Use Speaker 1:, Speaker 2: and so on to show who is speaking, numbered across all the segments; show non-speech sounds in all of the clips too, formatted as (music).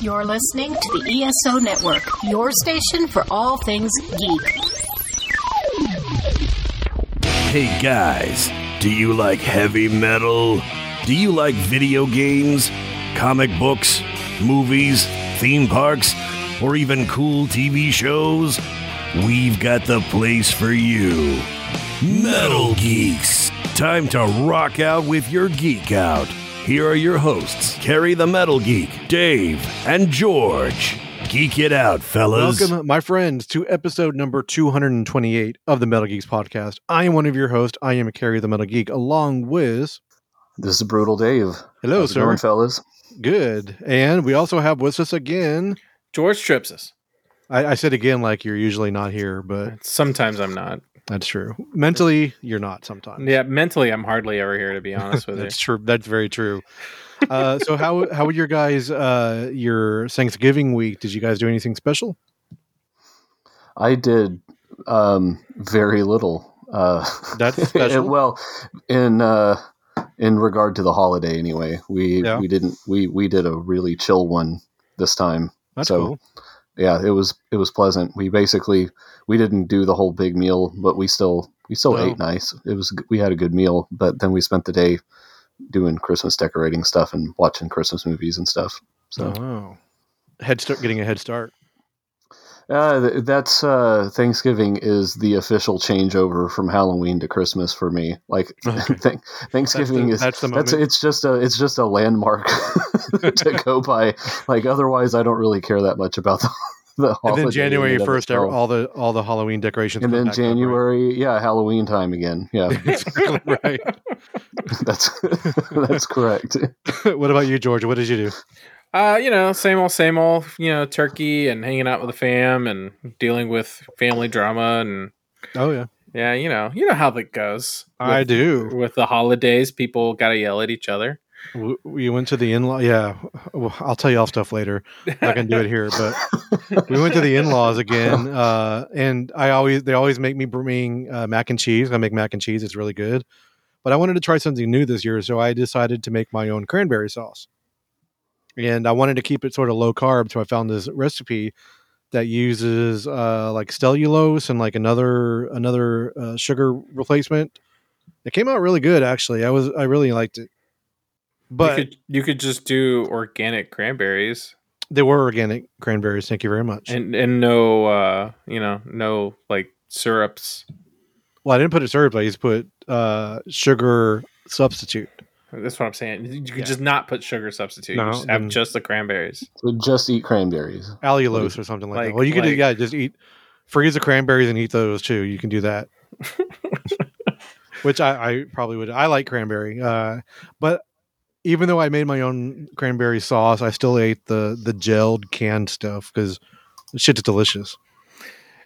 Speaker 1: You're listening to the ESO Network, your station for all things geek.
Speaker 2: Hey guys, do you like heavy metal? Do you like video games, comic books, movies, theme parks, or even cool TV shows? We've got the place for you. Metal Geeks. Time to rock out with your geek out. Here are your hosts, Carrie the Metal Geek, Dave, and George. Geek it out, fellas.
Speaker 3: Welcome, my friends, to episode number 228 of the Metal Geeks podcast. I am one of your hosts. I am Carrie the Metal Geek, along with
Speaker 4: This is Brutal Dave.
Speaker 3: Hello,
Speaker 4: How's it
Speaker 3: sir.
Speaker 4: going, fellas?
Speaker 3: Good. And we also have with us again.
Speaker 5: George trips us.
Speaker 3: I, I said again, like you're usually not here, but
Speaker 5: Sometimes I'm not.
Speaker 3: that's true. Mentally, you're not sometimes.
Speaker 5: Yeah, mentally I'm hardly ever here to be
Speaker 3: (laughs)
Speaker 5: honest with you.
Speaker 3: That's true. That's very true. Uh, so how how were your guys uh, your Thanksgiving week? Did you guys do anything special?
Speaker 4: I did um, very little. Uh,
Speaker 3: (laughs)
Speaker 4: (laughs)
Speaker 3: That's special.
Speaker 4: well, in uh, in regard to the holiday, anyway, we
Speaker 3: Yeah.
Speaker 4: we didn't we we did a really chill one this time.
Speaker 3: That's
Speaker 4: So-
Speaker 3: cool.
Speaker 4: Yeah, it was it was pleasant. We basically we didn't do the whole big meal, but we still we still
Speaker 3: No.
Speaker 4: ate nice. It was we had a good meal, but then we spent the day doing Christmas decorating stuff and watching Christmas movies and stuff. So.
Speaker 3: Oh. Head start getting a head start.
Speaker 4: Uh, th- that's uh, Thanksgiving is the official changeover from Halloween to Christmas for me. Like (laughs)
Speaker 3: Okay.
Speaker 4: thank
Speaker 3: that's
Speaker 4: Thanksgiving
Speaker 3: the,
Speaker 4: is
Speaker 3: that's the moment.
Speaker 4: that's it's just a it's just a landmark (laughs) to go by. Like otherwise, I don't really care that much about (laughs) the, the
Speaker 3: and
Speaker 4: holiday.
Speaker 3: then January
Speaker 4: in of
Speaker 3: first,
Speaker 4: itself.
Speaker 3: all the all the Halloween decorations.
Speaker 4: Oh. and
Speaker 3: come
Speaker 4: then
Speaker 3: back up, right?
Speaker 4: January, yeah, Halloween time again.
Speaker 3: (laughs)
Speaker 4: Yeah,
Speaker 3: Exactly (laughs) right. (laughs)
Speaker 4: that's (laughs) that's correct.
Speaker 3: what about you, George? What did you do?
Speaker 5: Uh, you know, same old, same old, you know, turkey and hanging out with the fam and dealing with family drama and
Speaker 3: Oh yeah,
Speaker 5: yeah, you know, you know how that goes.
Speaker 3: I
Speaker 5: With-
Speaker 3: do.
Speaker 5: With the holidays, people gotta yell at
Speaker 3: (laughs)
Speaker 5: each other.
Speaker 3: W- We went to the in law. Yeah, Well, I'll tell you all stuff later. I can do it here, but we went to the in laws
Speaker 5: (laughs)
Speaker 3: again, uh, and I always they always make me bring uh, mac and cheese. I make mac and cheese; it's really good. But I wanted to try something new this year, so I decided to make my own cranberry sauce. And I wanted to keep it sort of low carb, so I found this recipe that uses uh, like cellulose and like another another uh, sugar replacement. It came out really good, actually. I was I really liked it. But
Speaker 5: you could you could just do organic cranberries
Speaker 3: they were organic cranberries. Thank you very much.
Speaker 5: and and no uh you know, no like syrups.
Speaker 3: Well, I didn't put a syrup. I just put uh, sugar substitute.
Speaker 5: That's what I'm saying. You could
Speaker 3: Yeah.
Speaker 5: just not put sugar substitute.
Speaker 3: No,
Speaker 5: you just have
Speaker 3: then-
Speaker 5: just the cranberries.
Speaker 4: So just eat cranberries.
Speaker 3: allulose or something like, that.
Speaker 5: Like-
Speaker 3: Well, you could do,
Speaker 5: like-
Speaker 3: yeah, just eat freeze the cranberries and eat those too. You can do that. Which I, I probably would. I like cranberry, uh, but even though I made my own cranberry sauce, I still ate the the gelled canned stuff because shit's delicious.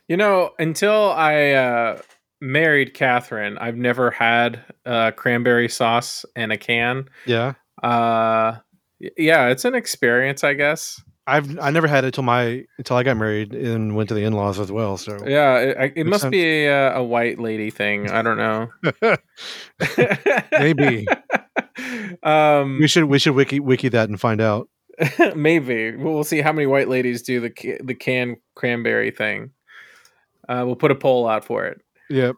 Speaker 5: You know, until I uh, married Catherine, I've never had uh, cranberry sauce in a can.
Speaker 3: Yeah,
Speaker 5: Uh, y- yeah, it's an experience, I guess.
Speaker 3: I've I never had it till my until I got married and went to the in laws as well. So
Speaker 5: Yeah, it, I- it
Speaker 3: Makes
Speaker 5: must
Speaker 3: sense.
Speaker 5: be a, a white lady thing. I don't know.
Speaker 3: (laughs) maybe
Speaker 5: (laughs) um,
Speaker 3: we should we should wiki wiki that and find out.
Speaker 5: (laughs) maybe we'll we'll see how many white ladies do the ca- the canned cranberry thing. Uh, we'll put a poll out for it.
Speaker 3: Yep.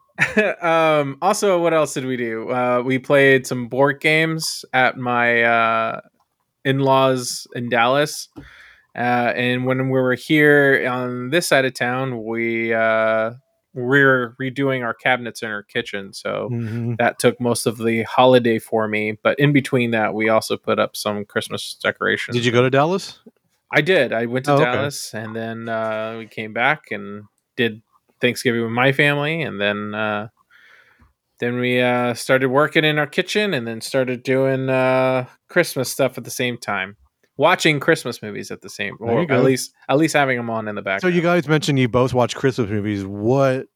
Speaker 5: (laughs) um also what else did we do uh we played some board games at my uh in-laws in dallas uh and when we were here on this side of town we uh we're redoing our cabinets in our kitchen so
Speaker 3: Mhm.
Speaker 5: that took most of the holiday for me but in between that we also put up some christmas decorations
Speaker 3: Did you go to Dallas?
Speaker 5: I did. I went to
Speaker 3: Oh, okay.
Speaker 5: Dallas and then uh, we came back and did Thanksgiving with my family and then uh, then we uh, started working in our kitchen and then started doing uh, Christmas stuff at the same time. Watching Christmas movies at the same
Speaker 3: There
Speaker 5: or
Speaker 3: you go.
Speaker 5: at least at least having them on in the background.
Speaker 3: So you guys mentioned you both watch Christmas movies. What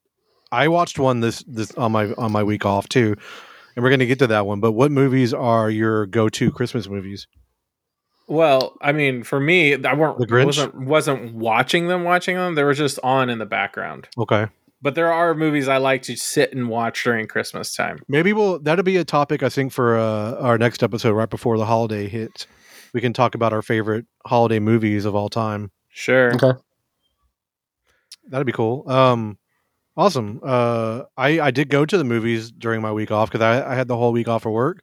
Speaker 3: I watched one this this on my on my week off too, and we're gonna get to that one. But what movies are your go to Christmas movies?
Speaker 5: Well, I mean, for me, I weren't
Speaker 3: The Grinch?
Speaker 5: wasn't wasn't watching them watching them. They were just on in the background.
Speaker 3: Okay,
Speaker 5: But there are movies I like to sit and watch during Christmas time.
Speaker 3: maybe we'll that'll be a topic I think for uh, our next episode right before the holiday hits. we can talk about our favorite holiday movies of all time.
Speaker 5: Sure.
Speaker 4: Okay.
Speaker 3: That'd be cool. Um, awesome. Uh, I I did go to the movies during my week off because I, I had the whole week off of work.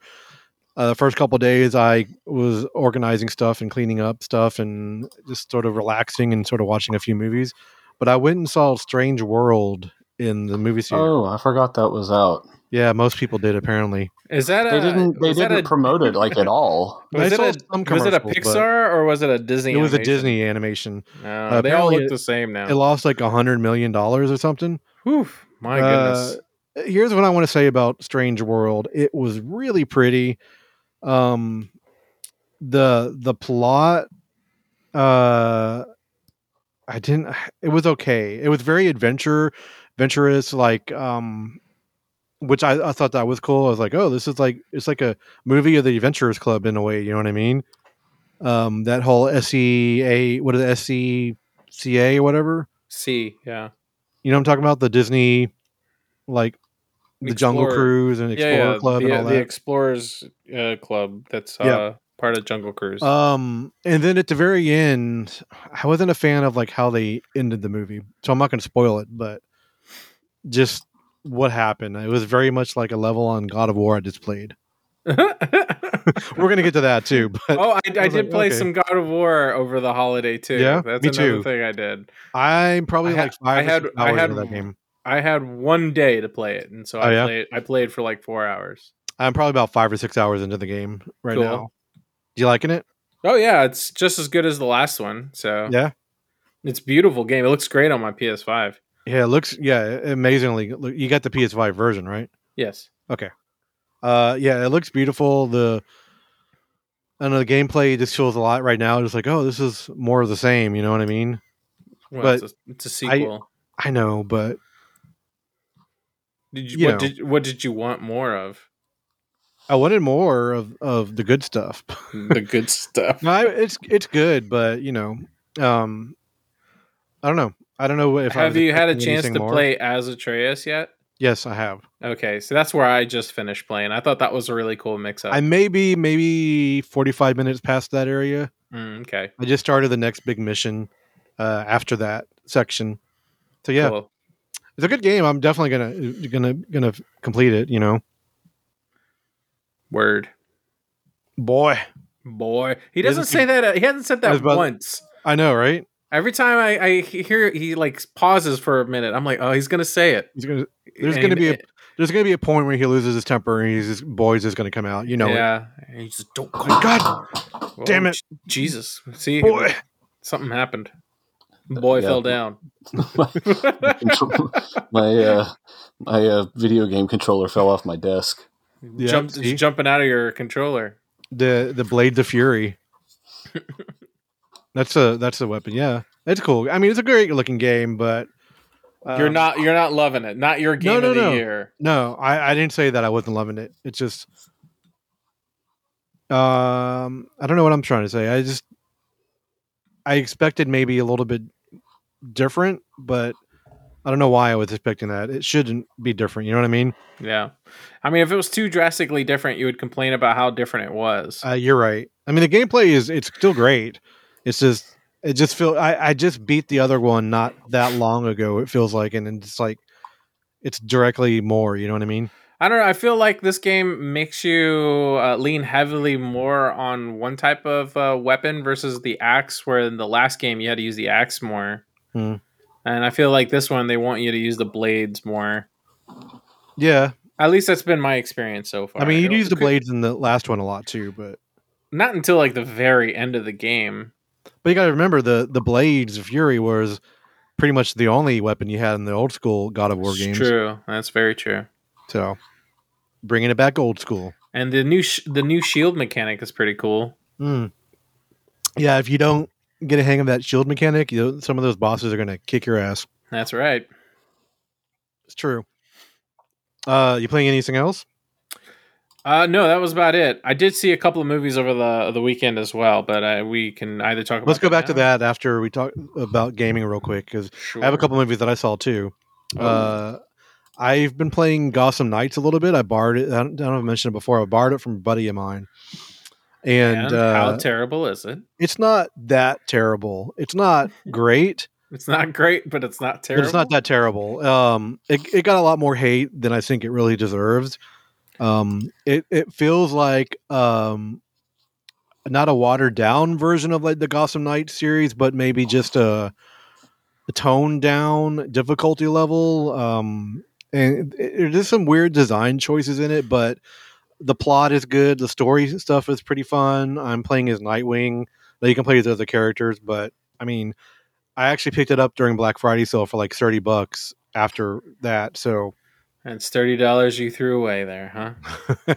Speaker 3: Uh, the first couple days, I was organizing stuff and cleaning up stuff and just sort of relaxing and sort of watching a few movies. But I went and saw Strange World in the movie theater.
Speaker 4: Oh, I forgot that was out.
Speaker 3: Yeah, most people did apparently.
Speaker 5: Is that
Speaker 3: Uh,
Speaker 4: They
Speaker 5: a,
Speaker 4: didn't. They
Speaker 5: was that
Speaker 4: didn't
Speaker 5: a-
Speaker 4: promote it like at all.
Speaker 3: I
Speaker 5: Was it,
Speaker 3: saw
Speaker 5: a,
Speaker 3: some
Speaker 5: was it a
Speaker 3: commercials, but-
Speaker 5: Pixar or was it a Disney?
Speaker 3: It was a
Speaker 5: animation? Oh.
Speaker 3: Disney animation.
Speaker 5: No,
Speaker 3: Uh,
Speaker 5: they all
Speaker 3: apparently
Speaker 5: look the same now.
Speaker 3: It lost like a hundred million dollars or something.
Speaker 5: Whew, my goodness.
Speaker 3: Uh, here's what I want to say about Strange World. It was really pretty. Um, the the plot, uh, I didn't. (sighs) It was okay. It was very adventure, adventurous. Like, um, which I, I thought that was cool. I was like, oh, this is like it's like a movie of the Adventurers Club in a way. You know what I mean? Um, that whole SEA, what is it, SCCA or whatever?
Speaker 5: C, yeah.
Speaker 3: You know what I'm talking about? The Disney, like the Jungle
Speaker 5: Explorer.
Speaker 3: Cruise and Explorer Club
Speaker 5: the,
Speaker 3: and all
Speaker 5: the
Speaker 3: that.
Speaker 5: Explorers uh, Club. That's uh,
Speaker 3: Yeah.
Speaker 5: part of Jungle Cruise.
Speaker 3: um, and then at the very end, I wasn't a fan of like how they ended the movie, so I'm not going to spoil it, but just what happened. It was very much like a level on God of War I just played. We're going to get to that too, (laughs) but
Speaker 5: (laughs) oh, I, I,
Speaker 3: was
Speaker 5: did
Speaker 3: like,
Speaker 5: play
Speaker 3: okay.
Speaker 5: some God of War over the holiday too.
Speaker 3: Yeah?
Speaker 5: that's
Speaker 3: Me
Speaker 5: another
Speaker 3: too.
Speaker 5: thing I did.
Speaker 3: I'm probably
Speaker 5: I ha-
Speaker 3: like five.
Speaker 5: I had-
Speaker 3: or six
Speaker 5: I
Speaker 3: hours
Speaker 5: had-
Speaker 3: into that game.
Speaker 5: I had one day to play it, and so
Speaker 3: Oh,
Speaker 5: I
Speaker 3: yeah?
Speaker 5: played. I played for like four hours.
Speaker 3: I'm probably about five or six hours into the game right
Speaker 5: Cool.
Speaker 3: now. You liking it?
Speaker 5: Oh yeah, it's just as good as the last one. So
Speaker 3: Yeah.
Speaker 5: it's a beautiful game. It looks great on my PS5.
Speaker 3: Yeah, it looks yeah, amazingly. good. You got the PS5 version, right?
Speaker 5: Yes.
Speaker 3: Uh, yeah, it looks beautiful. The I don't know the gameplay just feels a lot right now. Just like, oh, this is more of the same. You know what I mean?
Speaker 5: Well,
Speaker 3: But
Speaker 5: it's, a, it's a
Speaker 3: I-
Speaker 5: sequel.
Speaker 3: I know, but
Speaker 5: did
Speaker 3: you
Speaker 5: you, what
Speaker 3: know.
Speaker 5: did what did you want more of?
Speaker 3: I wanted more of of the good stuff. (laughs)
Speaker 5: the good (laughs) stuff.
Speaker 3: no, I, it's it's good, but you know, um, I don't know. I don't know if I
Speaker 5: Have
Speaker 3: was
Speaker 5: you had a
Speaker 3: expecting
Speaker 5: chance
Speaker 3: anything
Speaker 5: to
Speaker 3: more.
Speaker 5: play as Atreus yet?
Speaker 3: Yes, I have.
Speaker 5: Okay, so that's where I just finished playing. I thought that was a really cool mix up.
Speaker 3: I may be maybe forty five minutes past that area.
Speaker 5: Mm, okay.
Speaker 3: I just started the next big mission uh, after that section. So yeah,
Speaker 5: Cool.
Speaker 3: it's a good game. I'm definitely gonna gonna gonna complete it. You know,
Speaker 5: Word.
Speaker 3: boy,
Speaker 5: Boy. He doesn't
Speaker 3: Isn't he-
Speaker 5: say that he hasn't said
Speaker 3: I
Speaker 5: that
Speaker 3: was about-
Speaker 5: once.
Speaker 3: I know, right?
Speaker 5: Every time I, I hear he like pauses for a minute, I'm like, oh, he's gonna say it.
Speaker 3: He's gonna. There's
Speaker 5: And
Speaker 3: gonna be a-
Speaker 5: it-
Speaker 3: There's gonna be a point where he loses his temper and he's just, boys is gonna come out. You know, it.
Speaker 5: yeah. And he's just, don't call (laughs)
Speaker 3: God
Speaker 5: Whoa,
Speaker 3: damn it.
Speaker 5: Je- Jesus. See
Speaker 3: boy.
Speaker 5: something happened. Boy
Speaker 4: Yeah.
Speaker 5: fell down.
Speaker 4: (laughs)
Speaker 5: (laughs)
Speaker 4: Control- my uh, my uh, video game controller fell off my desk.
Speaker 3: Yeah,
Speaker 5: Jumped
Speaker 3: see?
Speaker 5: jumping out of your controller.
Speaker 3: The the blades of fury. that's a that's a weapon. Yeah, it's cool. I mean, it's a great looking game, but
Speaker 5: you're
Speaker 3: um,
Speaker 5: not you're not loving it. Not your game
Speaker 3: no,
Speaker 5: of the
Speaker 3: no.
Speaker 5: year.
Speaker 3: No, I, I didn't say that I wasn't loving it. It's just um I don't know what I'm trying to say. I just I expected maybe a little bit different, but I don't know why I was expecting that. It shouldn't be different, you know what I mean?
Speaker 5: Yeah. I mean, if it was too drastically different, you would complain about how different it was.
Speaker 3: Uh, you're right. I mean the gameplay is it's still great. It's just it just feel I, I just beat the other one not that long ago, it feels like, and it's like it's directly more, you know what I mean?
Speaker 5: I don't know. I feel like this game makes you uh, lean heavily more on one type of uh, weapon versus the axe, where in the last game you had to use the axe more.
Speaker 3: Hmm.
Speaker 5: And I feel like this one they want you to use the blades more.
Speaker 3: Yeah.
Speaker 5: At least that's been my experience so far.
Speaker 3: I mean you'd
Speaker 5: It-
Speaker 3: use the blades in the last one a lot too, but
Speaker 5: Not until like the very end of the game.
Speaker 3: But you got to remember the the blades of fury was pretty much the only weapon you had in the old school God of War
Speaker 5: It's
Speaker 3: games.
Speaker 5: True. That's very true.
Speaker 3: So bringing it back old school.
Speaker 5: And the new sh- the new shield mechanic is pretty cool.
Speaker 3: Mm. Yeah, if you don't get a hang of that shield mechanic, you know, some of those bosses are going to kick your ass.
Speaker 5: That's right.
Speaker 3: It's true. Uh, you playing anything else?
Speaker 5: Uh, no, that was about it. I did see a couple of movies over the the weekend as well, but I, we can either talk. about
Speaker 3: Let's go
Speaker 5: that
Speaker 3: back to
Speaker 5: now.
Speaker 3: that after we talk about gaming real quick because
Speaker 5: Sure.
Speaker 3: I have a couple movies that I saw too. Uh, I've been playing Gotham Knights a little bit. I borrowed it. I don't, I don't know if I mentioned it before. I borrowed it from a buddy of mine. and,
Speaker 5: how
Speaker 3: uh,
Speaker 5: terrible is it?
Speaker 3: it's not that terrible. It's not great,
Speaker 5: It's not (laughs) great, but it's not
Speaker 3: but
Speaker 5: terrible.
Speaker 3: it's not that terrible. Um, it, it got a lot more hate than I think it really deserved. Um, it it feels like um, not a watered down version of like the Gotham Knights series, but maybe just a, a toned down difficulty level. Um, and it- it- there's some weird design choices in it, but the plot is good. The story stuff is pretty fun. I'm playing as Nightwing. Now you can play as other characters, but I mean, I actually picked it up during Black Friday sale for like thirty bucks. After that, so
Speaker 5: And it's thirty dollars you threw away there, huh?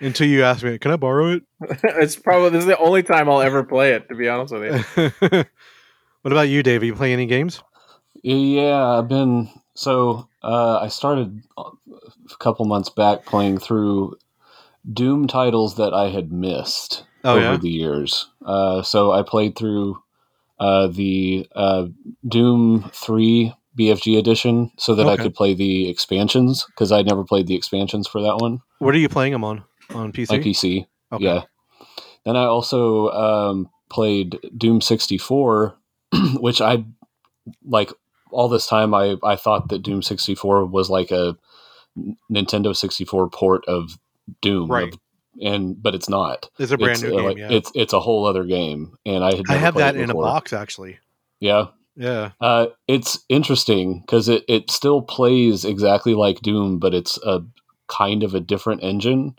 Speaker 3: until you asked me, can I borrow it?
Speaker 5: (laughs) it's probably this is the only time I'll ever play it. To be honest with you,
Speaker 3: (laughs) what about you, Dave? You play any games?
Speaker 4: Yeah, I've been so uh, I started a couple months back playing through Doom titles that I had missed
Speaker 3: Oh,
Speaker 4: over
Speaker 3: yeah?
Speaker 4: the years. Uh, so I played through uh, the uh, Doom Three BFG edition so that
Speaker 3: Okay.
Speaker 4: I could play the expansions because I never played the expansions for that one
Speaker 3: What are you playing them on? On PC?
Speaker 4: on PC. Yeah. Then I also um, played Doom 64, (clears throat) which I like all this time I, I thought that Doom 64 was like a Nintendo 64 port of Doom.
Speaker 3: Right.
Speaker 4: and but it's not.
Speaker 3: It's a brand
Speaker 4: it's,
Speaker 3: new
Speaker 4: uh,
Speaker 3: game.
Speaker 4: like,
Speaker 3: yeah.
Speaker 4: It's it's a whole other game, and I had
Speaker 3: I
Speaker 4: never
Speaker 3: have
Speaker 4: played
Speaker 3: that
Speaker 4: it
Speaker 3: in a
Speaker 4: before.
Speaker 3: box actually.
Speaker 4: Yeah,
Speaker 3: Yeah.
Speaker 4: uh, it's interesting because it, it still plays exactly like Doom, but it's a kind of a different engine,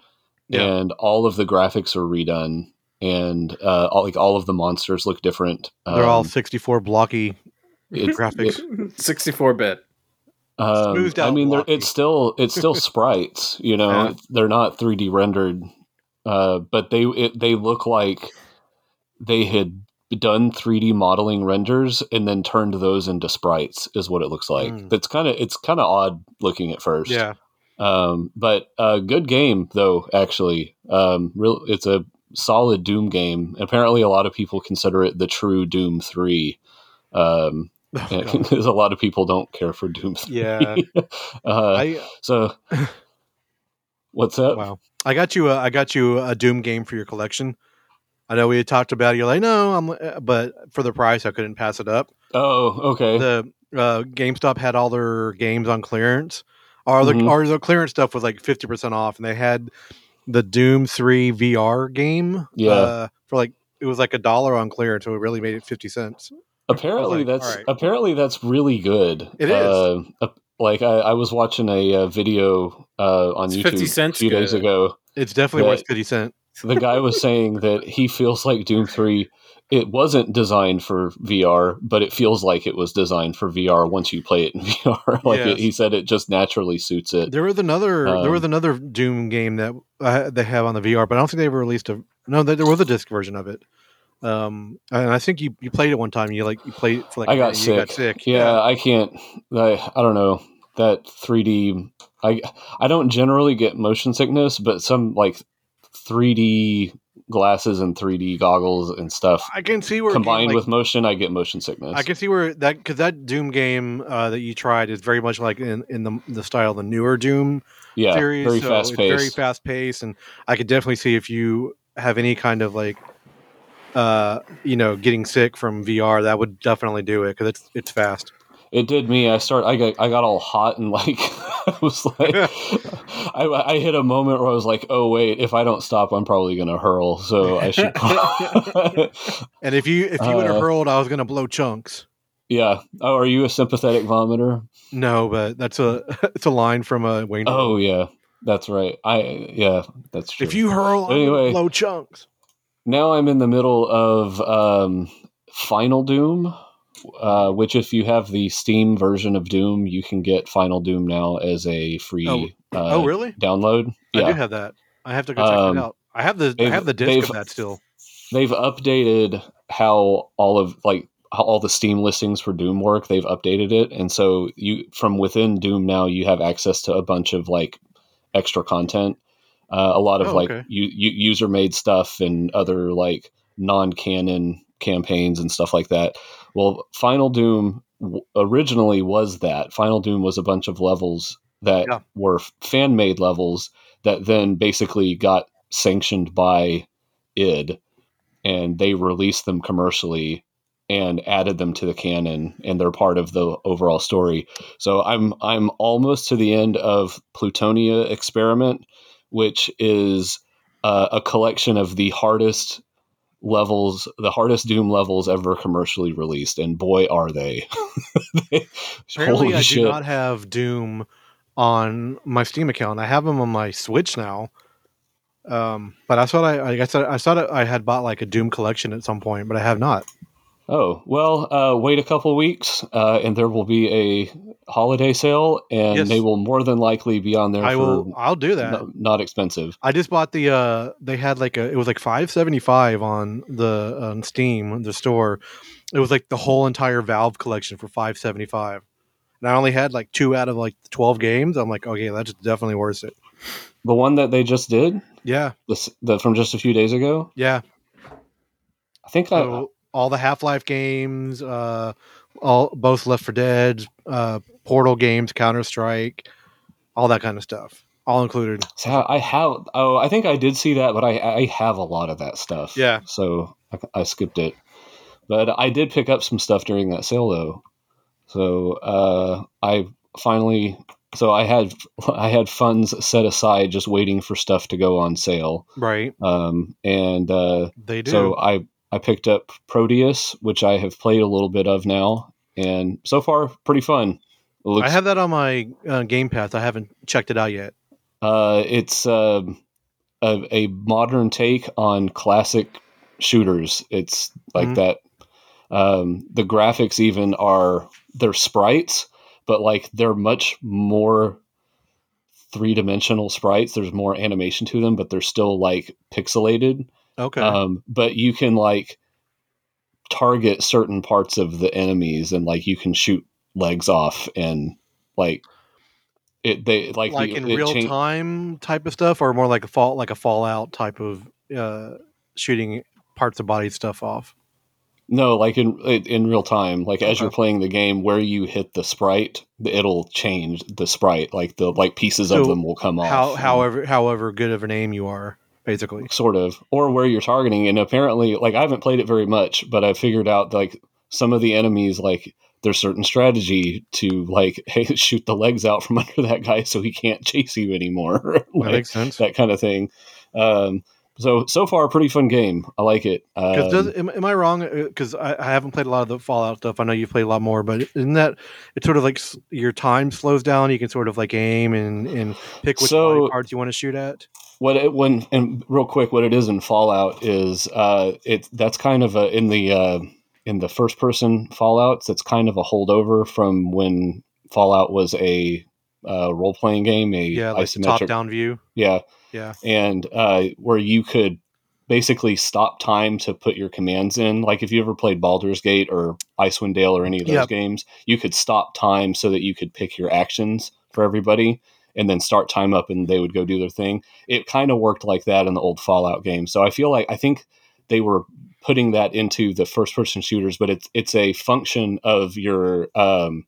Speaker 3: Yeah.
Speaker 4: and all of the graphics are redone, and uh, all, like all of the monsters look different.
Speaker 3: They're all
Speaker 4: Um,
Speaker 3: 64
Speaker 4: (laughs)
Speaker 3: blocky
Speaker 4: it-
Speaker 3: graphics.
Speaker 4: it-
Speaker 5: (laughs) sixty-four bit.
Speaker 4: um,
Speaker 3: Smoothed
Speaker 4: I
Speaker 3: out
Speaker 4: mean, they're,
Speaker 3: blocky.
Speaker 4: it's still it's still sprites. You know,
Speaker 5: Yeah.
Speaker 4: It's- they're not three D rendered, uh, but they it, they look like they had done 3D modeling renders and then turned those into sprites. Is what it looks like.
Speaker 3: Mm.
Speaker 4: That's kind of it's kind of odd looking at first.
Speaker 3: yeah.
Speaker 4: Um, but uh, good game though. Actually, um, real it's a solid Doom game. Apparently, a lot of people consider it the true Doom Three. Um,
Speaker 3: (laughs) Oh,
Speaker 4: because (laughs) a lot of people don't care for Doom 3.
Speaker 3: yeah.
Speaker 4: Uh, (laughs)
Speaker 3: I
Speaker 4: so, what's up?
Speaker 3: wow. I got you a I got you a Doom game for your collection. I know we had talked about it. You're like, no, I'm, uh, but for the price, I couldn't pass it up.
Speaker 4: Oh, okay.
Speaker 3: The uh, GameStop had all their games on clearance. Our the
Speaker 4: Mhm.
Speaker 3: our their clearance stuff was like fifty percent off, and they had the Doom Three VR game.
Speaker 4: Yeah.
Speaker 3: uh, for like it was like a dollar on clearance, so it really made it fifty cents.
Speaker 4: apparently,
Speaker 3: like,
Speaker 4: that's
Speaker 3: alright.
Speaker 4: apparently that's really good.
Speaker 3: It is.
Speaker 4: Uh, ap- like I, I was watching a, uh video uh, on
Speaker 5: It's
Speaker 4: YouTube
Speaker 5: 50 cents
Speaker 4: a few days
Speaker 5: good.
Speaker 4: ago.
Speaker 3: It's definitely
Speaker 4: Right.
Speaker 3: worth fifty cent.
Speaker 4: The guy was saying that he feels like Doom Three. It wasn't designed for VR, but it feels like it was designed for VR once you play it in (laughs) VR. like
Speaker 3: Yes.
Speaker 4: it, he said, it just naturally suits it.
Speaker 3: There was another there was
Speaker 4: Um,
Speaker 3: another Doom game that uh, they have on the VR, but I don't think they ever released a. No, there there was a disc version of it. Um, and I think you, you played it one time. You like you played it for like
Speaker 4: I
Speaker 3: a
Speaker 4: got
Speaker 3: day,
Speaker 4: sick.
Speaker 3: you got sick.
Speaker 4: Yeah, I can't. I, I don't know that 3D. I I don't generally get motion sickness, but some like 3D glasses and 3D goggles and stuff
Speaker 3: I can see where a game
Speaker 4: combined
Speaker 3: like-
Speaker 4: with motion, I get motion sickness.
Speaker 3: I can see where that because that Doom game uh, that you tried is very much like in, in the the style of the newer Doom
Speaker 4: yeah,
Speaker 3: series.
Speaker 4: very
Speaker 3: so
Speaker 4: fast
Speaker 3: it's
Speaker 4: paced.
Speaker 3: very fast paced, and I could definitely see if you have any kind of like, uh, you know, getting sick from VR, that would definitely do it because it's it's fast.
Speaker 4: It did me. I start. I got. I got all hot and like. (laughs) I was like, I, I hit a moment where I was like, "Oh wait, if I don't stop, I'm probably gonna hurl." So I
Speaker 3: (laughs)
Speaker 4: should. (laughs)
Speaker 3: And if you if you would
Speaker 4: Uh,
Speaker 3: have hurled, I was gonna blow chunks.
Speaker 4: yeah. Oh, are you a sympathetic vomiter?
Speaker 3: No, but that's a (laughs) it's a line from a Wayne.
Speaker 4: Oh yeah, that's right. I yeah, that's true.
Speaker 3: if you hurl, I'm
Speaker 4: Anyway.
Speaker 3: gonna blow chunks.
Speaker 4: now I'm in the middle of um, Final Doom, uh, which if you have the Steam version of Doom, you can get Final Doom now as a free
Speaker 3: Oh.
Speaker 4: uh,
Speaker 3: oh really?
Speaker 4: download.
Speaker 3: I do
Speaker 4: Yeah,
Speaker 3: have that. I have to go check
Speaker 4: Um,
Speaker 3: it out. I have the I
Speaker 4: they've-
Speaker 3: have the
Speaker 4: they've-
Speaker 3: disc of that still.
Speaker 4: they've updated how all of like how all the Steam listings for Doom work. They've updated it, and so you from within Doom now you have access to a bunch of like extra content. Uh, a lot of
Speaker 3: Oh,
Speaker 4: like
Speaker 3: okay.
Speaker 4: u- u- user made stuff and other like non canon campaigns and stuff like that. Well, Final Doom w- originally was that. Final Doom was a bunch of levels that
Speaker 3: Yeah.
Speaker 4: were fan made levels that then basically got sanctioned by id, and they released them commercially and added them to the canon, and they're part of the overall story. So I'm I'm almost to the end of Plutonia Experiment, which is uh, a collection of the hardest levels, the hardest Doom levels ever commercially released, and boy, are they! (laughs) They-
Speaker 3: Apparently,
Speaker 4: holy
Speaker 3: I
Speaker 4: shit!
Speaker 3: do not have Doom on my Steam account. I have them on my Switch now. Um, but I thought I, I thought I thought I had bought like a Doom collection at some point, but I have not.
Speaker 4: oh well, uh, wait a couple weeks, uh, and there will be a holiday sale, and
Speaker 3: Yes.
Speaker 4: they will more than likely be on there
Speaker 3: I
Speaker 4: for
Speaker 3: will. I'll do that.
Speaker 4: no- not expensive.
Speaker 3: I just bought the. uh They had like a. It was like five seventy five on the on Steam, the store. It was like the whole entire Valve collection for five seventy five, and I only had like two out of like twelve games. I'm like, okay, that's definitely worth it.
Speaker 4: The one that they just did,
Speaker 3: Yeah,
Speaker 4: this the, from just a few days ago.
Speaker 3: yeah.
Speaker 4: I think I,
Speaker 3: So all the Half Life games, uh, all both Left for Dead, uh, Portal games, Counter Strike, all that kind of stuff, all included.
Speaker 4: So I have. Oh, I think I did see that, but I I have a lot of that stuff.
Speaker 3: Yeah.
Speaker 4: So I, I skipped it, but I did pick up some stuff during that sale though. So uh, I finally. So I had I had funds set aside just waiting for stuff to go on sale.
Speaker 3: Right?
Speaker 4: Um, and uh,
Speaker 3: They do.
Speaker 4: so I I picked up Proteus, which I have played a little bit of now, and so far pretty fun. It looks
Speaker 3: I have that on my uh, Game Pass. I haven't checked it out yet.
Speaker 4: Uh, it's um a, a modern take on classic shooters. It's like
Speaker 3: Mhm.
Speaker 4: that. Um, the graphics even are they're sprites, but like they're much more three dimensional sprites. There's more animation to them, but they're still like pixelated.
Speaker 3: (laughs) Okay.
Speaker 4: Um, but you can like target certain parts of the enemies, and like you can shoot legs off and like. It, they like,
Speaker 3: like
Speaker 4: the-
Speaker 3: in
Speaker 4: it
Speaker 3: real
Speaker 4: chan-
Speaker 3: time type of stuff, or more like a fall, like a Fallout type of uh, shooting parts of body stuff off.
Speaker 4: No, like in in in real time, like as
Speaker 3: Okay.
Speaker 4: you're playing the game, where you hit the sprite, it'll change the sprite. Like the like pieces
Speaker 3: So
Speaker 4: of them will come off.
Speaker 3: How,
Speaker 4: and-
Speaker 3: however, however good of an aim you are, basically.
Speaker 4: sort of, or where you're targeting. And apparently, like I haven't played it very much, but I figured out like some of the enemies, like there's certain strategy to like (laughs) hey, shoot the legs out from (laughs) under that guy so he can't chase you anymore. (laughs)
Speaker 3: that
Speaker 4: like
Speaker 3: makes sense.
Speaker 4: that kind of thing. Um, so so far, pretty fun game. I like it.
Speaker 3: Because does am,
Speaker 4: Um,
Speaker 3: am I wrong? Because I, I haven't played a lot of the Fallout stuff. I know you play a lot more, but isn't that it's sort of like s- your time slows down? You can sort of like aim and, and pick which
Speaker 4: So-
Speaker 3: body parts you want to shoot at.
Speaker 4: what it when and real quick what it is in fallout is uh it that's kind of a in the uh in the first person fallouts it's kind of a holdover from when fallout was a uh role playing game a
Speaker 3: Yeah, like the top
Speaker 4: isometric
Speaker 3: down view.
Speaker 4: yeah
Speaker 3: Yeah.
Speaker 4: and uh where you could basically stop time to put your commands in like if you ever played Baldur's Gate or Icewind Dale or any of those
Speaker 3: Yep.
Speaker 4: games you could stop time so that you could pick your actions for everybody and then start time up and they would go do their thing it kind of worked like that in the old Fallout game. So I feel like I think they were putting that into the first person shooters, but it's it's a function of your um,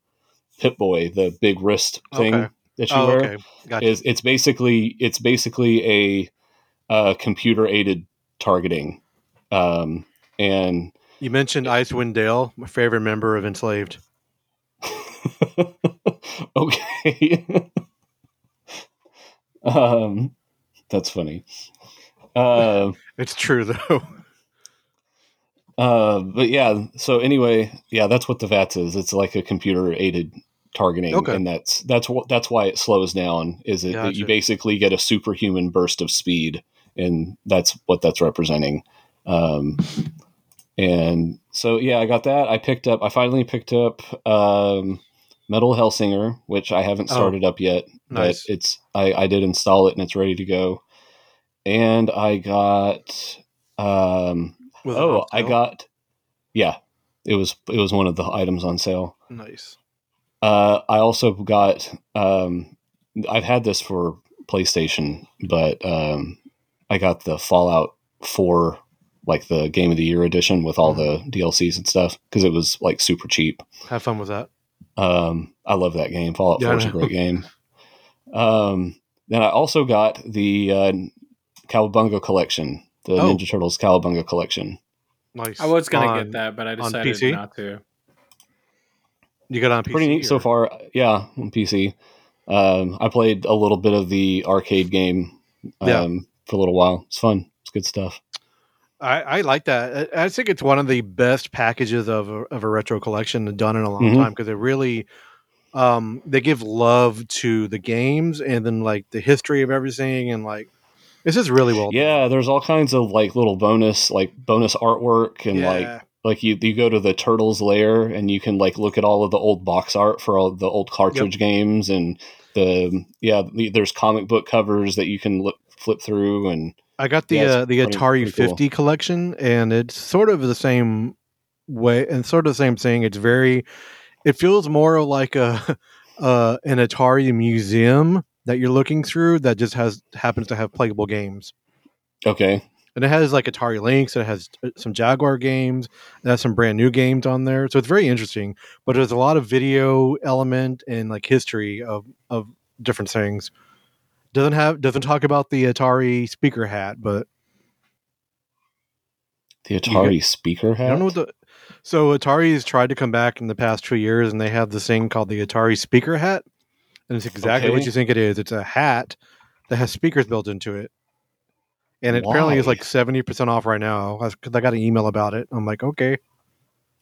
Speaker 4: Pip Boy, the big wrist thing
Speaker 3: Okay.
Speaker 4: that you
Speaker 3: Oh,
Speaker 4: wear.
Speaker 3: okay, gotcha.
Speaker 4: Is it's basically it's basically a uh, computer aided targeting, um, and (laughs)
Speaker 3: You mentioned Icewind Dale, my favorite member of Enslaved.
Speaker 4: okay. (laughs) um, that's funny. Um,
Speaker 3: It's true (laughs) though.
Speaker 4: Uh, but yeah, so anyway, yeah, that's what the VATS is. It's like a computer aided targeting,
Speaker 3: Okay.
Speaker 4: and that's that's what that's why it slows down. Is it that
Speaker 3: Gotcha.
Speaker 4: you basically get a superhuman burst of speed, and that's what that's representing. Um, and so yeah, I got that. I picked up. I finally picked up um, Metal Hellsinger, which I haven't
Speaker 3: Oh.
Speaker 4: started up yet.
Speaker 3: Nice.
Speaker 4: But it's I, I did install it and it's ready to go. And I got um
Speaker 3: Was it
Speaker 4: oh
Speaker 3: on
Speaker 4: I
Speaker 3: sale?
Speaker 4: got yeah it was it was one of the items on sale.
Speaker 3: nice.
Speaker 4: Uh, I also got um I've had this for PlayStation, but um I got the Fallout Four like the Game of the Year edition with all
Speaker 3: Mm-hmm.
Speaker 4: the DLCs and stuff because it was like super cheap.
Speaker 3: Have fun with that.
Speaker 4: Um, I love that game. Fallout
Speaker 3: Yeah, I
Speaker 4: 4 is a
Speaker 3: know.
Speaker 4: great game. Um, then I also got the uh, Cowabunga collection, the
Speaker 3: Oh.
Speaker 4: Ninja Turtles Cowabunga collection.
Speaker 3: Nice. Um,
Speaker 5: I was gonna
Speaker 3: On-
Speaker 5: get that, but I
Speaker 3: on
Speaker 5: decided
Speaker 3: PC?
Speaker 5: not to.
Speaker 3: You got it on PC.
Speaker 4: Pretty neat so
Speaker 3: or-
Speaker 4: far. Yeah, on PC. Um, I played a little bit of the arcade game um,
Speaker 3: Yeah.
Speaker 4: for a little while. It's fun. It's good stuff.
Speaker 3: I, I like that. I, I think it's one of the best packages of a, of a retro collection done in a long
Speaker 4: Mhm.
Speaker 3: time because it really um, they give love to the games and then like the history of everything and like this is really well.
Speaker 4: Yeah, there's all kinds of like little bonus, like bonus artwork and like like you you go to the turtles layer and you can like look at all of the old box art for all the old cartridge games and the yeah the, there's comic book covers that you can look, flip through and
Speaker 3: I got the
Speaker 4: Yeah, it's
Speaker 3: uh, the
Speaker 4: pretty-
Speaker 3: Atari
Speaker 4: pretty cool.
Speaker 3: 50 collection, and it's sort of the same way and sort of the same thing. It's very, it feels more like a (laughs) uh, an Atari museum that you're looking through that just has happens to have playable games,
Speaker 4: okay
Speaker 3: and it has like Atari Lynx, it has uh, some Jaguar games, it has some brand new games on there, so it's very interesting. But there's a lot of video element and like history of of different things. Doesn't have doesn't talk about the Atari speaker hat, but
Speaker 4: the Atari speaker
Speaker 3: I
Speaker 4: hat
Speaker 3: don't know what the. So Atari has tried to come back in the past two years, and they have this thing called the Atari speaker hat, and it's exactly what
Speaker 4: Okay.
Speaker 3: you think it is. It's a hat that has speakers built into it, and it apparently is
Speaker 4: Why?
Speaker 3: like seventy percent off right now. Because I got an email about it. I'm like, okay,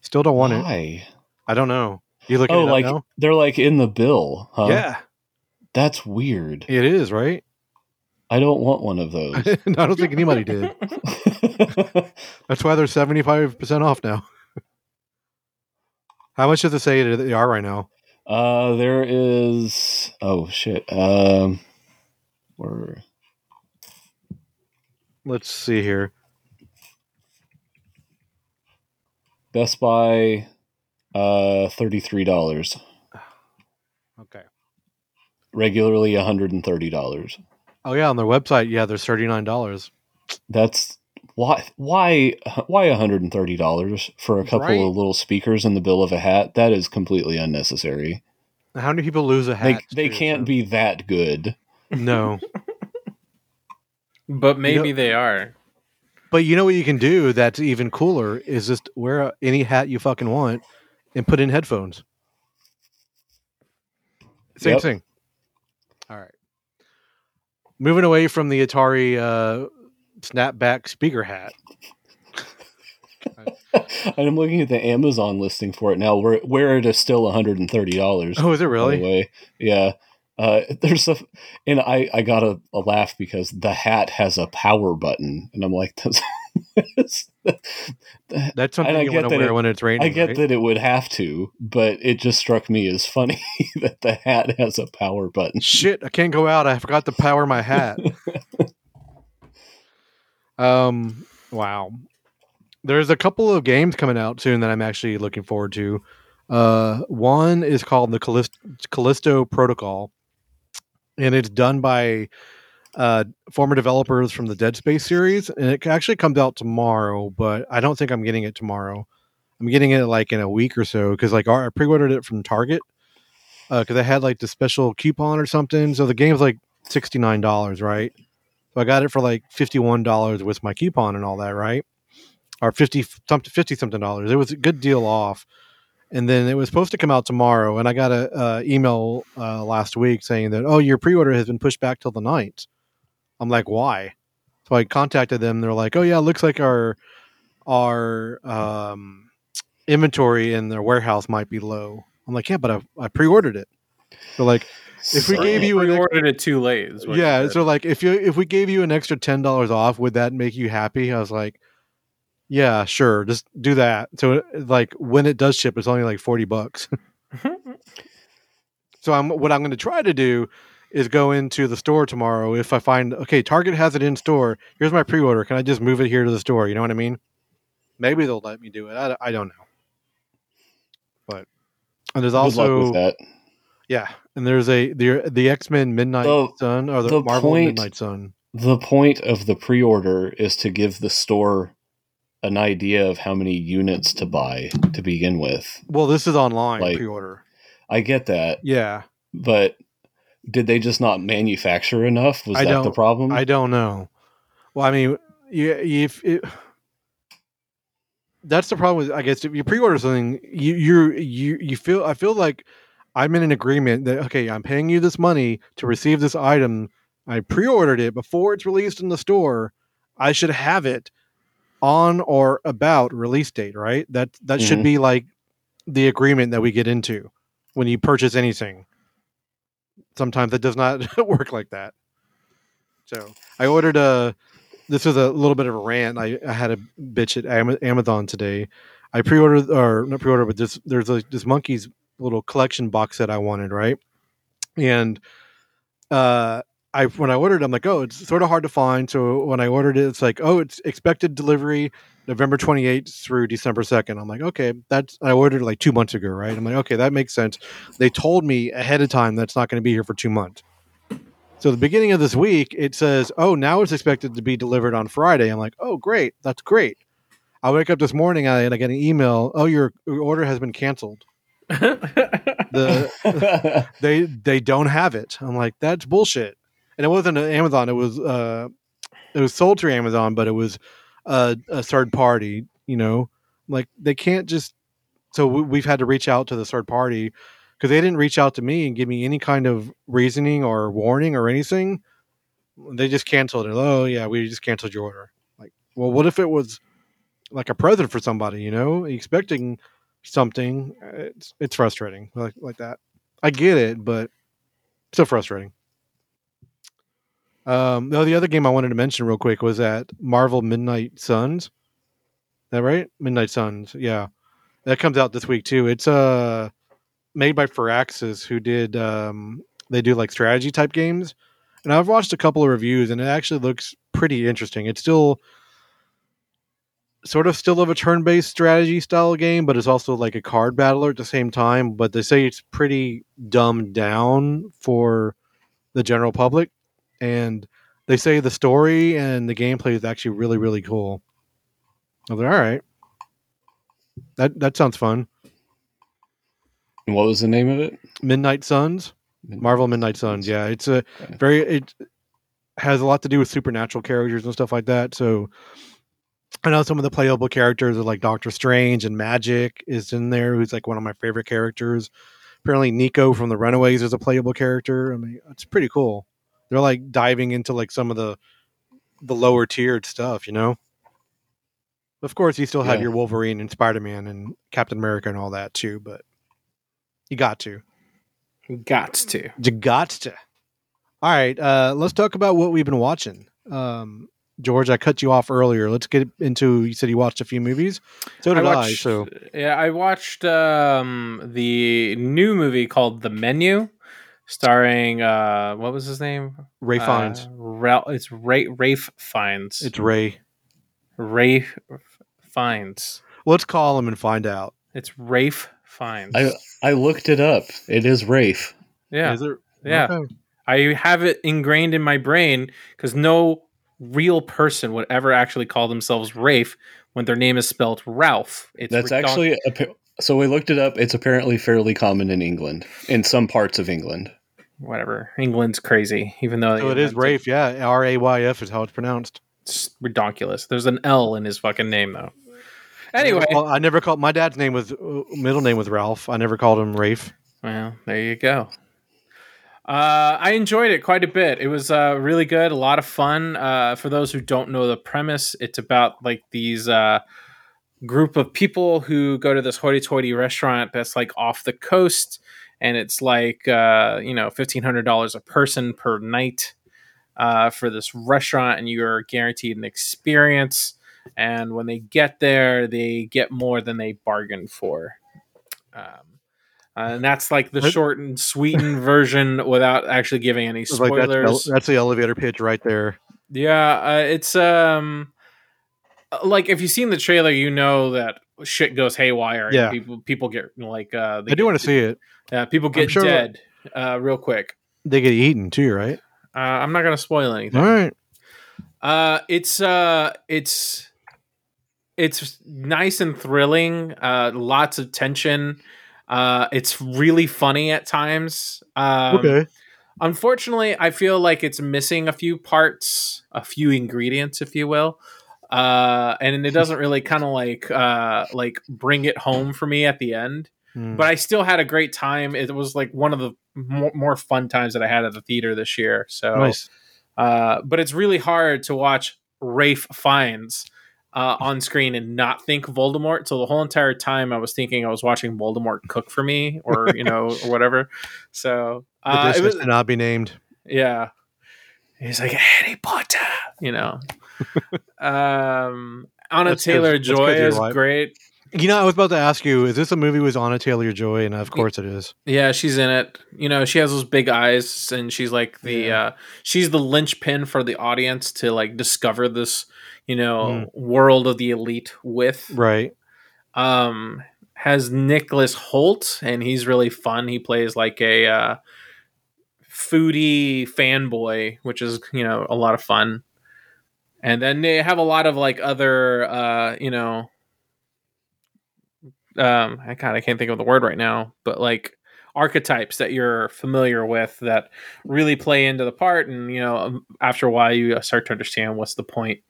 Speaker 3: still don't want it.
Speaker 4: Why?
Speaker 3: I don't know. You looking
Speaker 4: oh
Speaker 3: it up
Speaker 4: like uh,
Speaker 3: now?
Speaker 4: they're like in the bill huh
Speaker 3: Yeah,
Speaker 4: that's weird
Speaker 3: it is right. (laughs)
Speaker 4: I don't want one of
Speaker 3: I (laughs)
Speaker 4: those (laughs)
Speaker 3: don't think anybody did. That's why they're seventy five percent off now. (laughs) How much does it say that they are right now?
Speaker 4: uh there is oh shit um where
Speaker 3: Let's see here.
Speaker 4: Best Buy, uh, thirty three dollars.
Speaker 3: Okay.
Speaker 4: Regularly one hundred and thirty dollars.
Speaker 3: Oh yeah, on their website, yeah, there's thirty nine dollars.
Speaker 4: That's why why why one hundred and thirty dollars for a couple
Speaker 3: Right.
Speaker 4: of little speakers and the bill of a hat. That is completely unnecessary.
Speaker 3: How many people lose a hat?
Speaker 4: they they
Speaker 3: too,
Speaker 4: can't
Speaker 3: so-
Speaker 4: be that good.
Speaker 3: (laughs)
Speaker 4: (laughs)
Speaker 3: no.
Speaker 5: But maybe they are.
Speaker 3: But you know what you can do that's even cooler is just wear any hat you fucking want and put in headphones. Same
Speaker 4: Yep.
Speaker 3: thing. All right. Moving away from the Atari uh, snapback speaker
Speaker 4: (laughs)
Speaker 3: hat.
Speaker 4: and I'm looking at the Amazon listing for it now, where where it is still one hundred and thirty dollars.
Speaker 3: Oh, is it really?
Speaker 4: By the way, yeah. Uh, there's a, and I I got a, a laugh because the hat has a power button, and I'm like, (laughs) that's,
Speaker 3: That's something
Speaker 4: And I
Speaker 3: you
Speaker 4: get
Speaker 3: want to
Speaker 4: that
Speaker 3: wear
Speaker 4: it-
Speaker 3: when it's raining.
Speaker 4: I get
Speaker 3: right?
Speaker 4: that it would have to, but it just struck me as funny (laughs) that the hat has a power (laughs) button.
Speaker 3: shit i can't go out i forgot to power my hat um wow there's a couple of games coming out soon that i'm actually looking forward to uh one is called the Callisto, Callisto protocol and it's done by uh former developers from the dead space series and it actually comes out tomorrow but i don't think i'm getting it tomorrow i'm getting it like in a week or so because like i pre-ordered it from target because I Uh, had like the special coupon or something. So the game's like sixty nine dollars, right? So I got it for like fifty one dollars with my coupon and all that, right? Or fifty something fifty something dollars. It was a good deal off. And then it was supposed to come out tomorrow, and I got a uh, email uh, last week saying that oh your pre order has been pushed back till the 9th. I'm like why? So I contacted them. They're like oh yeah, looks like our our um, inventory in their warehouse might be low. I'm like yeah, but I, I pre ordered it. They're like if we
Speaker 4: Sorry.
Speaker 3: gave you an
Speaker 5: We
Speaker 3: ex-
Speaker 5: ordered it too late. is what
Speaker 3: yeah
Speaker 5: you said.
Speaker 3: so like if you if we gave you an extra ten dollars off would that make you happy i was like yeah sure just do that so like when it does ship it's only like 40 bucks (laughs) so i'm what i'm going to try to do is go into the store tomorrow if i find okay target has it in store here's my pre-order can i just move it here to the store you know what i mean maybe they'll let me do it i, I don't know but and there's
Speaker 4: Good luck
Speaker 3: also
Speaker 4: with that.
Speaker 3: yeah, and there's a the the X Men Midnight
Speaker 4: The-
Speaker 3: Sun or the,
Speaker 4: the
Speaker 3: Marvel
Speaker 4: point-
Speaker 3: Midnight Sun.
Speaker 4: The point of the pre-order is to give the store an idea of how many units to buy to begin with.
Speaker 3: Well, this is online
Speaker 4: Like-
Speaker 3: pre-order.
Speaker 4: I get that,
Speaker 3: Yeah,
Speaker 4: but did they just not manufacture enough? Was
Speaker 3: I
Speaker 4: that the
Speaker 3: don't-
Speaker 4: problem?
Speaker 3: I don't know. Well, I mean, you, you- if it, that's the problem with, I guess, if you pre-order something, you you you you feel. I feel like I'm in an agreement that okay, I'm paying you this money to receive this item. I pre-ordered it before it's released in the store. I should have it on or about release date, right? That that should
Speaker 4: Mhm.
Speaker 3: be like the agreement that we get into when you purchase anything. Sometimes that does not (laughs) work like that. So I ordered a. This was a little bit of a rant. I, I had a bitch at Ama- Amazon today. I pre-ordered or not pre-ordered, but this there's like this monkey's little collection box that I wanted, right? And uh, I when I ordered, it, I'm like, oh, it's sort of hard to find. So when I ordered it, it's like, oh, it's expected delivery November 28th through December 2nd. I'm like, okay, that's I ordered it like two months ago, right? I'm like, okay, that makes sense. They told me ahead of time that's not going to be here for two months. So the beginning of this week, it says, oh, now it's expected to be delivered on Friday. I'm like, oh, great, that's great. I wake up this morning I- and I get an email, oh, your your order has been canceled.
Speaker 4: (laughs)
Speaker 3: The they they don't have it. I'm like, that's bullshit. And it wasn't an Amazon. It was uh, it was sold through Amazon, but it was uh, a third party. You know, like they can't just. So we, we've had to reach out to the third party because they didn't reach out to me and give me any kind of reasoning or warning or anything. They just canceled it. Oh yeah, we just canceled your order. Like, well, what if it was like a present for somebody? You know, expecting something. It's it's frustrating like like that. I get it, but still frustrating. Um, no, the other game I wanted to mention real quick was that Marvel Midnight Suns. Is that right? Midnight Suns, yeah. That comes out this week too. It's uh made by Firaxis, who did um they do like strategy type games. And I've watched a couple of reviews and it actually looks pretty interesting. It's still sort of still of a turn-based strategy style game, but it's also like a card battler at the same time. But they say it's pretty dumbed down for the general public, and they say the story and the gameplay is actually really really cool. I was like, all right, that that sounds fun.
Speaker 4: what was the name of it?
Speaker 3: Midnight Suns, Marvel Midnight Suns. Yeah, it's a
Speaker 4: Okay.
Speaker 3: very it has a lot to do with supernatural characters and stuff like that. So I know some of the playable characters are like Doctor Strange and Magic is in there, who's like one of my favorite characters. Apparently, Nico from the Runaways is a playable character. I mean, it's pretty cool. They're like diving into like some of the the lower tiered stuff, you know. Of course, you still have
Speaker 4: Yeah.
Speaker 3: your Wolverine and Spider Man and Captain America and all that too, but you got to.
Speaker 5: (laughs) Got to.
Speaker 3: You got to. All right, uh, let's talk about what we've been watching. Um, George, I cut you off earlier. Let's get into. You said you watched a few movies. So did I.
Speaker 5: uh,
Speaker 3: so
Speaker 5: yeah, I watched um, the new movie called The Menu, starring uh, what was his name?
Speaker 3: Ray
Speaker 5: Uh,
Speaker 3: Fiennes.
Speaker 5: Ra- it's Ray Rafe Fiennes.
Speaker 3: It's Ray.
Speaker 5: Rafe Fiennes.
Speaker 3: Let's call him and find out.
Speaker 5: It's Rafe Fiennes.
Speaker 4: I I looked it up. It is Rafe.
Speaker 5: yeah,
Speaker 3: Is it?
Speaker 5: yeah.
Speaker 3: Okay.
Speaker 5: I have it ingrained in my brain because no real person would ever actually call themselves Rafe when their name is spelled Ralph. It's
Speaker 4: That's
Speaker 5: redon-
Speaker 4: actually appa- so we looked it up. It's apparently fairly common in England, in some parts of England.
Speaker 5: whatever. England's crazy, even though
Speaker 3: So it is
Speaker 5: Rafe.
Speaker 3: Rafe. Yeah. R A Y F is how it's pronounced.
Speaker 5: It's ridiculous. There's an L in his fucking name though. Anyway,
Speaker 3: Well, I never called my dad's name was uh, middle name was Ralph. I never called him Rafe.
Speaker 5: well, there you go. Uh, I enjoyed it quite a bit. It was uh, really good, a lot of fun. Uh, for those who don't know the premise, it's about like these uh, group of people who go to this hoity-toity restaurant that's like off the coast, and it's like uh, you know fifteen hundred dollars a person per night uh, for this restaurant, and you're guaranteed an experience. And when they get there, they get more than they bargained for. Um, and that's like the
Speaker 3: That-
Speaker 5: short and sweetened version without actually giving any
Speaker 3: It's Like that's,
Speaker 5: spoilers.
Speaker 3: that's the elevator pitch right there.
Speaker 5: Yeah, uh, it's um like if you've seen the trailer, you know that shit goes haywire. and
Speaker 3: Yeah.
Speaker 5: people people get like uh, they
Speaker 3: I do
Speaker 5: get-
Speaker 3: want to see it.
Speaker 5: Uh, people get
Speaker 3: sure-
Speaker 5: dead uh, real quick.
Speaker 3: They get eaten too, right?
Speaker 5: Uh, I'm not gonna spoil anything.
Speaker 3: All right.
Speaker 5: Uh, it's uh, it's it's nice and thrilling. Uh, lots of tension. Uh, it's really funny at times. Um,
Speaker 3: okay.
Speaker 5: Unfortunately, I feel like it's missing a few parts, a few ingredients, if you will. Uh, and it doesn't really kind of like uh, like bring it home for me at the end.
Speaker 3: Mm.
Speaker 5: But I still had a great time. It was like one of the more, more fun times that I had at the theater this year. So
Speaker 3: nice.
Speaker 5: uh, but it's really hard to watch Rafe Fiennes uh, on screen and not think Voldemort. So the whole entire time I was thinking I was watching Voldemort cook for me, or you know, or whatever. So
Speaker 3: The
Speaker 5: uh,
Speaker 3: dish
Speaker 5: it
Speaker 3: was
Speaker 5: was,
Speaker 3: to not be named.
Speaker 5: yeah, he's like Harry Potter,
Speaker 3: (laughs)
Speaker 5: you know. um, Anna
Speaker 3: That's 'cause-
Speaker 5: Taylor
Speaker 3: that's 'cause
Speaker 5: Joy
Speaker 3: you're
Speaker 5: is
Speaker 3: white.
Speaker 5: great.
Speaker 3: You know, I was about to ask you, is this a movie with Anna Taylor Joy? And of course it is.
Speaker 5: Yeah, she's in it. You know, she has those big eyes, and she's like the uh, she's the linchpin for the audience to like discover this, you know,
Speaker 3: Mm.
Speaker 5: world of the elite with.
Speaker 3: Right.
Speaker 5: Um, has Nicholas Holt, and he's really fun. He plays like a uh, foodie fanboy, which is you know a lot of fun. And then they have a lot of like other, uh, you know, um, I kind of can't think of the word right now, but like archetypes that you're familiar with that really play into the part, and you know, um, after a while you start to understand what's the point.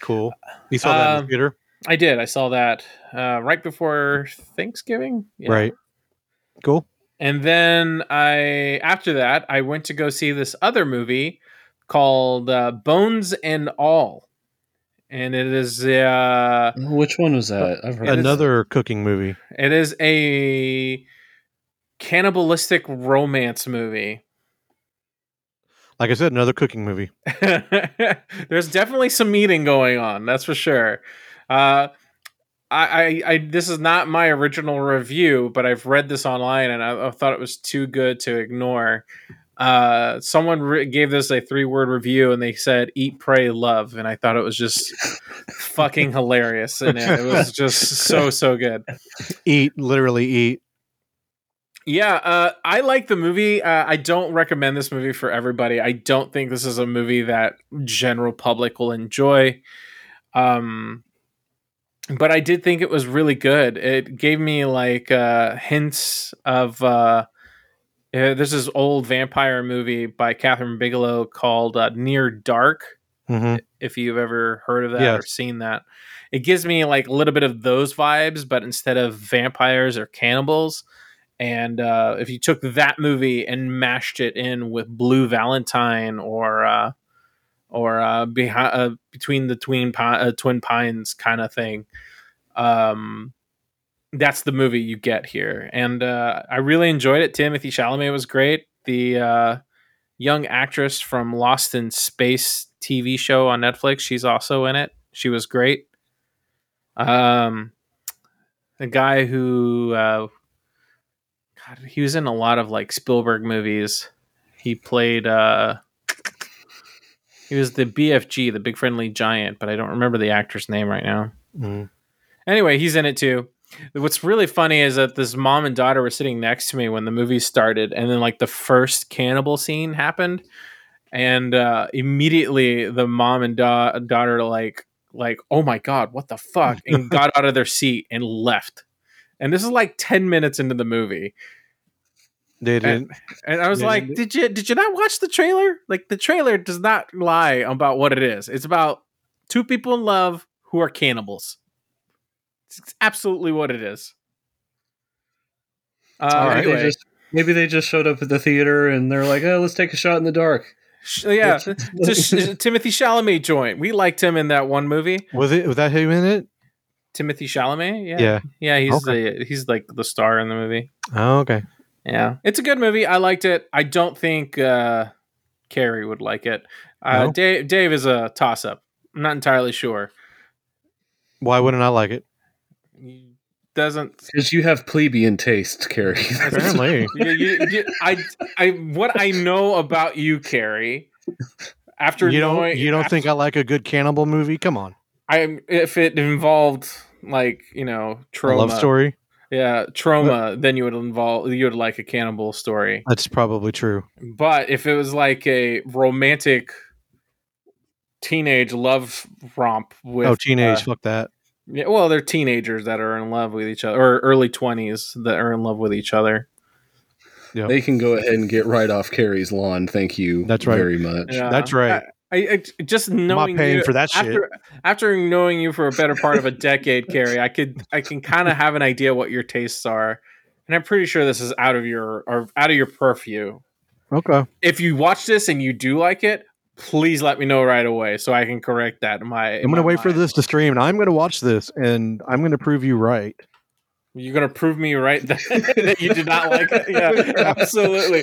Speaker 3: Cool. You saw that in
Speaker 5: Um,
Speaker 3: the theater?
Speaker 5: I did. I saw that uh, right before Thanksgiving. Yeah.
Speaker 3: Right. Cool.
Speaker 5: And then I, after that, I went to go see this other movie called uh, Bones and All, and it is uh,
Speaker 4: Which one was that? I've heard
Speaker 5: It is-
Speaker 3: Another cooking movie.
Speaker 5: it is a cannibalistic romance movie.
Speaker 3: Like I said, another cooking movie.
Speaker 5: (laughs) There's definitely some meeting going on. That's for sure. Uh, I, I, I, this is not my original review, but I've read this online and I, I thought it was too good to ignore. Uh, someone re- gave this a three-word review and they said "eat, pray, love," and I thought it was just fucking hilarious. And it, it was just so so good.
Speaker 3: Eat, literally eat.
Speaker 5: Yeah, uh, I like the movie. Uh, I don't recommend this movie for everybody. I don't think this is a movie that general public will enjoy. Um, but I did think it was really good. It gave me like uh, hints of uh, uh, there's this old vampire movie by Catherine Bigelow called uh, Near Dark
Speaker 3: hmm
Speaker 5: if you've ever heard of that or
Speaker 3: Yes.
Speaker 5: seen that. It gives me like a little bit of those vibes, but instead of vampires or cannibals. And uh, if you took that movie and mashed it in with Blue Valentine or uh, or uh, behind, uh, between the twin pi- uh, twin pines kind of thing, um, that's the movie you get here. And uh, I really enjoyed it. Timothy Chalamet was great. The uh, young actress from Lost in Space TV show on Netflix. She's also in it. She was great. Um, the guy who, uh, God, he was in a lot of like Spielberg movies. He played, uh, he was the BFG, the Big Friendly Giant, but I don't remember the actor's name right now.
Speaker 3: Mm.
Speaker 5: Anyway, he's in it too. What's really funny is that this mom and daughter were sitting next to me when the movie started, and then like the first cannibal scene happened, and uh, immediately the mom and da- daughter like like oh my god, what the fuck, and got out of their seat and left. And this is like ten minutes into the movie, Uh,
Speaker 3: They didn't.
Speaker 5: and I was
Speaker 3: Yeah,
Speaker 5: like,
Speaker 3: and-
Speaker 5: did you did you not watch the trailer? Like the trailer does not lie about what it is. It's about two people in love who are cannibals. It's absolutely what it is. Uh,
Speaker 3: All right.
Speaker 4: Maybe,
Speaker 5: anyway,
Speaker 4: they just, maybe they just showed up at the theater and they're like, "Oh, let's take a shot in the dark."
Speaker 5: sh- yeah, (laughs) it's
Speaker 3: (laughs)
Speaker 5: a sh- it's
Speaker 4: (laughs)
Speaker 5: a Timothy Chalamet joint. We liked him in that one movie.
Speaker 3: Was it? Was that him in it?
Speaker 5: Timothy Chalamet. Yeah,
Speaker 3: Yeah.
Speaker 5: yeah. He's
Speaker 3: Okay.
Speaker 5: the he's like the star in the movie.
Speaker 3: Oh, okay.
Speaker 5: Yeah, it's a good movie. I liked it. I don't think uh, Carrie would like it. Uh,
Speaker 3: No?
Speaker 5: Dave, Dave is a toss up. I'm not entirely sure.
Speaker 3: Why wouldn't I like it?
Speaker 5: He doesn't.
Speaker 4: Because you have plebeian taste, Carrie.
Speaker 3: (laughs) Apparently.
Speaker 5: you- you- you- I, I, what I know about you, Carrie. After
Speaker 3: you don't
Speaker 5: knowing-
Speaker 3: you don't think I like a good cannibal movie? Come on,
Speaker 5: I'm if it involved like you know
Speaker 3: a
Speaker 5: trauma,
Speaker 3: love story.
Speaker 5: yeah, trauma, then you would involve you would like a cannibal story.
Speaker 3: That's probably true.
Speaker 5: But if it was like a romantic teenage love romp with
Speaker 3: oh, teenage,
Speaker 5: uh,
Speaker 3: fuck that.
Speaker 5: yeah, well, they're teenagers that are in love with each other, or early twenties that are in love with each other.
Speaker 4: (laughs)
Speaker 3: Yeah.
Speaker 6: They can go ahead and get right off Carrie's lawn. Thank you
Speaker 3: That's right.
Speaker 6: very much.
Speaker 5: Yeah.
Speaker 3: That's right.
Speaker 5: I, I just knowing
Speaker 3: paying
Speaker 5: you,
Speaker 3: for that shit.
Speaker 5: after, After knowing you for a better part of a decade, Carrie, I could I can kind of have an idea what your tastes are, and I'm pretty sure this is out of your or out of your purview.
Speaker 3: Okay.
Speaker 5: If you watch this and you do like it, please let me know right away so I can correct that. In my, in
Speaker 3: I'm gonna
Speaker 5: my
Speaker 3: wait for
Speaker 5: mind.
Speaker 3: this to stream, and I'm gonna watch this, and I'm gonna prove you right.
Speaker 5: You're gonna prove me right (laughs) that, that you did not like
Speaker 3: (laughs)
Speaker 5: it. Yeah, absolutely,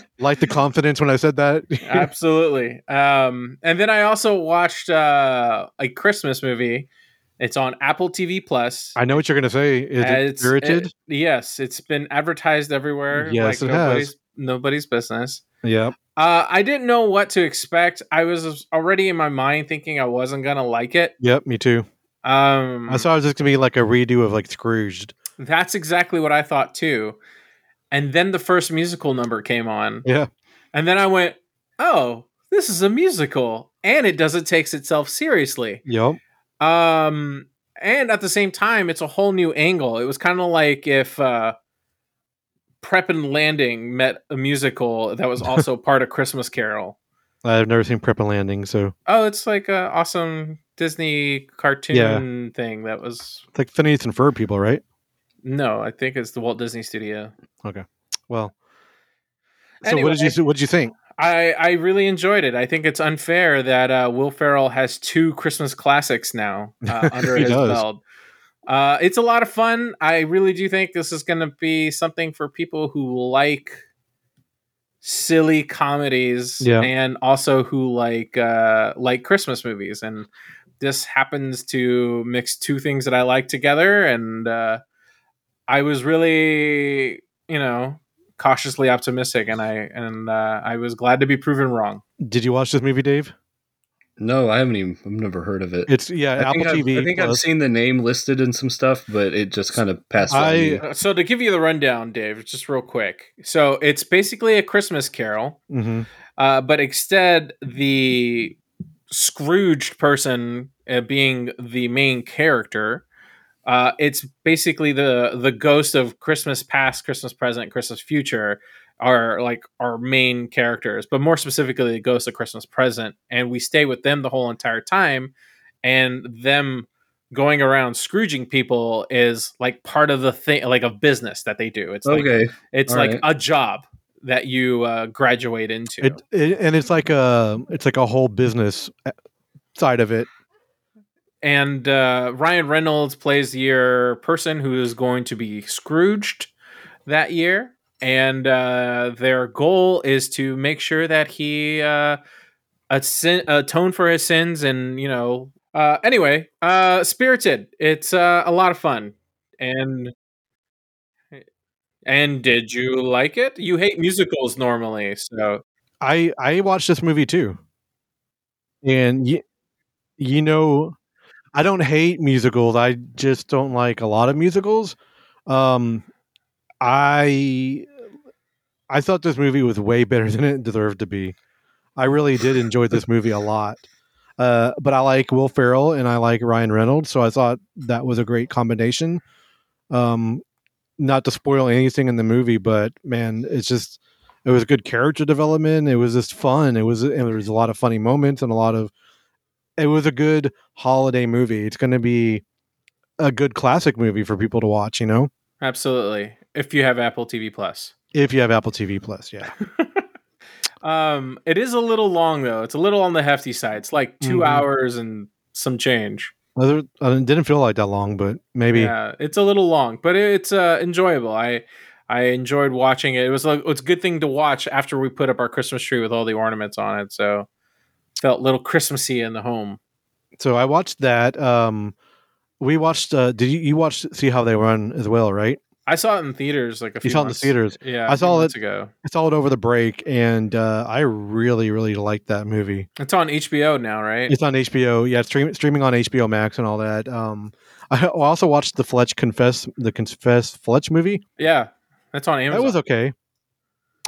Speaker 5: (laughs)
Speaker 4: (laughs)
Speaker 3: Like the confidence when I said that.
Speaker 5: absolutely. Um, and then I also watched uh, a Christmas movie. It's on Apple TV Plus.
Speaker 3: I know what you're gonna say. Is
Speaker 5: Uh,
Speaker 3: it spirited?
Speaker 5: it- yes, it's been advertised everywhere.
Speaker 3: Yes, it has.
Speaker 5: nobody's, Nobody's business.
Speaker 3: yeah.
Speaker 5: Uh, I didn't know what to expect. I was already in my mind thinking I wasn't gonna like it.
Speaker 3: Yep. Me too.
Speaker 5: Um,
Speaker 6: Mm.
Speaker 3: I saw it was just gonna be like a redo of like Scrooged.
Speaker 5: that's exactly what I thought too. And then the first musical number came on,
Speaker 3: Yeah.
Speaker 5: and then I went, "Oh, this is a musical, and it doesn't takes itself seriously."
Speaker 3: Yep.
Speaker 5: Um, and at the same time, it's a whole new angle. It was kind of like if uh, Prep and Landing met a musical that
Speaker 3: (laughs)
Speaker 5: was also part of Christmas Carol.
Speaker 3: I've never seen Prep and Landing, so
Speaker 5: Oh, it's like a awesome Disney cartoon thing that was.
Speaker 3: it's like Phineas and Ferb people, right?
Speaker 5: No, I think it's the Walt Disney Studio.
Speaker 3: Well. So what did you
Speaker 5: Anyway.
Speaker 3: what did you think?
Speaker 5: I I really enjoyed it. I think it's unfair that uh, Will Ferrell has two Christmas classics now
Speaker 3: (laughs)
Speaker 5: uh, under
Speaker 3: He
Speaker 5: his
Speaker 3: does.
Speaker 5: belt. Uh, it's a lot of fun. I really do think this is going to be something for people who like silly comedies
Speaker 3: Yeah.
Speaker 5: and also who like uh, like Christmas movies. And this happens to mix two things that I like together. And uh, I was really, you know, cautiously optimistic, and I and uh, I was glad to be proven wrong.
Speaker 3: Did you watch this movie, Dave?
Speaker 6: No, I haven't even. I've never heard of it.
Speaker 3: It's yeah,
Speaker 6: I
Speaker 3: Apple
Speaker 6: think, I've,
Speaker 3: TV.
Speaker 6: I think I've
Speaker 3: Plus.
Speaker 6: seen the name listed in some stuff, but it just kind of passed.
Speaker 3: I-
Speaker 6: by me.
Speaker 5: Uh, So to give you the rundown, Dave, just real quick. So it's basically a Christmas Carol,
Speaker 3: Mhm.
Speaker 5: uh, but instead the Scrooged person uh, being the main character. Uh, it's basically the the ghost of Christmas past, Christmas present, Christmas future are like our main characters, but more specifically the ghost of Christmas present, and we stay with them the whole entire time, and them going around scrooging people is like part of the thing, like a business that they do. It's like
Speaker 6: okay,
Speaker 5: it's
Speaker 6: All
Speaker 5: like
Speaker 6: right.
Speaker 5: a job that you uh, graduate into.
Speaker 3: It, it and it's like a it's like a whole business uh, side of it.
Speaker 5: and uh, Ryan Reynolds plays your person who is going to be Scrooged that year. And uh, their goal is to make sure that he uh, asin- atone for his sins. And, you know, uh, anyway, uh, Spirited. It's uh, a lot of fun. And. And did you like it? You hate musicals normally, so
Speaker 3: I I watched this movie too, and you, you know, I don't hate musicals. I just don't like a lot of musicals. Um, I I thought this movie was way better (laughs) than it deserved to be. I really did enjoy this movie a lot. Uh, but I like Will Ferrell and I like Ryan Reynolds, so I thought that was a great combination. Um, not to spoil anything in the movie, but man, it's just it was good character development. It was just fun. It was and there was a lot of funny moments and a lot of it was a good holiday movie. It's going to be a good classic movie for people to watch. You know,
Speaker 5: absolutely. If you have Apple TV Plus.
Speaker 3: if you have Apple TV Plus,
Speaker 5: (laughs)
Speaker 3: yeah,
Speaker 5: um, it is a little long though. It's a little on the hefty side. It's like 2
Speaker 3: Mhm.
Speaker 5: hours and some change.
Speaker 3: Other, uh, it didn't feel like that long, but maybe
Speaker 5: Yeah, it's a little long, but it's uh, enjoyable. I I enjoyed watching it. It was like it's a good thing to watch after we put up our Christmas tree with all the ornaments on it. So felt little Christmassy in the home.
Speaker 3: so. I watched that. Um, we watched. Uh, did you you watch See How They Run as well? Right?
Speaker 5: I saw it in theaters like a few
Speaker 3: saw it in the
Speaker 5: months-
Speaker 3: theaters.
Speaker 5: Yeah,
Speaker 3: I
Speaker 5: a few
Speaker 3: saw
Speaker 5: months
Speaker 3: it-
Speaker 5: ago.
Speaker 3: I saw it over the break, and uh, I really, really liked that movie.
Speaker 5: It's on HBO now, right?
Speaker 3: It's on HBO. Yeah, it's stream, streaming on HBO Max and all that. Um, (laughs) I, I also watched the Fletch Confess, the Confess Fletch movie.
Speaker 5: yeah, that's on Amazon.
Speaker 3: That was okay.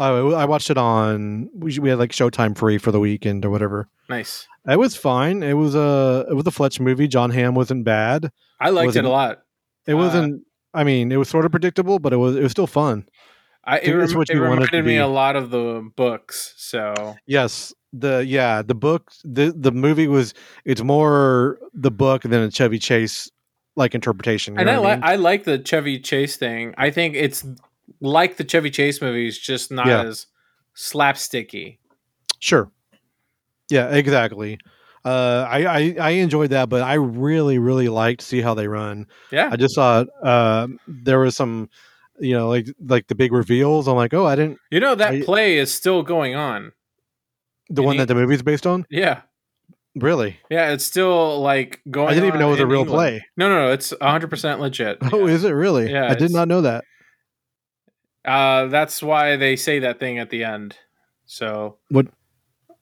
Speaker 3: I, I watched it on. We, we had like Showtime free for the weekend or whatever.
Speaker 5: nice.
Speaker 3: It was fine. It was a it was a Fletch movie. John Hamm wasn't bad.
Speaker 5: I liked
Speaker 3: Wasn't-
Speaker 5: it a lot.
Speaker 3: It
Speaker 5: Uh,
Speaker 3: wasn't. I mean, it was sort of predictable, but it was it was still fun.
Speaker 5: I, it
Speaker 3: Dude, it's
Speaker 5: rem-
Speaker 3: what
Speaker 5: it
Speaker 3: you want it to
Speaker 5: reminded me
Speaker 3: be.
Speaker 5: a lot of the books. So
Speaker 3: Yes, the yeah, the book the the movie was it's more the book than a Chevy Chase like interpretation. you
Speaker 5: and I
Speaker 3: know what
Speaker 5: like I like the Chevy Chase thing. I think it's like the Chevy Chase movies, just not
Speaker 3: Yeah.
Speaker 5: as slapsticky.
Speaker 3: Sure. Yeah, exactly. Uh, I, I I enjoyed that, but I really really liked see how they run.
Speaker 5: Yeah,
Speaker 3: I just saw uh, there was some, you know, like like the big reveals. I'm like, oh, I didn't.
Speaker 5: you know that
Speaker 3: I-
Speaker 5: play is still going on.
Speaker 3: The
Speaker 5: In
Speaker 3: one
Speaker 5: Eng-
Speaker 3: that the movie's based on,
Speaker 5: Yeah,
Speaker 3: really?
Speaker 5: yeah, it's still like going.
Speaker 3: I didn't even
Speaker 5: on
Speaker 3: know it was a
Speaker 5: Oh, in
Speaker 3: real
Speaker 5: England.
Speaker 3: play.
Speaker 5: No, no, no, it's 100 percent legit.
Speaker 3: (laughs) Oh, is it really?
Speaker 5: Yeah,
Speaker 3: I did
Speaker 5: it's-
Speaker 3: not know that.
Speaker 5: Uh, that's why they say that thing at the end. So like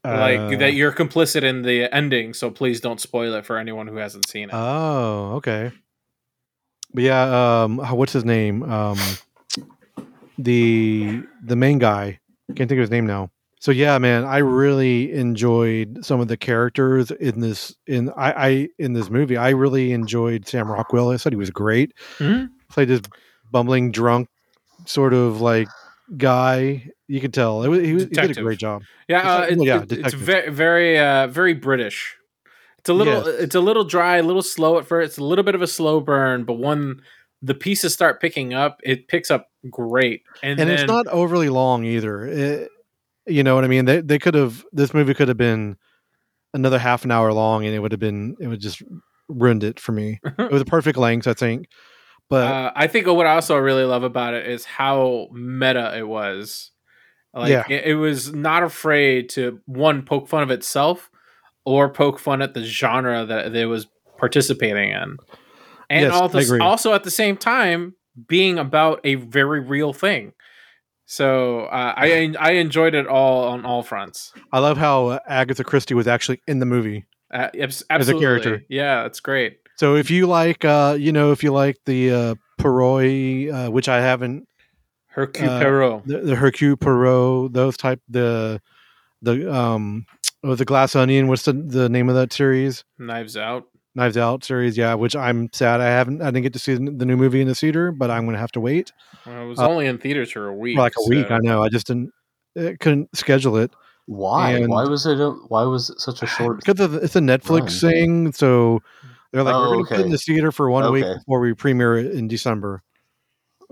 Speaker 3: Uh,
Speaker 5: that you're complicit in the ending, so please don't spoil it for anyone who hasn't seen it.
Speaker 3: Oh, okay. But yeah, um, oh, what's his name? Um, the the main guy. Can't think of his name now. So yeah, man, I really enjoyed some of the characters in this in I, I in this movie. I really enjoyed Sam Rockwell. I said he was great.
Speaker 5: Mhm.
Speaker 3: Played this bumbling drunk sort of like guy. You could tell it was, he, was, he did a
Speaker 5: Detective.
Speaker 3: great job.
Speaker 5: Yeah, uh,
Speaker 3: Detective-
Speaker 5: it's,
Speaker 3: yeah,
Speaker 5: it's- it's
Speaker 3: detective.
Speaker 5: very, very, uh, very British. It's a little,
Speaker 3: Yes.
Speaker 5: it's a little dry, a little slow at first. It's a little bit of a slow burn, but when the pieces start picking up, it picks up great. And,
Speaker 3: and
Speaker 5: then,
Speaker 3: it's not overly long either. It- you know what I mean? They they could have this movie could have been another half an hour long, and it would have been it would just ruined it for
Speaker 5: (laughs)
Speaker 3: me. it was a perfect length, I think. But
Speaker 5: Uh, I think what I also really love about it is how meta it was. Like
Speaker 3: Yeah.
Speaker 5: it, it was not afraid to one poke fun of itself, or poke fun at the genre that it was participating in, and
Speaker 3: Yes,
Speaker 5: all
Speaker 3: I agree.
Speaker 5: the, also at the same time being about a very real thing. So uh,
Speaker 3: (sighs)
Speaker 5: I I enjoyed it all on all fronts.
Speaker 3: I love how Agatha Christie was actually in the movie.
Speaker 5: Uh, abs-
Speaker 3: As a
Speaker 5: absolutely,
Speaker 3: character.
Speaker 5: yeah, it's great.
Speaker 3: So if you like, uh, you know, if you like the uh, Perroy, uh, which I haven't,
Speaker 5: Hercule
Speaker 3: Uh,
Speaker 5: Poirot.
Speaker 3: the, the Hercule Perot, those type, the the um, oh, the Glass Onion. What's the the name of that series?
Speaker 5: Knives Out.
Speaker 3: Knives Out series, yeah, which I'm sad I haven't I didn't get to see the the new movie in the theater, but I'm gonna have to wait
Speaker 5: Well, it was
Speaker 3: Uh,
Speaker 5: only in theaters for a week.
Speaker 3: for like a week.
Speaker 5: so-
Speaker 3: I know I just didn't uh, couldn't schedule it
Speaker 4: Why?
Speaker 3: And-
Speaker 4: why was it? A, why was it such a short?
Speaker 3: because of, it's a Netflix
Speaker 4: Right.
Speaker 3: thing, so they're like
Speaker 4: Oh,
Speaker 3: we're gonna put it in
Speaker 4: okay.
Speaker 3: the theater for one week
Speaker 4: Okay.
Speaker 3: before we premiere it in December.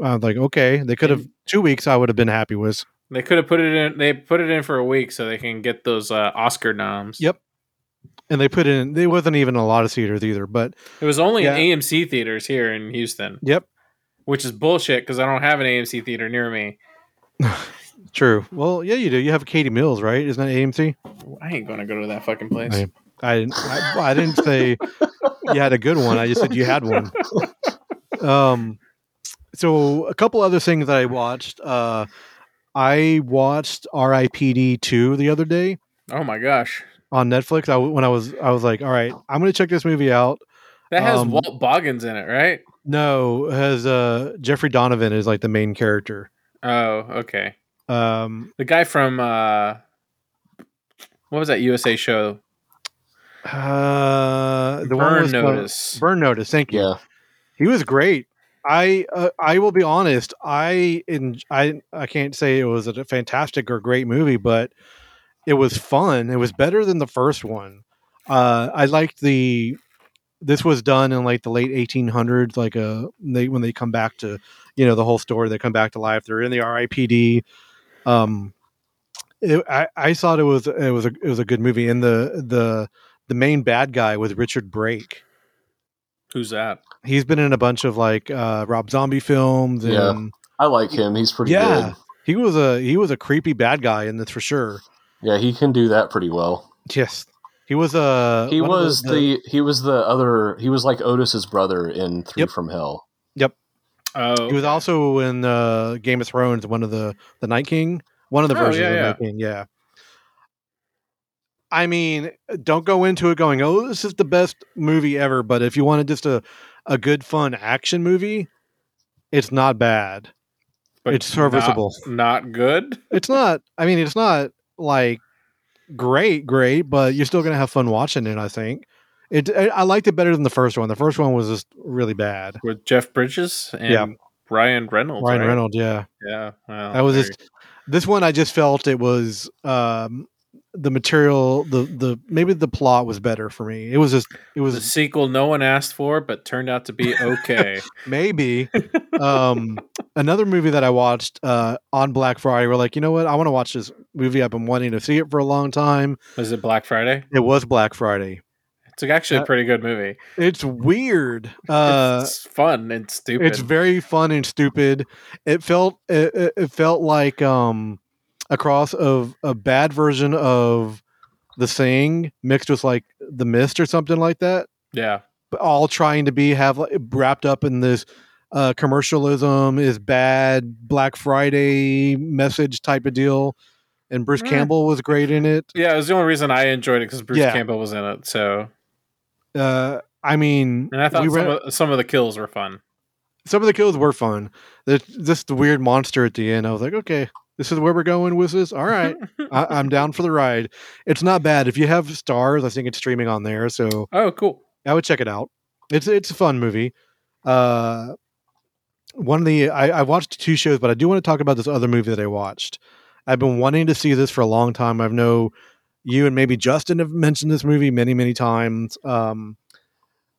Speaker 3: I was like, okay, they could have
Speaker 5: And-
Speaker 3: two weeks. I would have been happy with.
Speaker 5: They could have put it in. They put it in for a week so they can get those uh, Oscar noms.
Speaker 3: Yep. And they put in. They wasn't even a lot of theaters either, but
Speaker 5: It was only
Speaker 3: Yeah.
Speaker 5: in AMC theaters here in Houston,
Speaker 3: yep,
Speaker 5: which is bullshit because I don't have an AMC theater near me.
Speaker 3: true. Well, yeah, you do. You have Katie Mills, right? Isn't that AMC?
Speaker 5: I ain't gonna go to that fucking place.
Speaker 3: I- I didn't. I, I didn't say you had a good one. I just said you had one. Um, so a couple other things that I watched. Uh, I watched R.I.P.D. two the other day
Speaker 5: Oh my gosh,
Speaker 3: on Netflix. I w when I was I was like, all right, I'm gonna check this movie out.
Speaker 5: that has
Speaker 3: Um,
Speaker 5: Walt Boggins in it, right?
Speaker 3: No, it has uh Jeffrey Donovan is like the main character.
Speaker 5: Oh, okay.
Speaker 3: Um,
Speaker 5: The guy from uh, what was that USA show?
Speaker 3: uh, the
Speaker 5: Burn
Speaker 3: was-
Speaker 5: Notice.
Speaker 3: Burn Notice. Thank you.
Speaker 4: (laughs) Yeah,
Speaker 3: He was great. I uh, I will be honest. I in I I can't say it was a fantastic or great movie, but it was fun. It was better than the first one. Uh, I liked the. This was done in like the late 1800s, like uh, they when they come back to, you know, the whole story. They come back to life. They're in the RIPD. Um, it, I I thought it was it was a it was a good movie, and the the the main bad guy was Richard Brake
Speaker 5: Who's that?
Speaker 3: he's been in a bunch of like uh Rob Zombie films and
Speaker 4: Yeah. I like him. He's pretty
Speaker 3: Yeah.
Speaker 4: good.
Speaker 3: he was a he was a creepy bad guy in this for sure.
Speaker 4: Yeah, he can do that pretty well.
Speaker 3: Yes. He was uh, a
Speaker 4: he was the, he was the other he was like Otis's brother in Three
Speaker 3: Yep.
Speaker 4: from Hell.
Speaker 5: Oh,
Speaker 3: He was also in uh Game of Thrones one of the the Night King, one of the
Speaker 5: Oh,
Speaker 3: versions
Speaker 5: yeah,
Speaker 3: of the
Speaker 5: yeah.
Speaker 3: Night King, yeah. I mean, don't go into it going, "Oh, this is the best movie ever," but if you wanted just a a good fun action movie, it's not bad.
Speaker 5: but
Speaker 3: it's serviceable.
Speaker 5: Not, not good.
Speaker 3: it's not i mean it's not like great great but you're still gonna have fun watching it i think It I, I liked it better than the first one. The first one was just really bad.
Speaker 5: with Jeff Bridges and
Speaker 3: Yeah.
Speaker 5: Ryan Reynolds.
Speaker 3: Ryan
Speaker 5: right?
Speaker 3: Reynolds, yeah.
Speaker 5: Yeah. Wow.
Speaker 3: That was
Speaker 5: there
Speaker 3: just this one. I just felt it was um, the material, the the maybe the plot was better for me. It was just it
Speaker 5: you- the
Speaker 3: was
Speaker 5: sequel no one asked for, but turned out
Speaker 3: (laughs)
Speaker 5: to be okay.
Speaker 3: maybe um, another movie that I watched uh, on Black Friday. We're like, you know what? I want to watch this movie. I've been wanting to see it for a long time.
Speaker 5: was it Black Friday?
Speaker 3: It was Black Friday.
Speaker 5: It's actually a
Speaker 3: Uh,
Speaker 5: pretty good movie.
Speaker 3: It's weird. Uh,
Speaker 5: it's fun and stupid.
Speaker 3: it's very fun and stupid. It felt it, it- it felt like um a cross of a bad version of the thing mixed with like the mist or something like that.
Speaker 5: yeah.
Speaker 3: But all trying to be have like, wrapped up in this uh, commercialism is bad Black Friday message type of deal. And Bruce
Speaker 5: Mm.
Speaker 3: Campbell was great in it.
Speaker 5: Yeah, it was the only reason I enjoyed it because Bruce
Speaker 3: Yeah.
Speaker 5: Campbell was in it. So,
Speaker 3: Uh, I mean,
Speaker 5: and I thought
Speaker 3: we
Speaker 5: some,
Speaker 3: ran-
Speaker 5: of, some of the kills were fun.
Speaker 3: some of the kills were fun. The, just the weird monster at the end. I was like, okay, this is where we're going with this. All right, I, I'm down for the ride. It's not bad. If you have stars, I think it's streaming on there, so
Speaker 5: Oh, cool.
Speaker 3: I would check it out. It's it's a fun movie. Uh, one of the I, I watched two shows, but I do want to talk about this other movie that I watched. I've been wanting to see this for a long time. I've know you and maybe Justin have mentioned this movie many many times. Um,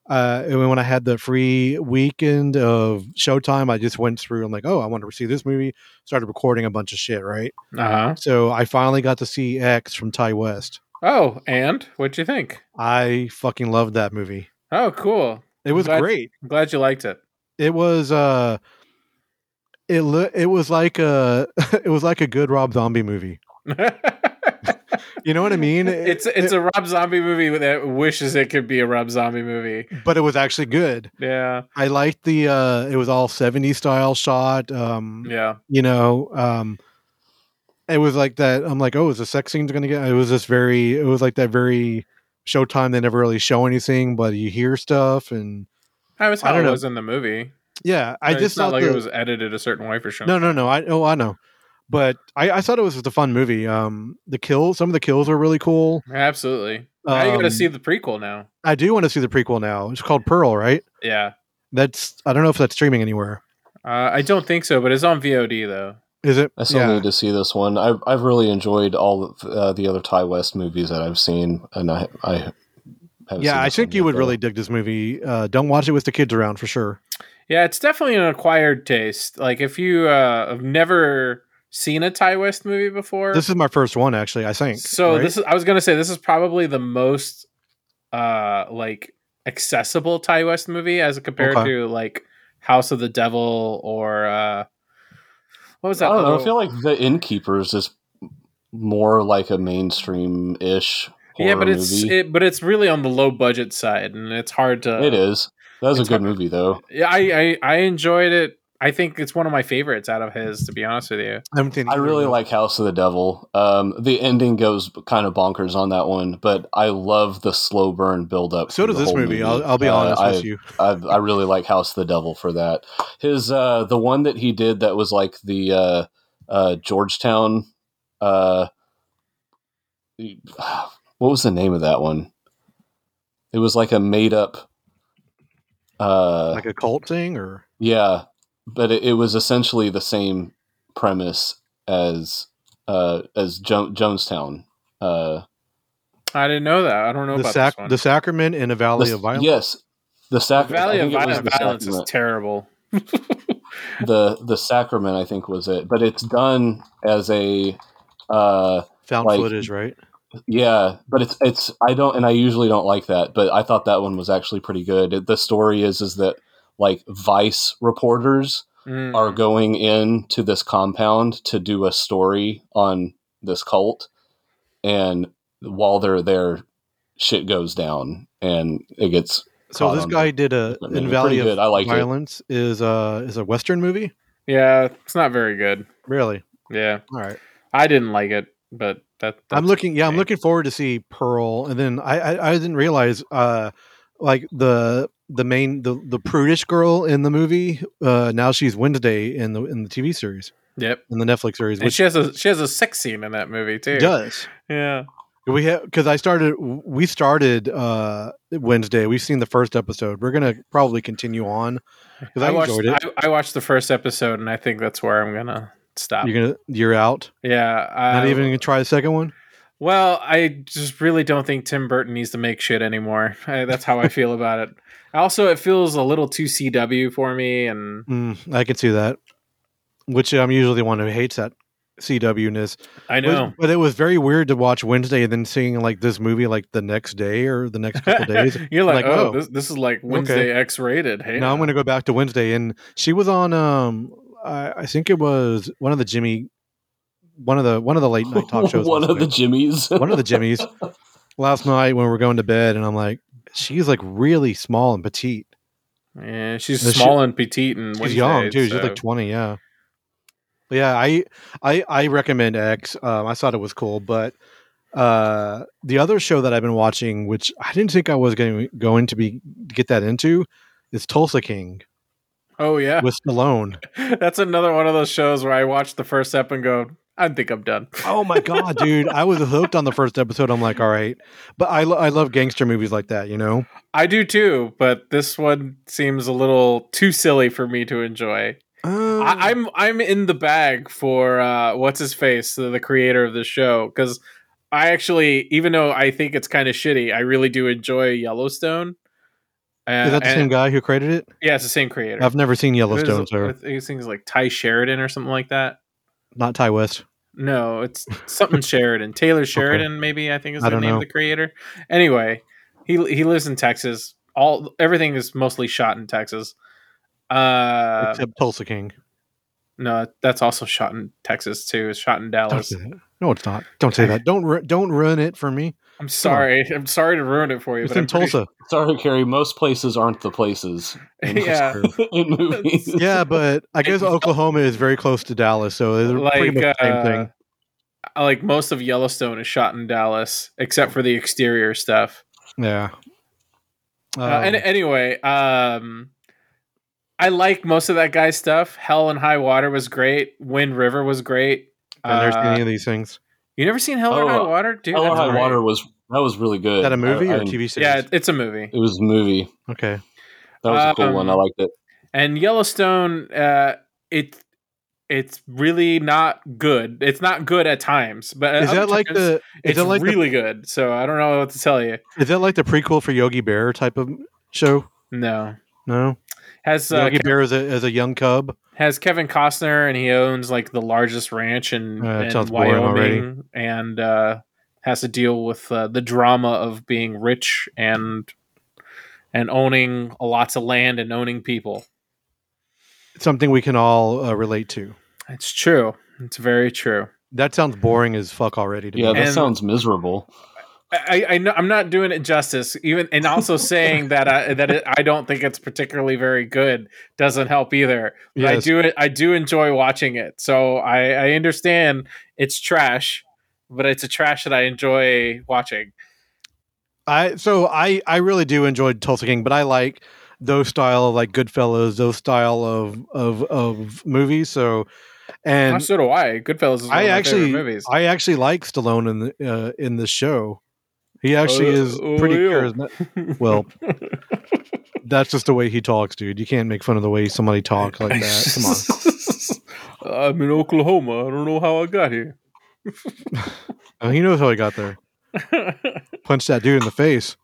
Speaker 3: uh, and when I had the free weekend of Showtime, I just went through. I'm like, oh, I want to see this movie. Started recording a bunch of shit, right?
Speaker 5: Uh huh.
Speaker 3: So I finally got to see X from Ty West.
Speaker 5: Oh, and what'd you think?
Speaker 3: I fucking loved that movie.
Speaker 5: Oh, cool.
Speaker 3: It was
Speaker 5: Glad-
Speaker 3: great.
Speaker 5: I'm glad you liked it.
Speaker 3: it was uh it lo- it was like a (laughs) it was like a good Rob Zombie movie. You know what I mean?
Speaker 5: (laughs) it's it's a Rob Zombie movie that wishes it could be a Rob Zombie movie.
Speaker 3: It- but it was actually good.
Speaker 5: Yeah,
Speaker 3: I liked the uh it was all 70s style shot um
Speaker 5: yeah.
Speaker 3: you know um it was like that I'm like oh is the sex scene's going to get it was this very it was like that very Showtime they never really show anything but you hear stuff and
Speaker 5: I was how
Speaker 3: I don't
Speaker 5: it
Speaker 3: know.
Speaker 5: was in the movie.
Speaker 3: yeah I
Speaker 5: it's
Speaker 3: just
Speaker 5: not
Speaker 3: thought
Speaker 5: like
Speaker 3: the-
Speaker 5: it was edited a certain way for sure.
Speaker 3: No, no, no. I oh, I know, but I, I thought it was just a fun movie. Um, the kills, some of the kills are really cool.
Speaker 5: absolutely. now you got to
Speaker 3: Um,
Speaker 5: see the prequel now.
Speaker 3: I do want to see the prequel now. It's called Pearl, right?
Speaker 5: Yeah,
Speaker 3: That's I don't know if that's streaming anywhere.
Speaker 5: uh, I don't think so, but it's on VOD though.
Speaker 3: Is it?
Speaker 4: I still need to see this one. I've I've really enjoyed all of uh, the other Ty West movies that I've seen, and I I haven't seen
Speaker 3: yeah. I
Speaker 4: this
Speaker 3: think
Speaker 4: one
Speaker 3: you
Speaker 4: yet,
Speaker 3: would
Speaker 4: though.
Speaker 3: really dig this movie. Uh, don't watch it with the kids around for sure.
Speaker 5: Yeah, it's definitely an acquired taste. Like if you uh, have never seen a Ty West movie before,
Speaker 3: This is my first one, actually. I think.
Speaker 5: so
Speaker 3: right?
Speaker 5: this is I was gonna say this is probably the most uh like accessible Ty West movie as compared
Speaker 3: Okay.
Speaker 5: to like House of the Devil or uh what was
Speaker 4: I
Speaker 5: that?
Speaker 4: don't know. I
Speaker 5: little-
Speaker 4: feel like The Innkeepers is more like a mainstream ish.
Speaker 5: yeah, but it's it, but it's really on the low budget side, and it's hard to.
Speaker 4: it is. That was a
Speaker 5: it's
Speaker 4: good
Speaker 5: hard-
Speaker 4: movie though.
Speaker 5: Yeah, I, I I enjoyed it. I think it's one of my favorites out of his. To be honest with you,
Speaker 3: I, haven't seen
Speaker 4: I
Speaker 3: either
Speaker 4: really
Speaker 3: of
Speaker 4: like House of the Devil. Um, the ending goes kind of bonkers on that one, but I love the slow burn build up.
Speaker 3: them. So does this movie. I'll, I'll be honest with you.
Speaker 4: Uh, I, I really like House of the Devil for that. His uh, the one that he did that was like the uh, uh, Georgetown. Uh, (sighs) what was the name of that one? It was like a made up. Uh,
Speaker 3: Like a cult thing, or
Speaker 4: yeah, but it, it was essentially the same premise as uh, as jo- Jonestown. Uh,
Speaker 5: I didn't know that. I don't know
Speaker 3: the
Speaker 5: about
Speaker 3: sac
Speaker 5: this one.
Speaker 3: the sacrament in a valley
Speaker 4: the-
Speaker 3: of violence.
Speaker 4: Yes, the
Speaker 5: The
Speaker 4: sac-
Speaker 5: Valley
Speaker 4: I
Speaker 5: of
Speaker 4: think it was
Speaker 5: Violent
Speaker 4: the
Speaker 5: Violence is
Speaker 4: Sacrament.
Speaker 5: terrible.
Speaker 4: the the sacrament i think was it but it's done as a uh
Speaker 3: found
Speaker 4: like-
Speaker 3: footage, right?
Speaker 4: yeah but it's it's i don't and i usually don't like that but i thought that one was actually pretty good It- the story is is that like vice reporters
Speaker 5: Mm.
Speaker 3: Mm-hmm.
Speaker 4: are going in to this compound to do a story on this cult and while they're there shit goes down and it gets
Speaker 3: So
Speaker 4: caught
Speaker 3: this
Speaker 4: on
Speaker 3: guy did a
Speaker 4: I mean,
Speaker 3: in
Speaker 4: pretty
Speaker 3: Valley
Speaker 4: good.
Speaker 3: of
Speaker 4: I liked it.
Speaker 3: Violence is a is a Western movie.
Speaker 5: Yeah, it's not very good.
Speaker 3: Really?
Speaker 5: Yeah,
Speaker 3: All right.
Speaker 5: I didn't like it, but that
Speaker 3: I'm
Speaker 5: that's
Speaker 3: looking. Yeah, I'm
Speaker 5: okay.
Speaker 3: looking forward to see Pearl, and then I I, I didn't realize uh like the the main the the prudish girl in the movie uh now she's Wednesday in the in the TV series
Speaker 5: Yep,
Speaker 3: in the Netflix series
Speaker 5: and
Speaker 3: which
Speaker 5: she has a she has a sex scene in that movie too.
Speaker 3: does
Speaker 5: Yeah,
Speaker 3: We have because I started. We started uh, Wednesday. We've seen the first episode. We're gonna probably continue on because I,
Speaker 5: I watched
Speaker 3: enjoyed it.
Speaker 5: I, I watched the first episode, and I think that's where I'm gonna stop.
Speaker 3: you're gonna you're out.
Speaker 5: yeah, I,
Speaker 3: Not even gonna try the second one.
Speaker 5: Well, I just really don't think Tim Burton needs to make shit anymore. I, that's how I feel about it. Also, it feels a little too CW for me, and
Speaker 3: Mm, I can see that. Which I'm usually the one who hates that CW ness.
Speaker 5: I
Speaker 3: It was-
Speaker 5: know
Speaker 3: but it was very weird to watch Wednesday and then seeing like this movie like the next day or the next
Speaker 4: (laughs)
Speaker 3: couple days.
Speaker 5: you're
Speaker 3: like,
Speaker 5: like, oh,
Speaker 3: oh,
Speaker 5: this, this is like Wednesday X rated. Hey,
Speaker 3: Now I'm going to go back to Wednesday, and she was on. Um, I, I think it was one of the Jimmy, one of the one of the late night
Speaker 4: (laughs)
Speaker 3: talk shows.
Speaker 4: one
Speaker 3: last
Speaker 4: of the
Speaker 3: night.
Speaker 4: Jimmies. (laughs)
Speaker 3: one of the Jimmys last night when we were going to bed, and I'm like, she's like really small and petite.
Speaker 5: yeah, she's
Speaker 3: She-
Speaker 5: small and petite, and
Speaker 3: She's young
Speaker 5: Wednesday,
Speaker 3: too. She's like
Speaker 5: so-
Speaker 3: 20. Yeah. But yeah, I I I recommend X. Um, I thought it was cool, but uh, the other show that I've been watching, which I didn't think I was going going to be get that into, is Tulsa King
Speaker 5: oh yeah,
Speaker 3: with Stallone.
Speaker 5: (laughs) that's another one of those shows where I watch the first ep and go, I think I'm done.
Speaker 3: Oh my god, dude! I was hooked on the first episode. I'm like, all right, but I lo- I love gangster movies like that, you know.
Speaker 5: I do too, but this one seems a little too silly for me to enjoy. I, I'm I'm in the bag for uh, what's his face, the, the creator of the show, because I actually, even though I think it's kind of shitty, I really do enjoy Yellowstone. Uh,
Speaker 3: is that the
Speaker 5: and-
Speaker 3: same guy who created it?
Speaker 5: Yeah, it's the same creator.
Speaker 3: I've never seen Yellowstone,
Speaker 5: It was,
Speaker 3: sir.
Speaker 5: I think his name's like Ty Sheridan or something like that.
Speaker 3: Not Ty West.
Speaker 5: No, it's something Sheridan. Taylor Sheridan, maybe I think is
Speaker 3: I
Speaker 5: the
Speaker 3: don't
Speaker 5: name
Speaker 3: know.
Speaker 5: of the creator. Anyway, he he lives in Texas. All everything is mostly shot in Texas. Uh,
Speaker 3: except Tulsa King.
Speaker 5: no, that's also shot in Texas too. It's shot in
Speaker 3: Don't
Speaker 5: Dallas.
Speaker 3: say that. No, it's not. Don't say that. Don't ru- don't ruin it for me.
Speaker 5: I'm sorry. I'm sorry to ruin it for you.
Speaker 3: It's
Speaker 5: but
Speaker 3: in
Speaker 5: I'm pretty-
Speaker 3: Tulsa.
Speaker 4: Sorry, Carrie. Most places aren't the places (laughs) in,
Speaker 5: (laughs) Yeah.
Speaker 3: (laughs)
Speaker 4: in movies.
Speaker 3: yeah, but
Speaker 5: (laughs)
Speaker 3: I guess Oklahoma is very close to Dallas, so it's pretty
Speaker 5: Like,
Speaker 3: much the same
Speaker 5: uh,
Speaker 3: thing.
Speaker 5: like most of Yellowstone is shot in Dallas, except for the exterior stuff.
Speaker 3: Yeah.
Speaker 5: Uh, and
Speaker 3: Um,
Speaker 5: anyway, um, I like most of that guy's stuff. Hell and High Water was great. Wind River was great.
Speaker 3: I've never seen
Speaker 5: Uh,
Speaker 3: any of these things.
Speaker 5: You never seen Hell or
Speaker 4: Oh,
Speaker 5: High Water, dude?
Speaker 4: Hell or
Speaker 5: that's
Speaker 4: High
Speaker 5: great.
Speaker 4: Water was that was really good.
Speaker 3: Is that a movie
Speaker 4: I-
Speaker 3: or
Speaker 4: I-
Speaker 3: a TV series?
Speaker 5: Yeah, it- uh, it's a movie.
Speaker 4: It was a movie.
Speaker 3: Okay.
Speaker 4: That was a cool
Speaker 5: Um,
Speaker 4: one. I liked it.
Speaker 5: And Yellowstone, uh, it it's really not good. It's not good at times, but at
Speaker 3: Is
Speaker 5: other
Speaker 3: that like
Speaker 5: times,
Speaker 3: the? Is
Speaker 5: It's
Speaker 3: that like the
Speaker 5: really good. So I don't know what to tell you.
Speaker 3: Is that like the prequel for Yogi Bear type of show?
Speaker 5: No,
Speaker 3: No,
Speaker 5: has uh,
Speaker 3: Yogi
Speaker 5: Ke-
Speaker 3: Bear as a as a young cub.
Speaker 5: has Kevin Costner, and he owns like the largest ranch in,
Speaker 3: Uh, that
Speaker 5: in
Speaker 3: sounds boring
Speaker 5: Wyoming, and uh, has to deal with uh, the drama of being rich and and owning lots of land and owning people.
Speaker 3: Something we can all uh, relate to.
Speaker 5: It's true. It's very true.
Speaker 3: That sounds boring as fuck already. To
Speaker 4: Yeah,
Speaker 3: me.
Speaker 4: that
Speaker 5: and-
Speaker 4: sounds miserable.
Speaker 5: I, I know I'm not doing it justice, even and
Speaker 3: (laughs)
Speaker 5: also saying that I, that it, I don't think it's particularly very good doesn't help either. But I
Speaker 3: Yes.
Speaker 5: do it. I do enjoy watching it, so I, I understand it's trash, but it's a trash that I enjoy watching.
Speaker 3: I so I I really do enjoy Tulsa King, but I like those style of like Goodfellas, those style of of of movies. So,
Speaker 5: Oh,
Speaker 3: and
Speaker 5: so do I. Goodfellas is one
Speaker 3: I
Speaker 5: of my
Speaker 3: actually
Speaker 5: favorite movies.
Speaker 3: I actually like Stallone in the uh, in the show. He actually
Speaker 5: Oh,
Speaker 3: is pretty
Speaker 5: oh, yeah.
Speaker 3: charismatic.
Speaker 5: (laughs)
Speaker 3: Well, that's just the way he talks, dude. You can't make fun of the way somebody talks like that. Come on.
Speaker 5: (laughs) I'm in Oklahoma. I don't know how I got here.
Speaker 3: Oh, he knows how he got there.
Speaker 5: (laughs)
Speaker 3: Punched that dude in the face.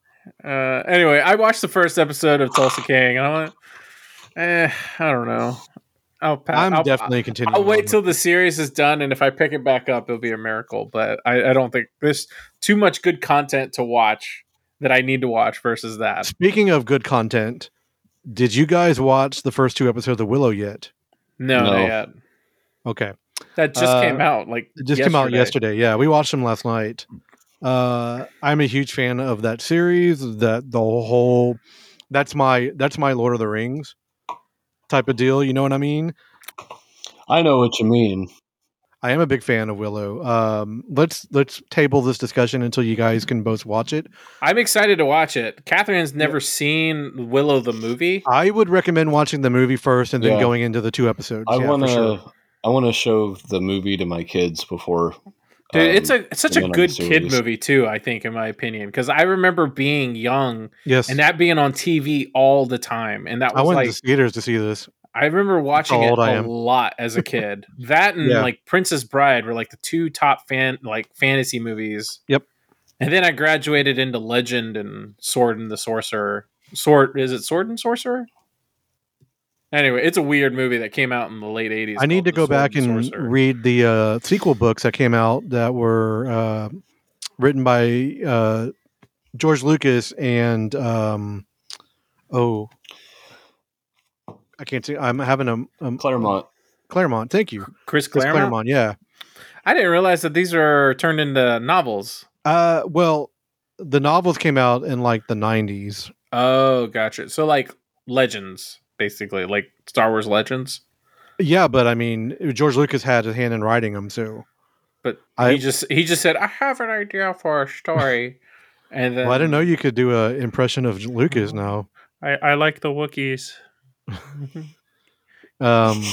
Speaker 5: Uh, anyway, I watched the first episode of Tulsa King, and I went, eh, I don't know. I'll pass.
Speaker 3: I'm
Speaker 5: I'll,
Speaker 3: definitely continuing.
Speaker 5: I'll wait
Speaker 3: on.
Speaker 5: till the series is done, and if I pick it back up, it'll be a miracle. But I, I don't think there's too much good content to watch that I need to watch versus that.
Speaker 3: Speaking of good content, did you guys watch the first two episodes of Willow yet?
Speaker 5: No,
Speaker 4: No.
Speaker 5: not yet.
Speaker 3: Okay,
Speaker 5: That just
Speaker 3: Uh,
Speaker 5: came out like
Speaker 3: it just came out yesterday. Yeah, we watched them last night.
Speaker 5: Mm.
Speaker 3: Uh, I'm a huge fan of that series. That the whole that's my that's my Lord of the Rings type of deal. You know what I mean?
Speaker 4: I know what you mean.
Speaker 3: I am a big fan of Willow. Um, let's let's table this discussion until you guys can both watch it.
Speaker 5: I'm excited to watch it. Catherine's never seen Willow the movie.
Speaker 3: I would recommend watching the movie first and then
Speaker 4: Yeah.
Speaker 3: going into the two episodes.
Speaker 4: I
Speaker 3: Yeah, for
Speaker 4: want to.
Speaker 3: sure.
Speaker 4: I want to show the movie to my kids before
Speaker 5: Dude, it's
Speaker 4: um,
Speaker 5: a it's such a
Speaker 4: one of the
Speaker 5: good kid
Speaker 4: series.
Speaker 5: movie too. I think, in my opinion, because I remember being young
Speaker 3: Yes.
Speaker 5: and that being on TV all the time, and that
Speaker 3: I
Speaker 5: was
Speaker 3: went
Speaker 5: like
Speaker 3: to theaters to see this.
Speaker 5: I remember watching
Speaker 3: how
Speaker 5: it
Speaker 3: old I
Speaker 5: a
Speaker 3: am.
Speaker 5: lot
Speaker 3: (laughs)
Speaker 5: as a kid. that and
Speaker 3: Yeah.
Speaker 5: like Princess Bride were like the two top fan like fantasy movies.
Speaker 3: Yep.
Speaker 5: And then I graduated into Legend and Sword and the Sorcerer. Sword is it Sword and Sorcerer? Anyway, it's a weird movie that came out in the late eighties.
Speaker 3: I need to go back and read the uh, sequel books that came out that were uh, written by uh, George Lucas and um, oh, I can't see. I'm having a um,
Speaker 4: Claremont.
Speaker 3: Claremont. Thank you,
Speaker 5: Chris
Speaker 3: Chris
Speaker 5: Claremont.
Speaker 3: Claremont. Yeah.
Speaker 5: I didn't realize that these are turned into novels.
Speaker 3: Uh, well, the novels came out in like the 90s.
Speaker 5: Oh, gotcha. So like legends, basically, like Star Wars Legends.
Speaker 3: Yeah, but I mean, George Lucas had a hand in writing them, so
Speaker 5: But
Speaker 3: I-
Speaker 5: he just he just said, "I have an idea for
Speaker 3: (laughs)
Speaker 5: a story," and then
Speaker 3: well, I didn't know you could do a impression of Lucas now.
Speaker 5: I, I like the Wookiees.
Speaker 3: Um,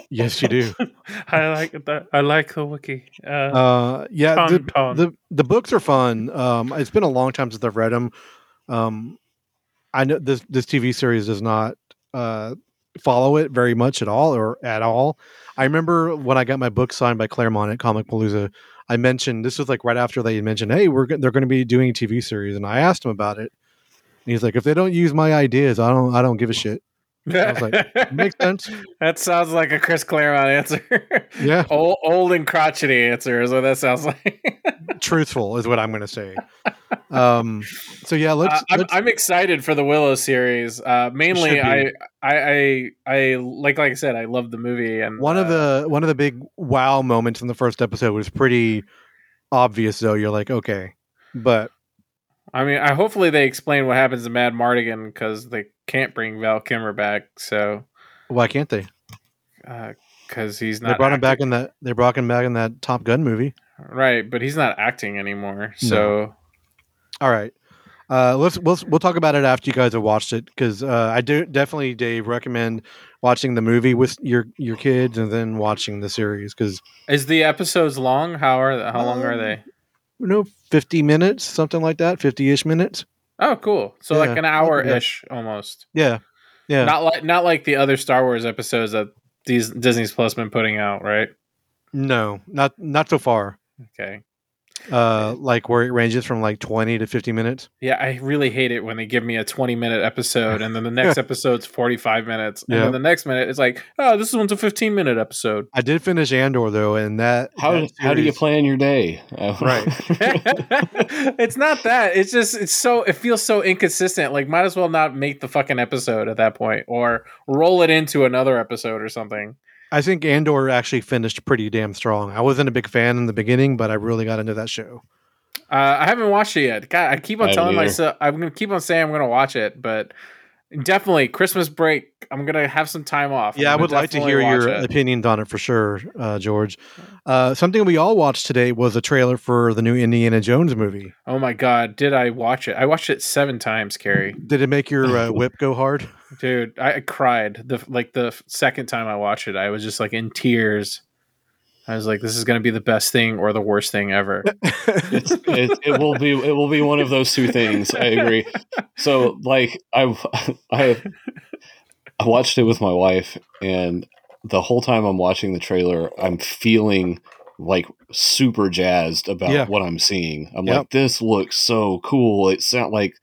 Speaker 3: (laughs) yes, you do.
Speaker 5: I like the I like the Wookiee. Uh,
Speaker 3: Uh, yeah,
Speaker 5: Ton,
Speaker 3: the,
Speaker 5: ton.
Speaker 3: the the books are fun. Um, it's been a long time since I've read them. Um, I know this this TV series does not uh follow it very much at all or at all. I remember when I got my book signed by Claremont at Comic Palooza. I mentioned this was like right after they mentioned, "Hey, we're go- they're going to be doing a TV series," and I asked him about it. And he's like, "If they don't use my ideas, I don't I don't give a shit." I was Makes sense.
Speaker 5: (laughs) that sounds like a Chris Claremont answer.
Speaker 3: (laughs) Yeah.
Speaker 5: (laughs) old, old and crotchety answer is what that sounds like. (laughs)
Speaker 3: Truthful is what I'm going to say. Um, so yeah, let's.
Speaker 5: Uh, I'm,
Speaker 3: let's-
Speaker 5: I'm excited for the Willow series. Uh, mainly,
Speaker 3: should
Speaker 5: I,
Speaker 3: be.
Speaker 5: I, I, I like, like I said, I love the movie, and
Speaker 3: one of
Speaker 5: uh,
Speaker 3: the one of the big wow moments in the first episode was pretty obvious though you're like okay but
Speaker 5: I mean, I hopefully they explain what happens to Mad Mardigan because they can't bring Val Kimmer back. So,
Speaker 3: why can't they
Speaker 5: because he's not
Speaker 3: they brought him back
Speaker 5: acting-
Speaker 3: in that they brought him back in that top gun movie
Speaker 5: right, but he's not acting anymore. So,
Speaker 3: all right uh let's we'll, we'll talk about it after you guys have watched it because uh i do definitely dave recommend watching the movie with your your kids and then watching the series because
Speaker 5: is the episodes long? How are the, how long are
Speaker 3: Um,
Speaker 5: they?
Speaker 3: you know 50 minutes something like that 50ish minutes
Speaker 5: Oh, cool. So like
Speaker 3: yeah,
Speaker 5: an
Speaker 3: I'll do
Speaker 5: hour
Speaker 3: that.
Speaker 5: ish almost.
Speaker 3: yeah yeah
Speaker 5: Not like not like the other Star Wars episodes that these Disney's Plus been putting out, right?
Speaker 3: no not not so far
Speaker 5: Okay. Eh.
Speaker 3: uh like where it ranges from like 20 to 50 minutes
Speaker 5: Yeah, I really hate it when they give me a 20 minute episode and then
Speaker 3: (laughs)
Speaker 5: the next episode's 45 minutes. And
Speaker 3: Yeah.
Speaker 5: then the next minute it's like, oh, this one's a 15 minute episode.
Speaker 3: I did finish Andor though, and that
Speaker 4: How
Speaker 3: that
Speaker 4: how do you
Speaker 3: series-
Speaker 4: plan your day?
Speaker 3: Right.
Speaker 5: (laughs)
Speaker 4: (laughs)
Speaker 5: it's not that. It's just, it's so, it feels so inconsistent. Like, might as well not make the fucking episode at that point or roll it into another episode or something.
Speaker 3: I think Andor actually finished pretty damn strong. I wasn't a big fan in the beginning, but I really got into that show.
Speaker 5: Uh, I haven't watched it yet. God, I keep
Speaker 4: I
Speaker 5: on
Speaker 4: haven't
Speaker 5: telling
Speaker 4: either.
Speaker 5: myself, I'm going to keep on saying I'm going to watch it, but definitely Christmas break, I'm going to have some time off.
Speaker 3: Yeah, I
Speaker 5: I'm gonna
Speaker 3: would like to
Speaker 5: definitely
Speaker 3: hear your uh,
Speaker 5: watch it.
Speaker 3: opinions on it for sure, uh, George. Uh, something we all watched today was a trailer for the new Indiana Jones movie.
Speaker 5: Oh my god, did I watch it? I watched it seven times, Carrie.
Speaker 3: Did it make your uh, whip go
Speaker 5: (laughs)
Speaker 3: hard?
Speaker 5: Dude, I I cried the like the second time I watched it. I was just like in tears. I was like, this is gonna be the best thing or the worst
Speaker 3: (laughs)
Speaker 5: thing ever.
Speaker 4: it's, it, it will be it will be one of those two things. I agree. So like I (laughs) I I watched it with my wife, and the whole time I'm watching the trailer, I'm feeling like super jazzed about
Speaker 3: Yeah.
Speaker 4: what I'm seeing. I'm
Speaker 3: Yep.
Speaker 4: like, this looks so cool. It sound like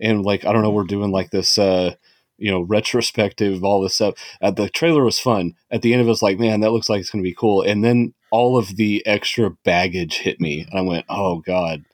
Speaker 4: and like I don't know, we're doing like this. uh you know, retrospective, all this stuff. Uh, the trailer was fun. At the end of it, I was like, man, that looks like it's going to be cool. And then all of the extra baggage hit me. And I went, oh, God,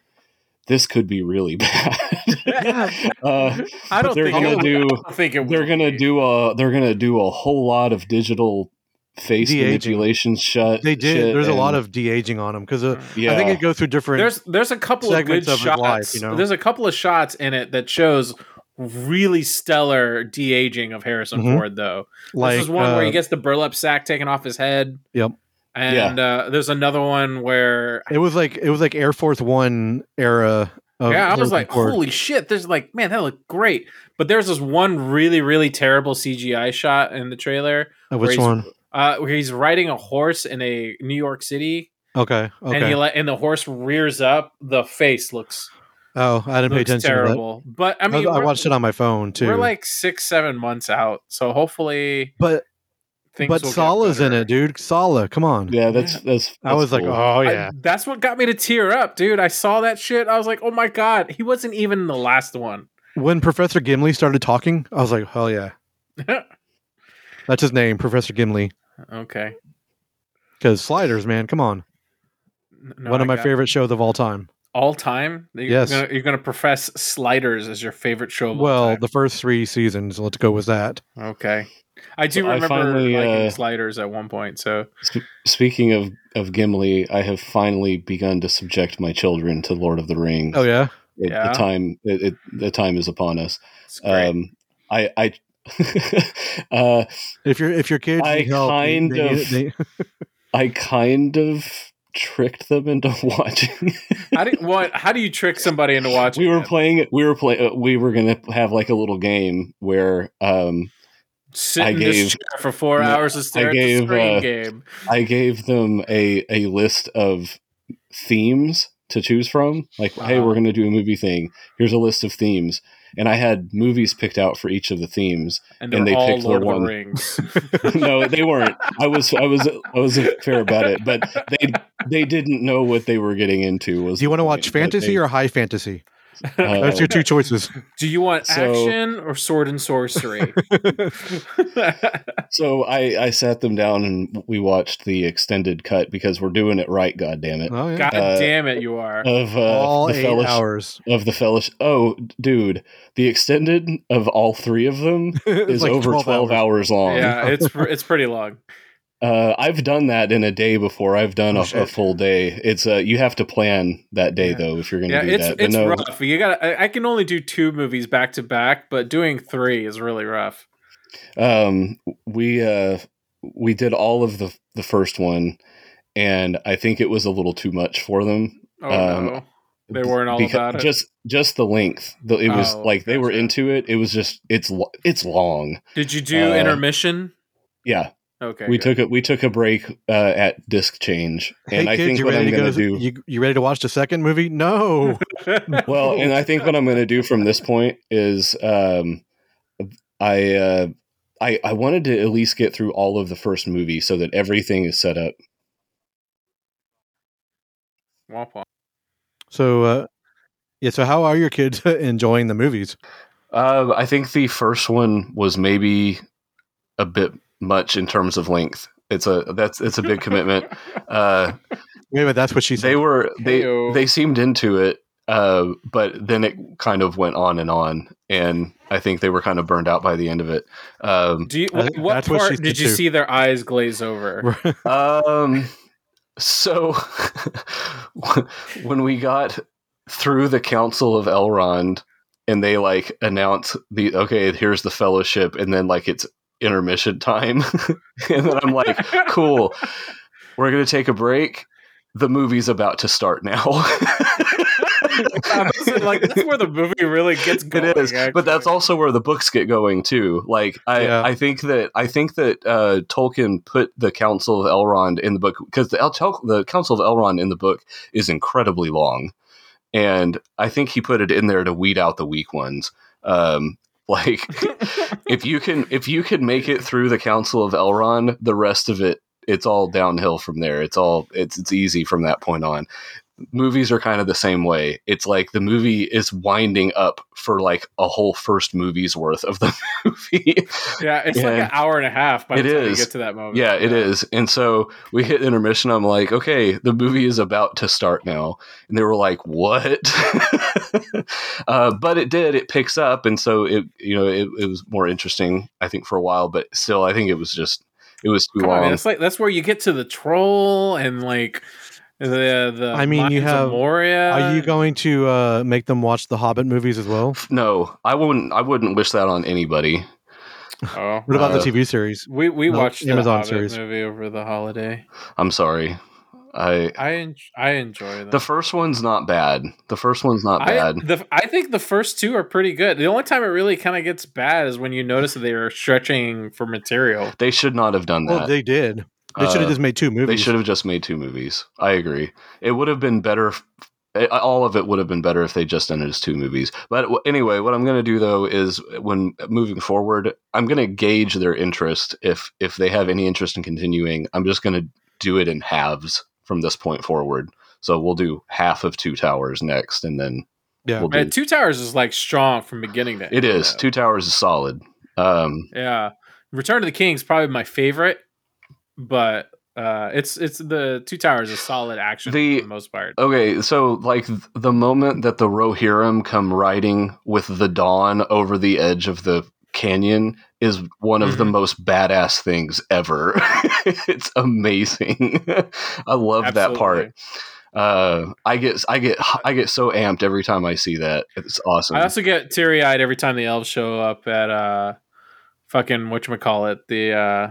Speaker 4: this could be really (laughs) bad.
Speaker 5: (laughs)
Speaker 4: uh,
Speaker 5: I don't
Speaker 4: they're
Speaker 5: think
Speaker 4: going
Speaker 5: it,
Speaker 4: to
Speaker 5: do,
Speaker 4: do.
Speaker 5: I don't think it
Speaker 4: They're
Speaker 5: will
Speaker 4: gonna
Speaker 5: be.
Speaker 4: do a. They're gonna do a whole lot of digital face
Speaker 3: De-aging.
Speaker 4: manipulation shut.
Speaker 3: they did.
Speaker 4: shit
Speaker 3: There's a lot
Speaker 4: and-
Speaker 3: of de aging on him because uh,
Speaker 4: Yeah,
Speaker 3: I think it goes through different.
Speaker 5: there's there's a couple of good
Speaker 3: segments of his
Speaker 5: shots.
Speaker 3: life, you know?
Speaker 5: There's a couple of shots in it that shows really stellar de aging of Harrison
Speaker 3: Mhm.
Speaker 5: Ford though.
Speaker 3: like
Speaker 5: this is one where
Speaker 3: uh,
Speaker 5: he gets the burlap sack taken off his head.
Speaker 3: Yep.
Speaker 5: And uh, there's another one where
Speaker 3: it was like it was like Air Force One era. Of
Speaker 5: yeah, I was
Speaker 3: Harrison
Speaker 5: like,
Speaker 3: Ford.
Speaker 5: holy shit! There's like, man, that looked great. But there's this one really, really terrible CGI shot in the trailer uh,
Speaker 3: which
Speaker 5: he's-
Speaker 3: one?
Speaker 5: uh, where he's riding a horse in a New York City
Speaker 3: Okay. Okay.
Speaker 5: and he let and the horse rears up. The face looks
Speaker 3: oh, I didn't pay
Speaker 5: looks
Speaker 3: attention.
Speaker 5: terrible. But I
Speaker 3: To that. I,
Speaker 5: mean,
Speaker 3: I
Speaker 5: we're-
Speaker 3: watched it on my phone too.
Speaker 5: We're like six, seven months out, so hopefully
Speaker 3: but
Speaker 5: things.
Speaker 3: but
Speaker 5: will get
Speaker 3: Sala's in
Speaker 5: better.
Speaker 3: it, dude. Sala, come on.
Speaker 4: Yeah, that's that's.
Speaker 3: I was like, oh
Speaker 5: I-
Speaker 3: yeah.
Speaker 5: that's what got me to tear up, dude. I saw that shit. I was like, oh my god, he wasn't even in the last one.
Speaker 3: when Professor Gimli started talking, I was like, hell
Speaker 5: (laughs)
Speaker 3: yeah. That's his name, Professor Gimli.
Speaker 5: okay.
Speaker 3: Because sliders, man, come on.
Speaker 5: No,
Speaker 3: One of
Speaker 5: I
Speaker 3: my
Speaker 5: got-
Speaker 3: favorite shows of all time.
Speaker 5: all time. You're
Speaker 3: Yes.
Speaker 5: gonna, you're gonna profess Sliders as your favorite show. Of all
Speaker 3: Well,
Speaker 5: time.
Speaker 3: the first three seasons. Let's go with that.
Speaker 5: okay. I do
Speaker 4: I
Speaker 5: remember
Speaker 4: finally,
Speaker 5: liking
Speaker 4: uh,
Speaker 5: Sliders at one point. So
Speaker 4: Sp- Speaking of of Gimli, I have finally begun to subject my children to Lord of the Rings.
Speaker 3: Oh yeah,
Speaker 4: It-
Speaker 5: Yeah.
Speaker 4: The time it, it, the time is upon us.
Speaker 5: it's great.
Speaker 4: Um, I (laughs) I uh,
Speaker 3: if your if your kids,
Speaker 4: I
Speaker 3: need help, they-
Speaker 4: kind
Speaker 3: they need
Speaker 4: of-
Speaker 3: it- they-
Speaker 4: I kind of tricked them into (laughs) watching.
Speaker 5: how
Speaker 4: (laughs)
Speaker 5: do what? How do you trick somebody into watching?
Speaker 4: we were
Speaker 5: it?
Speaker 4: playing. We were playing. We were gonna have like a little game where um,
Speaker 5: Sit
Speaker 4: I
Speaker 5: in this
Speaker 4: gave-
Speaker 5: chair for four
Speaker 4: No,
Speaker 5: hours to stare
Speaker 4: I
Speaker 5: at the
Speaker 4: gave,
Speaker 5: screen
Speaker 4: uh,
Speaker 5: game.
Speaker 4: I gave them a a list of themes to choose from. Like, hey,
Speaker 5: Wow.
Speaker 4: we're gonna do a movie thing. Here's a list of themes, and I had movies picked out for each of the themes.
Speaker 5: And
Speaker 4: and
Speaker 5: they're
Speaker 4: they
Speaker 5: all
Speaker 4: picked the
Speaker 5: Lord of
Speaker 4: one.
Speaker 5: the Rings.
Speaker 4: (laughs) no, they weren't. I was, I was, I was fair about it, but they they didn't know what they were getting into. Was
Speaker 3: do you want to
Speaker 4: (laughs)
Speaker 3: watch fantasy
Speaker 4: uh,
Speaker 3: or high fantasy? (laughs) That's
Speaker 4: Oh.
Speaker 3: your two choices.
Speaker 5: Do you want
Speaker 4: So-
Speaker 5: action or sword
Speaker 3: (laughs)
Speaker 5: and sorcery? (laughs)
Speaker 4: so I I sat them down and we watched the extended cut because we're doing it right. God damn it!
Speaker 3: Oh, yeah.
Speaker 5: God
Speaker 4: Uh,
Speaker 5: damn it, you are.
Speaker 4: Of uh,
Speaker 3: all
Speaker 4: the
Speaker 3: eight
Speaker 4: fellowship
Speaker 3: hours. (laughs)
Speaker 4: of the fellowship. Oh, dude, the extended of all three
Speaker 3: (laughs)
Speaker 4: of them
Speaker 3: It's
Speaker 4: is
Speaker 3: like
Speaker 4: over twelve, hours, long.
Speaker 5: yeah, it's pr- it's pretty long.
Speaker 4: Uh, I've done that in a day before. I've done
Speaker 3: Oh,
Speaker 4: a, a
Speaker 3: shit.
Speaker 4: full day. It's uh, you have to plan that day
Speaker 5: Yeah.
Speaker 4: though if you're going to
Speaker 5: Yeah,
Speaker 4: do
Speaker 5: it's
Speaker 4: that. But
Speaker 5: it's
Speaker 4: no,
Speaker 5: rough. You got I, I can only do two movies back to back, but doing three is really rough.
Speaker 4: um we uh we did all of the the first one and i think it was a little too much for them
Speaker 5: Oh
Speaker 4: Um,
Speaker 5: no. They weren't all
Speaker 4: Beca-
Speaker 5: about it?
Speaker 4: just just the length The- it was
Speaker 5: Oh,
Speaker 4: like they were
Speaker 5: gotcha.
Speaker 4: into it it was just it's lo- it's long
Speaker 5: Did you do
Speaker 4: uh,
Speaker 5: intermission?
Speaker 4: yeah
Speaker 5: Okay.
Speaker 4: we
Speaker 5: good.
Speaker 4: took a we took a break uh at disc change
Speaker 3: Hey
Speaker 4: and i
Speaker 3: kids,
Speaker 4: think
Speaker 3: you
Speaker 4: what
Speaker 3: ready
Speaker 4: i'm
Speaker 3: to go?
Speaker 4: gonna do
Speaker 3: You, you ready to watch the second movie? No.
Speaker 4: (laughs) well and
Speaker 5: (laughs)
Speaker 4: i think what i'm gonna do from this point is um i uh I, I wanted to at least get through all of the first movie so that everything is set up.
Speaker 5: Womp womp.
Speaker 3: so uh, yeah. So how are your kids (laughs) enjoying the movies?
Speaker 4: Um, I think the first one was maybe a bit much in terms of length. It's a that's it's a big commitment. Uh,
Speaker 3: Wait a minute, that's what she said.
Speaker 4: they were they
Speaker 5: Heyo.
Speaker 4: they seemed into it, uh, but then it kind of went on and on, and I think they were kind of burned out by the end of it. Um,
Speaker 5: Do you,
Speaker 3: Uh,
Speaker 5: what, what
Speaker 3: that's what she
Speaker 5: part
Speaker 3: said
Speaker 5: did you
Speaker 3: too.
Speaker 5: see their eyes glaze over?
Speaker 4: um, so (laughs) when we got through the Council of Elrond, and they like announce the okay, here's the Fellowship, and then like it's intermission time, (laughs) and then I'm like,
Speaker 5: (laughs)
Speaker 4: cool, we're gonna take a break. The movie's about to start now. (laughs)
Speaker 5: I was like that's where the movie really gets
Speaker 4: (laughs)
Speaker 5: going.
Speaker 4: it is but that's
Speaker 5: actually.
Speaker 4: also where the books get going too like i
Speaker 3: Yeah.
Speaker 4: i think that i think that uh tolkien put the council of elrond in the book because the, El- Tel- the council of elrond in the book is incredibly long and i think he put it in there to weed out the weak ones um (laughs)
Speaker 5: (laughs)
Speaker 4: like if you can if you can make it through the council of elrond the rest of it it's all downhill from there it's all it's it's easy from that point on movies are kind of the same way. It's like the movie is winding up for like a whole first movie's worth of the (laughs) movie.
Speaker 5: Yeah, it's like
Speaker 4: Yeah.
Speaker 5: an hour and a half by the
Speaker 4: It
Speaker 5: time
Speaker 4: is.
Speaker 5: you get to that moment.
Speaker 4: yeah, it is. And so we hit intermission. I'm like, okay, the movie is about to start now. And they were like, what? (laughs) uh, but it did. It picks up. And so it, you know, it, it was more interesting, I think, for a while. But still, I think it was just, it was too
Speaker 5: Come on,
Speaker 4: long.
Speaker 5: man, that's like that's where you get to the troll and like the the.
Speaker 3: I mean, you
Speaker 5: Mines of
Speaker 3: have-
Speaker 5: Moria.
Speaker 3: Are you going to uh, make them watch the Hobbit movies as well?
Speaker 4: no, I wouldn't. I wouldn't wish that on anybody.
Speaker 5: Oh,
Speaker 3: What about
Speaker 4: Uh,
Speaker 3: the TV series?
Speaker 5: we we
Speaker 3: No,
Speaker 5: watched the
Speaker 3: Amazon
Speaker 5: Hobbit
Speaker 3: series.
Speaker 5: movie over the holiday.
Speaker 4: I'm sorry. I
Speaker 5: I en- I enjoy them.
Speaker 4: The first one's not bad. The first one's not
Speaker 5: I,
Speaker 4: bad.
Speaker 5: the, I think the first two are pretty good. The only time it really kind of gets bad is when you notice that they are stretching for material.
Speaker 4: they should not have done that.
Speaker 3: Well, they did. They should
Speaker 4: Uh,
Speaker 3: have just made two movies.
Speaker 4: They should have just made two movies. I agree. It would have been better. f- eh, All of it would have been better if they just ended as two movies. But w- anyway, what I'm going to do though is when uh, moving forward, I'm going to gauge their interest. If if they have any interest in continuing, I'm just going to do it in halves from this point forward. So we'll do half of Two Towers next, and then
Speaker 3: Yeah.
Speaker 4: we'll do.
Speaker 5: Man, Two Towers is like strong from beginning to end.
Speaker 4: Oh, it is
Speaker 5: though.
Speaker 4: Two Towers is solid. Um,
Speaker 5: Yeah. Return to the King is probably my favorite, but uh it's it's the Two Towers is solid action
Speaker 4: The-
Speaker 5: for the most part.
Speaker 4: Okay, so like th- the moment that the Rohirrim come riding with the dawn over the edge of the canyon is one of the
Speaker 5: Mm-hmm.
Speaker 4: most badass things ever. (laughs) it's amazing. (laughs) I love that part. Uh, I get I get I get so amped every time I see that. It's awesome.
Speaker 5: I also get teary eyed every time the elves show up at uh fucking whatchamacallit, the uh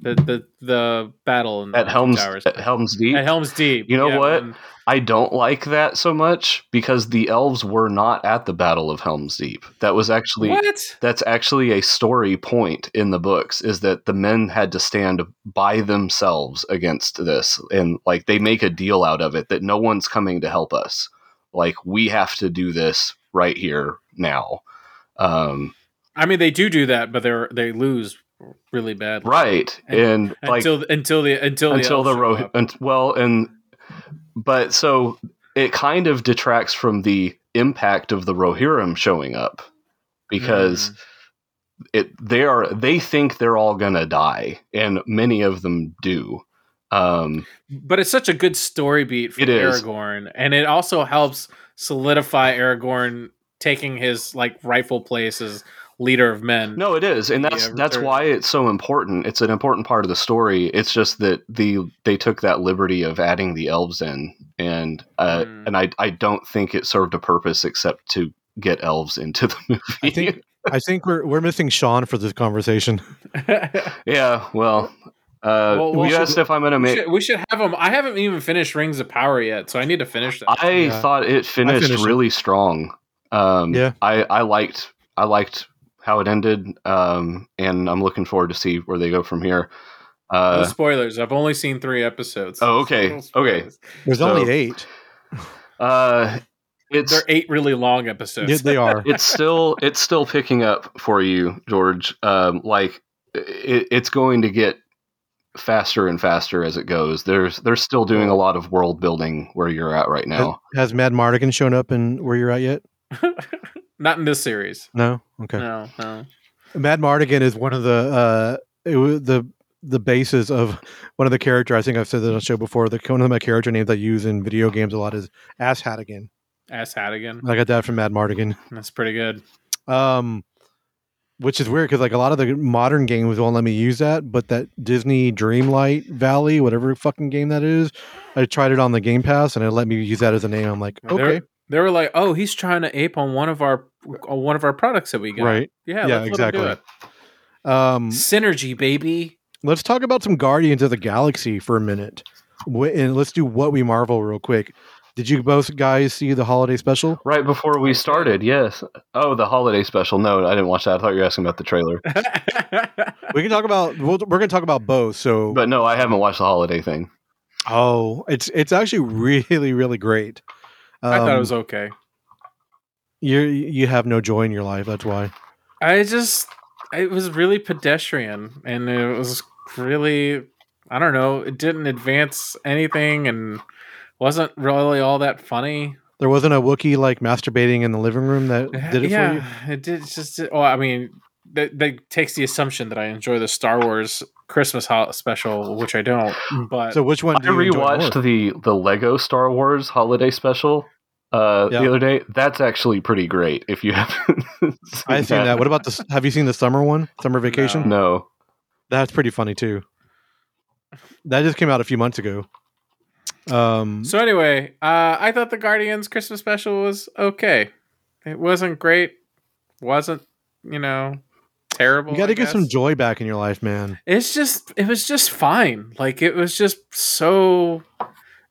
Speaker 5: the the the battle in the
Speaker 4: at
Speaker 5: Two
Speaker 4: Helm's
Speaker 5: Towers.
Speaker 4: at Helm's Deep.
Speaker 5: At Helm's Deep.
Speaker 4: You know what?
Speaker 5: when-
Speaker 4: I don't like that so much because the elves were not at the Battle of Helm's Deep. That was actually
Speaker 5: What?
Speaker 4: that's actually a story point in the books is that the men had to stand by themselves against this and like they make a deal out of it that no one's coming to help us like we have to do this right here now um,
Speaker 5: I mean, they do do that, but they're they lose really badly.
Speaker 4: right and, like
Speaker 5: until until the until the
Speaker 4: until the
Speaker 5: elves show
Speaker 4: row
Speaker 5: up.
Speaker 4: well and but so it kind of detracts from the impact of the rohirrim showing up because it they are they think they're all gonna die and many of them do um
Speaker 5: but it's such a good story beat for
Speaker 4: It is.
Speaker 5: Aragorn, and it also helps solidify Aragorn taking his like rightful place as leader of men.
Speaker 4: no it is and
Speaker 5: Yeah,
Speaker 4: that's
Speaker 5: return.
Speaker 4: that's why it's so important it's an important part of the story it's just that the they took that liberty of adding the elves in and uh
Speaker 5: Mm.
Speaker 4: and i i don't think it served a purpose except to get elves into the (laughs) movie
Speaker 3: I think I think we're we're missing Sean for this conversation. (laughs)
Speaker 5: Hmm. (laughs)
Speaker 4: yeah well uh
Speaker 5: Well, well,
Speaker 4: you
Speaker 5: should-
Speaker 4: asked if i'm gonna
Speaker 5: we,
Speaker 4: make
Speaker 5: should, we should have him. I haven't even finished Rings of Power yet, so I need to finish that.
Speaker 4: I
Speaker 3: Yeah.
Speaker 4: thought it finished
Speaker 3: finished it.
Speaker 4: really strong. Um,
Speaker 3: Yeah.
Speaker 4: I, I liked I liked how it ended, um, and I'm looking forward to see where they go from here.
Speaker 5: no
Speaker 4: Uh,
Speaker 5: spoilers. I've only seen three episodes.
Speaker 4: Oh, okay.
Speaker 5: No spoilers.
Speaker 3: There's
Speaker 4: So-
Speaker 3: only eight.
Speaker 4: uh, it's
Speaker 5: They're (laughs) eight really long episodes.
Speaker 3: Yeah, they
Speaker 4: (laughs)
Speaker 3: are.
Speaker 4: it's still it's still picking up for you, George. Um, like it, it's going to get faster and faster as it goes. There's they're still doing a lot of world building where you're at right
Speaker 3: Has,
Speaker 4: now.
Speaker 3: has Mad Mardigan shown up in where you're at yet?
Speaker 5: Not in this series.
Speaker 3: No. Okay.
Speaker 5: No, no.
Speaker 3: Mad Mardigan is one of the uh, it was the the basis of one of the character. I think I've said that on the show before. The one of my character names I use in video games a lot is Ass Hattigan.
Speaker 5: Ass Hattigan.
Speaker 3: I got that from Mad Mardigan.
Speaker 5: That's pretty good.
Speaker 3: Um, which is weird because like a lot of the modern games won't let me use that, but that Disney Dreamlight Valley, whatever fucking game that is, I tried it on the Game Pass and it let me use that as a name. I'm like,
Speaker 5: Well,
Speaker 3: okay,
Speaker 5: they're- They were like, "Oh, he's trying to ape on one of our on one of our products that we got."
Speaker 3: right,
Speaker 5: Yeah,
Speaker 3: Yeah,
Speaker 5: let's Let him
Speaker 3: exactly.
Speaker 5: do
Speaker 3: um,
Speaker 5: it. Synergy, baby. (laughs)
Speaker 3: let's talk about some Guardians of the Galaxy for a minute, Wh- and let's do what we marvel real quick. Did you both guys see the holiday special?
Speaker 4: Right before we started, yes. Oh, the holiday special. No, I didn't watch that. I thought you were asking about
Speaker 3: (laughs)
Speaker 4: the trailer.
Speaker 3: We can talk about we'll, we're going to talk about both. So,
Speaker 4: But no, I haven't watched the holiday thing.
Speaker 3: oh, it's it's actually really really great.
Speaker 5: I thought it
Speaker 3: Um,
Speaker 5: was okay.
Speaker 3: you you have no joy in your life. That's why.
Speaker 5: I just it was really pedestrian, and it was really I don't know. It didn't advance anything, and wasn't really all that funny.
Speaker 3: There wasn't a Wookiee like masturbating in the living room that did it for you.
Speaker 5: yeah, it did. It's just well, I mean, that, that takes the assumption that I enjoy the Star Wars Christmas ho- special, which I don't. But
Speaker 3: So which one?
Speaker 4: I
Speaker 3: Do you enjoy more?
Speaker 4: rewatched the the Lego Star Wars holiday special uh,
Speaker 3: Yeah.
Speaker 4: the other day. That's actually pretty great. If you (laughs) haven't, seen
Speaker 3: I've seen that. What about the? Have you seen the summer one? Summer vacation. (laughs)
Speaker 4: No.
Speaker 3: That's pretty funny too. That just came out a few months ago. Um,
Speaker 5: So anyway, uh, I thought the Guardians Christmas special was okay. It wasn't great. Wasn't you know terrible.
Speaker 3: you got
Speaker 5: I
Speaker 3: to get some
Speaker 5: guess.
Speaker 3: joy back in your life, man.
Speaker 5: It's just it was just fine. Like it was just so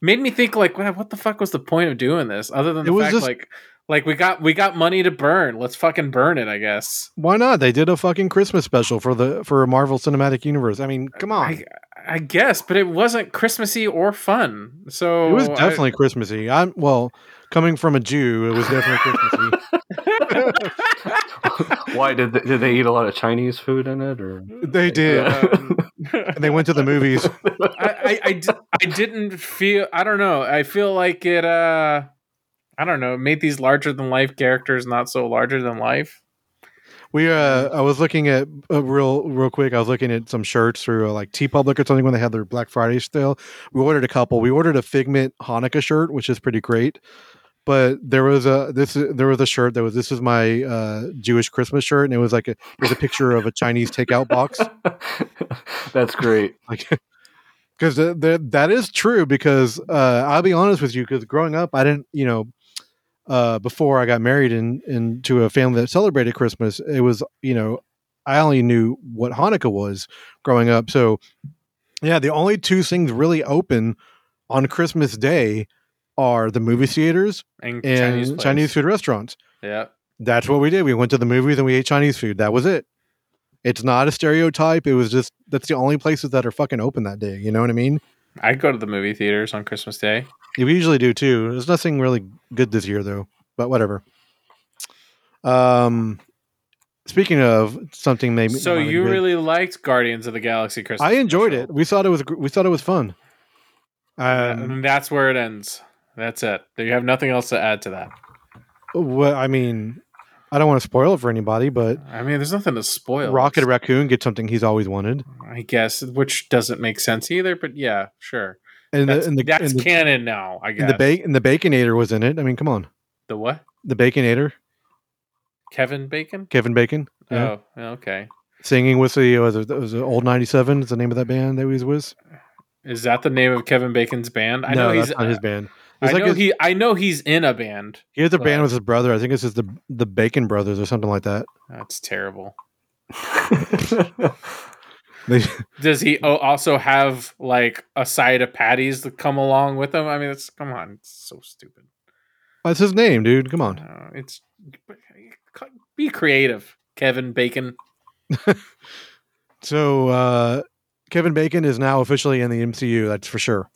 Speaker 5: made me think like what, what the fuck was the point of doing this other than
Speaker 3: It
Speaker 5: the
Speaker 3: was
Speaker 5: fact
Speaker 3: just-
Speaker 5: like Like we got we got money to burn. Let's fucking burn it, I guess.
Speaker 3: Why not? They did a fucking Christmas special for the for Marvel Cinematic Universe. I mean, come on.
Speaker 5: I, I guess, but it wasn't Christmassy or fun. So
Speaker 3: it was
Speaker 5: oh, I-
Speaker 3: definitely Christmassy. I'm well, coming from a Jew, it was definitely
Speaker 5: (laughs)
Speaker 3: Christmassy.
Speaker 4: Why did they, did they eat a lot of Chinese food in it? Or (laughs)
Speaker 3: they did.
Speaker 4: Yeah.
Speaker 5: Um,
Speaker 3: And they went to the movies.
Speaker 5: I, I, I, di- I didn't feel i don't know i feel like it uh i don't know it made these larger than life characters not so larger than life
Speaker 3: We uh I was looking at uh, real real quick, I was looking at some shirts through uh, like T Public or something when they had their Black Friday sale. We ordered a couple. We ordered a Figment Hanukkah shirt, which is pretty great. But there was a this is- there was a shirt that was this is my uh, Jewish Christmas shirt and it was like a, it was a picture of a Chinese takeout box.
Speaker 4: That's
Speaker 3: (laughs)
Speaker 4: great.
Speaker 3: like because th- th- that is true because uh, i'll be honest with you because growing up i didn't you know uh, before i got married and into a family that celebrated christmas it was you know i only knew what hanukkah was growing up so yeah the only two things really open on christmas day are the movie theaters
Speaker 5: and,
Speaker 3: and
Speaker 5: place.
Speaker 3: chinese food restaurants
Speaker 5: yeah
Speaker 3: that's what we did. We went to the movies and we ate Chinese food. That was it. It's not a stereotype. It was just that's the only places that are fucking open that day. You know what I mean?
Speaker 5: i go to the movie theaters on christmas day
Speaker 3: We usually do too. There's nothing really good this year though, but whatever. Um, speaking of something, maybe
Speaker 5: so you really liked guardians of the galaxy christmas
Speaker 3: I enjoyed
Speaker 5: special.
Speaker 3: it. We thought it was gr- we thought it was fun. Um,
Speaker 5: and that's where it ends that's it you have nothing else to add to that
Speaker 3: what I mean, I don't want to spoil it for anybody, but
Speaker 5: i mean there's nothing to spoil
Speaker 3: Rocket Raccoon gets something he's always wanted,
Speaker 5: i guess which doesn't make sense either but yeah sure
Speaker 3: and
Speaker 5: that's,
Speaker 3: the, and the,
Speaker 5: that's
Speaker 3: and the,
Speaker 5: canon now i guess
Speaker 3: and the ba- and the Baconator was in it. I mean, come on.
Speaker 5: the what
Speaker 3: the Baconator,
Speaker 5: kevin bacon
Speaker 3: Kevin Bacon, yeah.
Speaker 5: oh okay
Speaker 3: singing with the was it, was it old '97 is the name of that band that he was with.
Speaker 5: Is that the name of Kevin Bacon's band? I
Speaker 3: no,
Speaker 5: know he's
Speaker 3: that's not his band.
Speaker 5: I
Speaker 3: It's like
Speaker 5: know
Speaker 3: his-
Speaker 5: he I know he's in a band.
Speaker 3: he has a
Speaker 5: but-
Speaker 3: band with his brother. I think it's just the the Bacon Brothers or something like that.
Speaker 5: That's terrible.
Speaker 3: They,
Speaker 5: Does he o- also have like a side of patties that come along with him? I mean, it's come on, it's so stupid.
Speaker 3: that's his name, dude. Come on.
Speaker 5: Uh, it's uh, be creative, Kevin Bacon.
Speaker 3: So uh, Kevin Bacon is now officially in the MCU. That's for sure.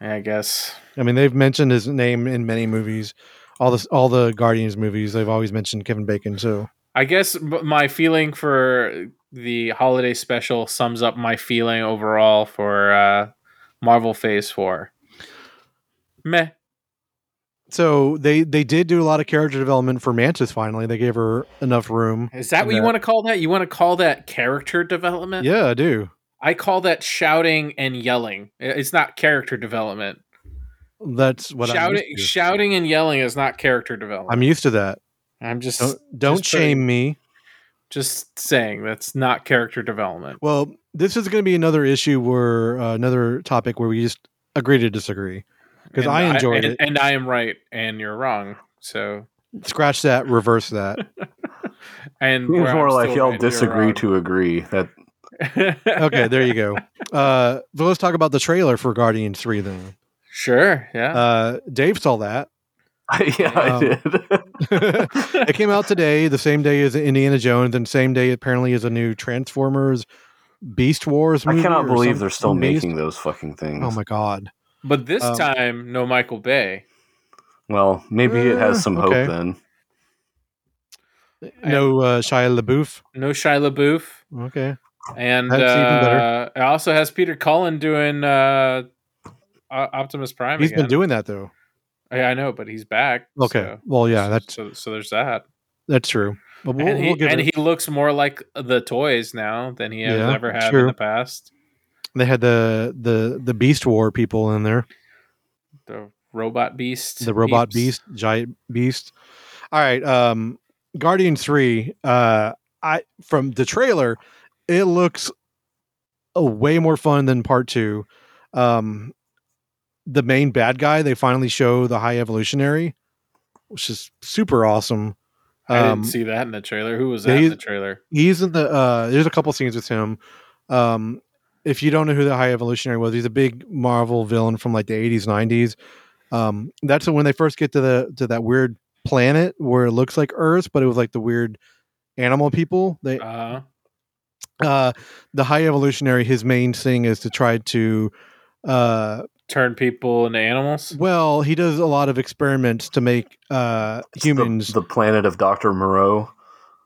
Speaker 5: I guess.
Speaker 3: I mean, they've mentioned his name in many movies. All this, all the Guardians movies, they've always mentioned Kevin Bacon. So
Speaker 5: I guess m- my feeling for the holiday special sums up my feeling overall for uh, Marvel Phase Four. Meh.
Speaker 3: so they they did do a lot of character development for Mantis. Finally, they gave her enough room.
Speaker 5: Is that what you
Speaker 3: that-
Speaker 5: want to call that? You want to call that character development?
Speaker 3: Yeah, I do.
Speaker 5: I call that shouting and yelling. I- It's not character development.
Speaker 3: That's what I'm
Speaker 5: shouting,
Speaker 3: used to.
Speaker 5: shouting and yelling is not character development.
Speaker 3: I'm used to that.
Speaker 5: I'm, just
Speaker 3: Don't, don't
Speaker 5: just
Speaker 3: shame
Speaker 5: putting-
Speaker 3: me.
Speaker 5: just saying that's not character development.
Speaker 3: Well, this is going to be another issue where uh, another topic where we just agree to disagree because
Speaker 5: And
Speaker 3: I enjoyed
Speaker 5: and, and I am right, and you're wrong. So,
Speaker 3: it. Scratch that, reverse that.
Speaker 5: and
Speaker 4: Seems
Speaker 5: where
Speaker 4: more
Speaker 5: I'm
Speaker 4: like
Speaker 5: still
Speaker 4: y'all
Speaker 5: right, you're
Speaker 4: disagree
Speaker 3: um,
Speaker 5: wrong.
Speaker 4: to agree. That (laughs)
Speaker 5: (laughs)
Speaker 3: Okay, there you go. Uh, but let's talk about the trailer for Guardians Three then.
Speaker 5: Sure. Yeah.
Speaker 3: Uh, Dave saw that.
Speaker 4: yeah, I
Speaker 3: Um,
Speaker 4: did.
Speaker 3: (laughs)
Speaker 4: (laughs)
Speaker 3: it came out today, the same day as Indiana Jones, and same day apparently as a new Transformers Beast Wars.
Speaker 4: I
Speaker 3: Movie
Speaker 4: cannot
Speaker 3: or
Speaker 4: believe
Speaker 3: some-
Speaker 4: they're still
Speaker 3: some beast.
Speaker 4: making those fucking things.
Speaker 3: Oh my god!
Speaker 5: but this
Speaker 3: um,
Speaker 5: time, no Michael Bay.
Speaker 4: Well, maybe it has some
Speaker 3: Eh, Okay.
Speaker 4: hope then.
Speaker 3: No uh, Shia LaBeouf.
Speaker 5: No Shia LaBeouf.
Speaker 3: Okay.
Speaker 5: And
Speaker 3: That's even
Speaker 5: uh,
Speaker 3: better.
Speaker 5: it also has Peter Cullen doing uh, O- Optimus Prime.
Speaker 3: He's
Speaker 5: again.
Speaker 3: been doing that though.
Speaker 5: Yeah, I know, but he's back.
Speaker 3: Okay.
Speaker 5: so-
Speaker 3: well, yeah, that's
Speaker 5: so, so there's that.
Speaker 3: that's true. But we'll,
Speaker 5: and he,
Speaker 3: we'll give
Speaker 5: and
Speaker 3: it.
Speaker 5: he looks more like the toys now than he has
Speaker 3: Yeah,
Speaker 5: ever had in
Speaker 3: true.
Speaker 5: the past.
Speaker 3: they had the the the Beast War people in there,
Speaker 5: The robot beast.
Speaker 3: the robot
Speaker 5: peeps.
Speaker 3: beast, giant beast. All right, um, Guardian Three. Uh, I from the trailer, it looks a way more fun than Part Two. Um, the main bad guy, they finally show the High Evolutionary, which is super awesome.
Speaker 5: I
Speaker 3: Um,
Speaker 5: didn't see that in the trailer. Who was that
Speaker 3: they-
Speaker 5: in the trailer?
Speaker 3: he's in the uh there's a couple scenes with him um if you don't know who the high evolutionary was he's a big marvel villain from like the 80s 90s um that's when they first get to the to that weird planet where it looks like Earth, but it was like the weird animal people. They
Speaker 5: Uh,
Speaker 3: uh, the high evolutionary, his main thing is to try to uh
Speaker 5: turn people into animals.
Speaker 3: Well, he does a lot of experiments to make uh,
Speaker 4: It's the-
Speaker 3: humans.
Speaker 4: the, planet of Doctor Moreau.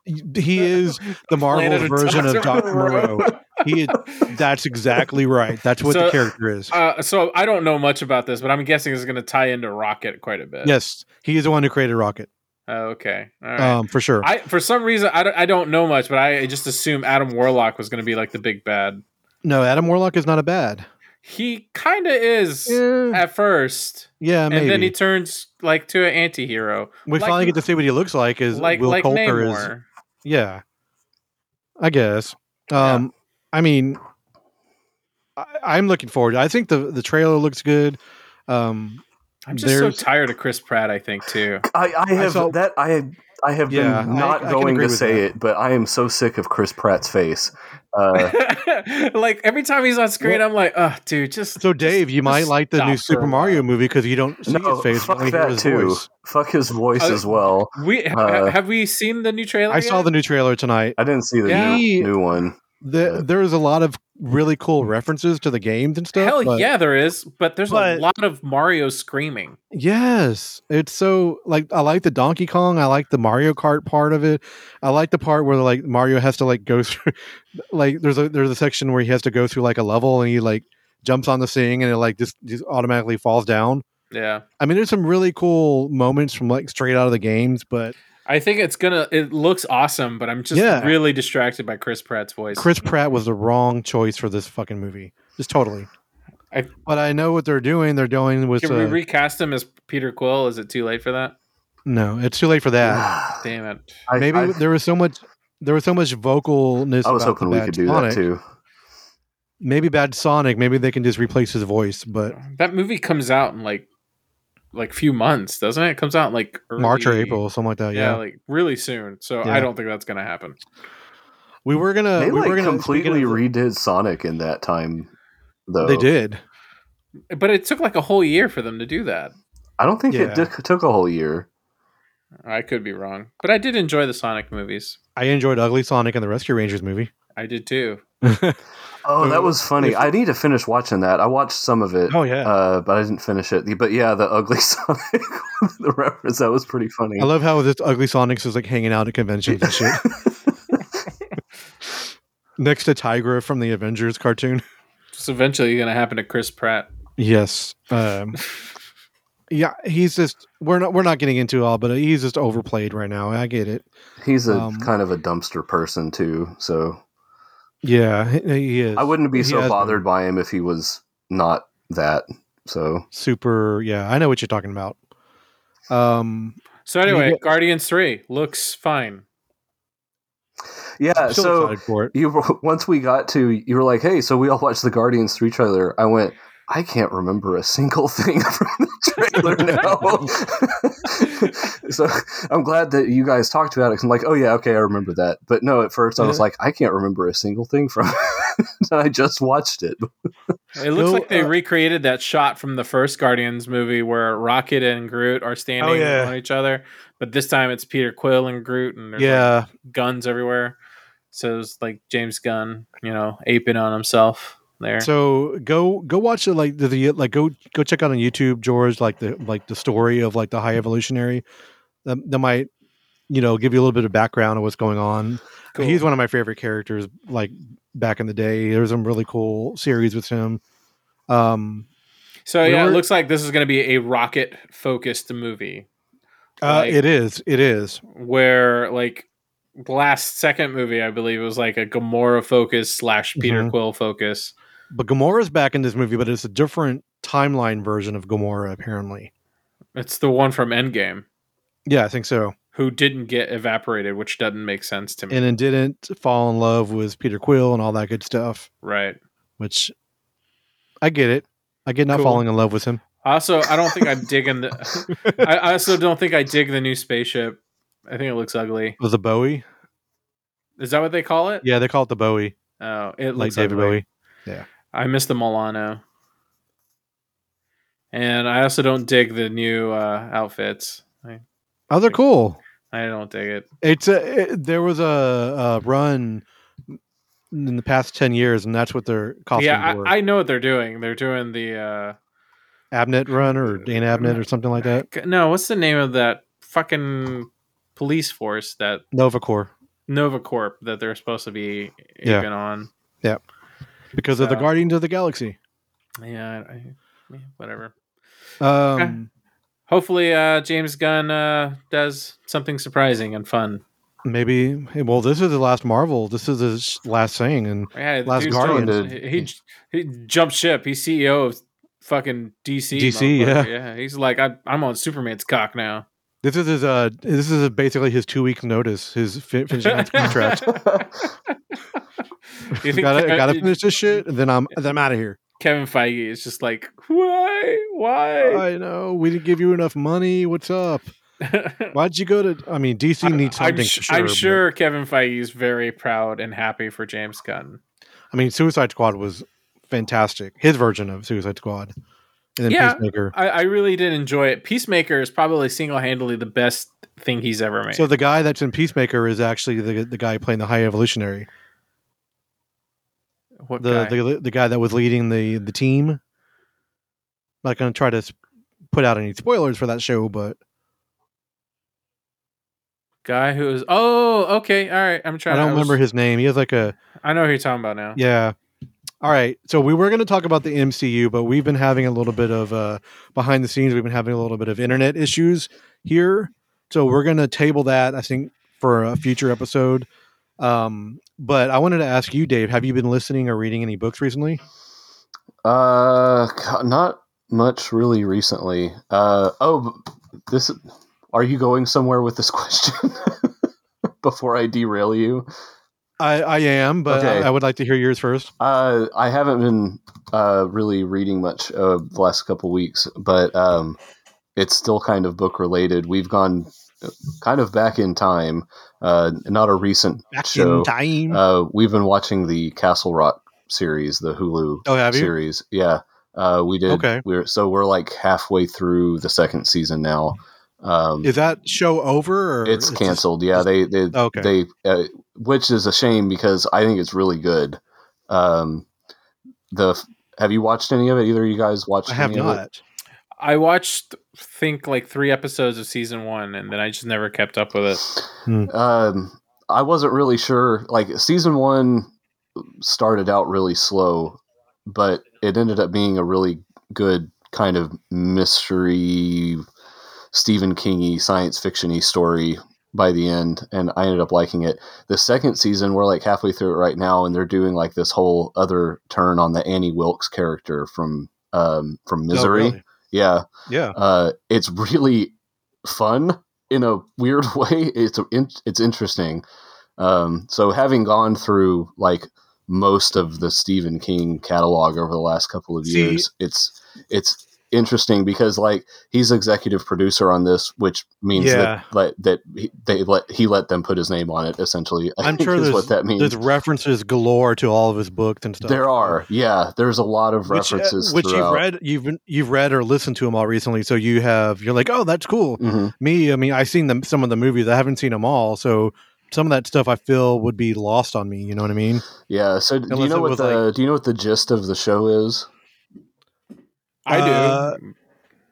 Speaker 3: he is the Marvel
Speaker 5: Planet of
Speaker 3: version of
Speaker 5: Dr.
Speaker 3: Doctor Moreau. He is, that's exactly right. That's what
Speaker 5: So,
Speaker 3: the character is.
Speaker 5: (laughs) Uh, so I don't know much about this, but I'm guessing it's going to tie into Rocket quite a bit.
Speaker 3: yes, he is the one who created Rocket,
Speaker 5: Oh, okay. All right.
Speaker 3: um, for sure.
Speaker 5: I for some reason I don't, I don't know much, but I just assume Adam Warlock was going to be like the big bad.
Speaker 3: no, Adam Warlock is not a bad.
Speaker 5: He kind of is
Speaker 3: Yeah, Uh,
Speaker 5: at first,
Speaker 3: maybe.
Speaker 5: and then he turns like to an anti-hero,
Speaker 3: we
Speaker 5: like-
Speaker 3: finally get to see what he looks like. Is
Speaker 5: like
Speaker 3: Will
Speaker 5: like
Speaker 3: Coulter is
Speaker 5: Namor.
Speaker 3: Yeah, I guess. Um, I mean, I, I'm looking forward. to it. I think the the trailer looks good. Um,
Speaker 5: I'm just
Speaker 3: there's-
Speaker 5: so tired of Chris Pratt. I think too.
Speaker 4: I, I have
Speaker 3: saw-
Speaker 4: that I I have
Speaker 3: Yeah, I-
Speaker 4: been not
Speaker 3: I can
Speaker 4: going
Speaker 3: agree
Speaker 4: to
Speaker 3: with
Speaker 4: say
Speaker 3: that.
Speaker 4: it, but I am so sick of Chris Pratt's face. Uh,
Speaker 5: (laughs) like every time he's on screen, I'm like, oh, dude, just
Speaker 3: So Dave, you might
Speaker 5: just
Speaker 3: like the new
Speaker 5: stop for
Speaker 3: Super
Speaker 5: a
Speaker 3: Mario
Speaker 5: while.
Speaker 3: movie because you don't (laughs) see
Speaker 4: no,
Speaker 3: his face
Speaker 4: fuck
Speaker 3: when you hear
Speaker 4: that
Speaker 3: his
Speaker 4: too.
Speaker 3: voice.
Speaker 4: Fuck his voice
Speaker 5: Uh,
Speaker 4: as well.
Speaker 5: we ha-
Speaker 4: Uh,
Speaker 5: have we seen the new trailer?
Speaker 3: I saw
Speaker 5: yet?
Speaker 3: the new trailer tonight.
Speaker 4: I didn't see the
Speaker 5: Yeah.
Speaker 4: new, new one.
Speaker 3: The, there is a lot of really cool references to the games and stuff.
Speaker 5: hell
Speaker 3: but-
Speaker 5: yeah, there is, but there's
Speaker 3: but-
Speaker 5: a lot of Mario screaming.
Speaker 3: Yes, it's so like I like the Donkey Kong. I like the Mario Kart part of it. I like the part where like Mario has to like go (laughs) through. Like there's a there's a section where he has to go through like a level and he like jumps on the thing and it like just, just automatically falls down.
Speaker 5: Yeah.
Speaker 3: I mean, there's some really cool moments from like straight out of the games, but
Speaker 5: I think it's gonna. It looks awesome, but I'm just
Speaker 3: Yeah.
Speaker 5: really distracted by Chris Pratt's voice.
Speaker 3: Chris Pratt was the wrong choice for this fucking movie. Just totally.
Speaker 5: I-
Speaker 3: but I know what they're doing. They're doing with
Speaker 5: Can
Speaker 3: uh,
Speaker 5: we recast him as Peter Quill? Is it too late for that?
Speaker 3: no. It's too late for that.
Speaker 5: Damn it!
Speaker 4: (sighs) I-
Speaker 3: Maybe
Speaker 4: I,
Speaker 3: there was so much. There was so much vocalness.
Speaker 4: I was
Speaker 3: about
Speaker 4: hoping
Speaker 3: the
Speaker 4: we
Speaker 3: Bad
Speaker 4: could do
Speaker 3: Sonic.
Speaker 4: that too.
Speaker 3: Maybe bad Sonic. Maybe they can just replace his voice. But
Speaker 5: That movie comes out in like like few months, doesn't it? It comes out in like early,
Speaker 3: March or April, something like that.
Speaker 5: Yeah,
Speaker 3: Yeah,
Speaker 5: like really soon. So
Speaker 3: Yeah.
Speaker 5: I don't think that's gonna happen.
Speaker 3: we were gonna.
Speaker 4: they
Speaker 3: Uh, we were
Speaker 4: like
Speaker 3: gonna
Speaker 4: completely
Speaker 3: speaking of-
Speaker 4: redid Sonic in that time, though.
Speaker 3: They did.
Speaker 5: But it took like a whole year for them to do that.
Speaker 4: I don't think
Speaker 3: Yeah.
Speaker 4: it took- took a whole year.
Speaker 5: I could be wrong, but I did enjoy the Sonic movies.
Speaker 3: I enjoyed Ugly Sonic and the Rescue Rangers movie.
Speaker 5: I did too.
Speaker 4: Oh,
Speaker 3: So
Speaker 4: that was funny.
Speaker 3: if-
Speaker 4: I need to finish watching that. I watched some of it,
Speaker 3: Oh yeah.
Speaker 4: uh, but I didn't finish it. The- But yeah, the ugly (laughs) Sonic, the reference that was pretty funny.
Speaker 3: I love how this Ugly Sonic's is like hanging out at conventions and
Speaker 4: (laughs)
Speaker 3: shit. (laughs) Next to Tigra from the Avengers cartoon. (laughs)
Speaker 5: It's eventually gonna happen to Chris Pratt.
Speaker 3: Yes. Um, yeah, he's just we're not we're not getting into it all, but he's just overplayed right now. I get it.
Speaker 4: He's a
Speaker 3: um,
Speaker 4: kind of a dumpster person too, so
Speaker 3: Yeah, he- he is.
Speaker 4: I wouldn't be
Speaker 3: he has
Speaker 4: so
Speaker 3: been.
Speaker 4: bothered by him if he was not that. So
Speaker 3: super. Yeah, I know what you're talking about. Um,
Speaker 5: So anyway,
Speaker 3: get-
Speaker 5: Guardians Three looks fine.
Speaker 4: yeah,
Speaker 3: I'm still
Speaker 4: so
Speaker 3: excited for it.
Speaker 4: you were- (laughs) once we got to you were like, hey, so we all watched the Guardians three trailer. I went. I can't remember a single (laughs) thing from (laughs) the trailer now. so I'm glad that you guys talked about it. 'cause I'm like, oh yeah, okay, I remember that. But no, at first I was
Speaker 3: Yeah.
Speaker 4: like, I can't remember a single thing from (laughs) it. and I just watched it.
Speaker 5: It looks
Speaker 3: No,
Speaker 5: like they
Speaker 3: uh,
Speaker 5: recreated that shot from the first Guardians movie where Rocket and Groot are standing
Speaker 3: Oh, yeah.
Speaker 5: on each other, but this time it's Peter Quill and Groot, and there's like,
Speaker 3: Yeah,
Speaker 5: guns everywhere. So it's like James Gunn, you know, aping on himself there.
Speaker 3: so go go watch it like the, the like go go check out on YouTube George like the like the story of like the high evolutionary. That, that might you know give you a little bit of background of what's going on.
Speaker 5: Cool.
Speaker 3: He's one of my favorite characters, like back in the day. There was some really cool series with him. Um,
Speaker 5: so
Speaker 3: we
Speaker 5: yeah,
Speaker 3: were-
Speaker 5: it looks like this is going to be a Rocket focused movie
Speaker 3: uh,
Speaker 5: Like-
Speaker 3: it is, it is.
Speaker 5: where like the last second movie I believe was like a Gamora focus slash Peter
Speaker 3: Mhm.
Speaker 5: Quill focus.
Speaker 3: But Gamora's back in this movie, but it's a different timeline version of Gamora, apparently.
Speaker 5: It's the one from Endgame
Speaker 3: Yeah, I think so.
Speaker 5: who didn't get evaporated, which doesn't make sense to me.
Speaker 3: And then didn't fall in love with Peter Quill and all that good stuff,
Speaker 5: Right.
Speaker 3: which I get it. I get not
Speaker 5: Cool.
Speaker 3: falling in love with him.
Speaker 5: Also, I don't think I'm digging the.
Speaker 3: (laughs)
Speaker 5: I I also don't think I dig the new spaceship. I think it looks ugly.
Speaker 3: Was a Bowie?
Speaker 5: Is that what they call it?
Speaker 3: Yeah, they call it the Bowie,
Speaker 5: Oh, it
Speaker 3: like
Speaker 5: looks
Speaker 3: David
Speaker 5: ugly.
Speaker 3: Bowie.
Speaker 5: I miss the Milano. And I also don't dig the new uh, outfits. I-
Speaker 3: Oh, they're cool.
Speaker 5: I don't dig it.
Speaker 3: It's a, it, there was a, a run in the past ten years, and that's what their costumes
Speaker 5: yeah,
Speaker 3: were.
Speaker 5: I, I know what they're doing. They're doing the uh
Speaker 3: Abnett run or Dane Abnett or something like that.
Speaker 5: c- no, what's the name of that fucking police force that
Speaker 3: Nova Corps.
Speaker 5: Nova Corp that they're supposed to be
Speaker 3: Yeah.
Speaker 5: even on?
Speaker 3: because of the
Speaker 5: So-
Speaker 3: Guardians of the Galaxy.
Speaker 5: Yeah, I, yeah, whatever.
Speaker 3: Um,
Speaker 5: Hopefully, uh, James Gunn uh, does something surprising and fun.
Speaker 3: Maybe. hey, Well, this is the last Marvel. This is his last thing, and
Speaker 5: Yeah, the
Speaker 3: Last
Speaker 5: dude's
Speaker 3: Guardian
Speaker 5: doing-
Speaker 4: did.
Speaker 5: He, he jumped ship. He's CEO of fucking DC.
Speaker 3: DC,
Speaker 5: motherfucker. yeah. He's like, I, I'm on Superman's cock now.
Speaker 3: this is his. Uh, this is basically his two weeks notice. His fi- finishing out his contract. (laughs)
Speaker 5: (laughs) you think
Speaker 3: gotta
Speaker 5: Kevin,
Speaker 3: gotta finish this shit, and then I'm then I'm out of here.
Speaker 5: Kevin Feige is just like, why, (laughs) why?
Speaker 3: I know we didn't give you enough money. What's up? Why'd you go to? I mean, DC needs something.
Speaker 5: I'm,
Speaker 3: for
Speaker 5: sh- I'm
Speaker 3: but-
Speaker 5: sure Kevin Feige is very proud and happy for James Gunn.
Speaker 3: I mean, Suicide Squad was fantastic. His version of Suicide Squad, and then
Speaker 5: Yeah.
Speaker 3: Peacemaker.
Speaker 5: I, I really did enjoy it. Peacemaker is probably single handedly the best thing he's ever made.
Speaker 3: So the guy that's in Peacemaker is actually the the guy playing the High Evolutionary,
Speaker 5: what
Speaker 3: the
Speaker 5: guy?
Speaker 3: the the guy that was leading the the team. Not going to try to s- put out any spoilers for that show, but
Speaker 5: guy who is oh okay all right i'm trying
Speaker 3: I don't
Speaker 5: I was-
Speaker 3: remember his name. He has like a
Speaker 5: i know who you're talking about now
Speaker 3: yeah. All right, so we were going to talk about the MCU, but we've been having a little bit of uh, behind the scenes. We've been having a little bit of internet issues here, so we're going to table that. I think for a future episode. Um, but I wanted to ask you, Dave, have you been listening or reading any books recently?
Speaker 4: Uh, co- not much really recently. Uh, oh, b- this are you going somewhere with this (laughs) question? Before I derail you,
Speaker 3: I, I am, but
Speaker 4: Okay.
Speaker 3: I, I would like to hear yours first.
Speaker 4: uh, I haven't been uh, really reading much uh, the last couple weeks, but um, it's still kind of book related. We've gone uh, kind of back in time, uh, not a recent show.
Speaker 3: time.
Speaker 4: Uh, we've been watching the Castle Rock series, the Hulu
Speaker 3: oh, have you?
Speaker 4: series. Yeah, uh, we did.
Speaker 3: Okay.
Speaker 4: we're so we're like halfway through the second season now. Um,
Speaker 3: Is that show over? Or
Speaker 4: it's
Speaker 3: is this-
Speaker 4: canceled. yeah, they they
Speaker 3: Okay.
Speaker 4: they uh, which is a shame because I think it's really good. Um, the have you watched any of it? Either of you guys watched?
Speaker 3: I have
Speaker 4: any of it?
Speaker 3: not.
Speaker 5: i watched think like three episodes of season one and then i just never kept up with it
Speaker 4: Um, I wasn't really sure. Like season one started out really slow, but it ended up being a really good kind of mystery, Stephen Kingy science fictiony story by the end, and I ended up liking it. The second season, we're like halfway through it right now, and they're doing like this whole other turn on the Annie Wilkes character from um, from
Speaker 3: No,
Speaker 4: Misery.
Speaker 3: Oh, really.
Speaker 4: Yeah,
Speaker 3: Yeah.
Speaker 4: uh, it's really fun in a weird (laughs) way. It's it's interesting. Um, so having gone through like most of the Stephen King catalog over the last couple of
Speaker 3: See-
Speaker 4: years, it's it's interesting because like he's executive producer on this, which means
Speaker 3: Yeah.
Speaker 4: that that, that he, they let he let them put his name on it. Essentially, I
Speaker 3: I'm
Speaker 4: think
Speaker 3: sure
Speaker 4: is
Speaker 3: there's,
Speaker 4: what that means.
Speaker 3: there's references galore to all of his books and stuff.
Speaker 4: Hmm. There are, yeah. There's a lot of
Speaker 3: Which, uh,
Speaker 4: references.
Speaker 3: which you've
Speaker 4: throughout.
Speaker 3: read, you've been- you've read or listened to them all recently, so you have. You're like, oh, that's cool.
Speaker 4: Mhm.
Speaker 3: Me, I mean, I've seen them, some of the movies. I haven't seen them all, so some of that stuff I feel would be lost on me. You know what I mean?
Speaker 4: Yeah. So, do you
Speaker 3: Unless
Speaker 4: know
Speaker 3: it
Speaker 4: what
Speaker 3: was,
Speaker 4: the do you know what the gist of the show is?
Speaker 5: i do
Speaker 3: Uh,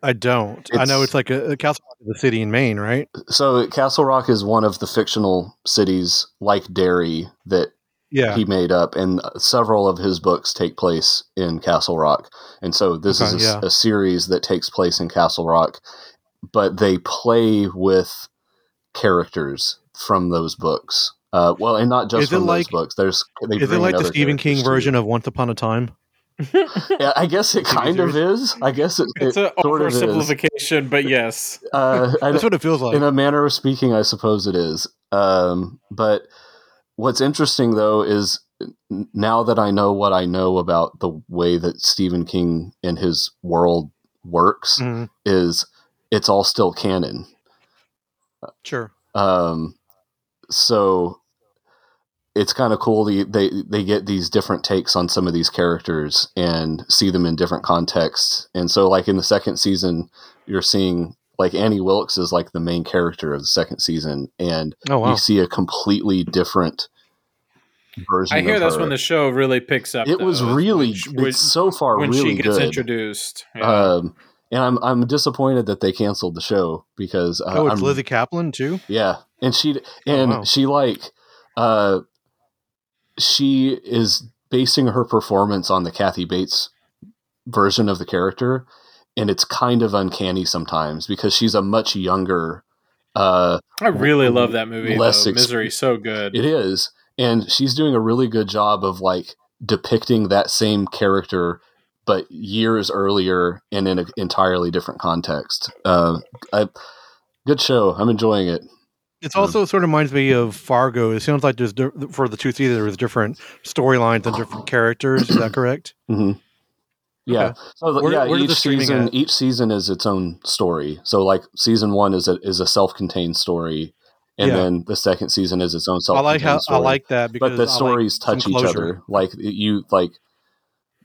Speaker 3: I don't. I know
Speaker 4: It's-
Speaker 3: it's like a, a castle, the city in Maine, right?
Speaker 4: so Castle Rock is one of the fictional cities like Derry that
Speaker 3: Yeah.
Speaker 4: he made up, and several of his books take place in Castle Rock. And so this is a,
Speaker 3: Okay,
Speaker 4: s-
Speaker 3: yeah.
Speaker 4: a series that takes place in Castle Rock, but they play with characters from those books. Uh, well, and not just
Speaker 3: Is it
Speaker 4: from
Speaker 3: like-
Speaker 4: those books. There's they
Speaker 3: Is it
Speaker 4: bring
Speaker 3: like the
Speaker 4: other
Speaker 3: Stephen King
Speaker 4: characters, too.
Speaker 3: version of Once Upon a Time?
Speaker 4: Yeah, I guess it kind of is. I guess it,
Speaker 5: it's
Speaker 4: it
Speaker 5: an
Speaker 4: sort of is.
Speaker 5: oversimplification but yes
Speaker 4: Uh, I,
Speaker 3: That's what it feels like.
Speaker 4: in a manner of speaking, I suppose it is. Um, but what's interesting, though, is n- now that I know what I know about the way that Stephen King and his world works,
Speaker 3: Mhm.
Speaker 4: is it's all still canon.
Speaker 3: Sure.
Speaker 4: Um, so it's kind of cool. The, they they get these different takes on some of these characters and see them in different contexts. And so, like in the second season, you're seeing like Annie Wilkes is like the main character of the second season, and
Speaker 3: Oh wow.
Speaker 4: you see a completely different version.
Speaker 5: I hear
Speaker 4: of
Speaker 5: that's
Speaker 4: her.
Speaker 5: when the show really picks up.
Speaker 4: It was
Speaker 5: though, is
Speaker 4: really
Speaker 5: when she-
Speaker 4: it's so far
Speaker 5: when,
Speaker 4: really
Speaker 5: she gets
Speaker 4: good.
Speaker 5: introduced. Yeah.
Speaker 4: Um, and I'm I'm disappointed that they canceled the show because uh,
Speaker 3: oh, it's
Speaker 4: I'm,
Speaker 3: Lizzie Kaplan too.
Speaker 4: yeah, and she and
Speaker 3: wow.
Speaker 4: she like uh, she is basing her performance on the Kathy Bates version of the character, and it's kind of uncanny sometimes because she's a much younger. Uh,
Speaker 5: I really love that movie.
Speaker 4: less
Speaker 5: Though.
Speaker 4: exp-
Speaker 5: Misery, so good.
Speaker 4: it is, and she's doing a really good job of like depicting that same character. But years earlier and in an entirely different context. Uh, I, good show. I'm enjoying it. Mm-hmm.
Speaker 3: It's also sort of reminds me of Fargo. It sounds like there's di- for the two seasons there was different storylines and different characters. Is that
Speaker 4: (clears throat)
Speaker 3: correct?
Speaker 4: Mm-hmm. Yeah. So
Speaker 3: Where-
Speaker 4: yeah,
Speaker 3: where did
Speaker 4: each
Speaker 3: the streaming
Speaker 4: season
Speaker 3: at?
Speaker 4: each season is its own story. So like season one is a is a self contained story, and
Speaker 3: Yeah.
Speaker 4: then the second season is its own self.
Speaker 3: I like how I like that because
Speaker 4: but the
Speaker 3: I like
Speaker 4: stories
Speaker 3: some
Speaker 4: touch each
Speaker 3: closure.
Speaker 4: other. Like you like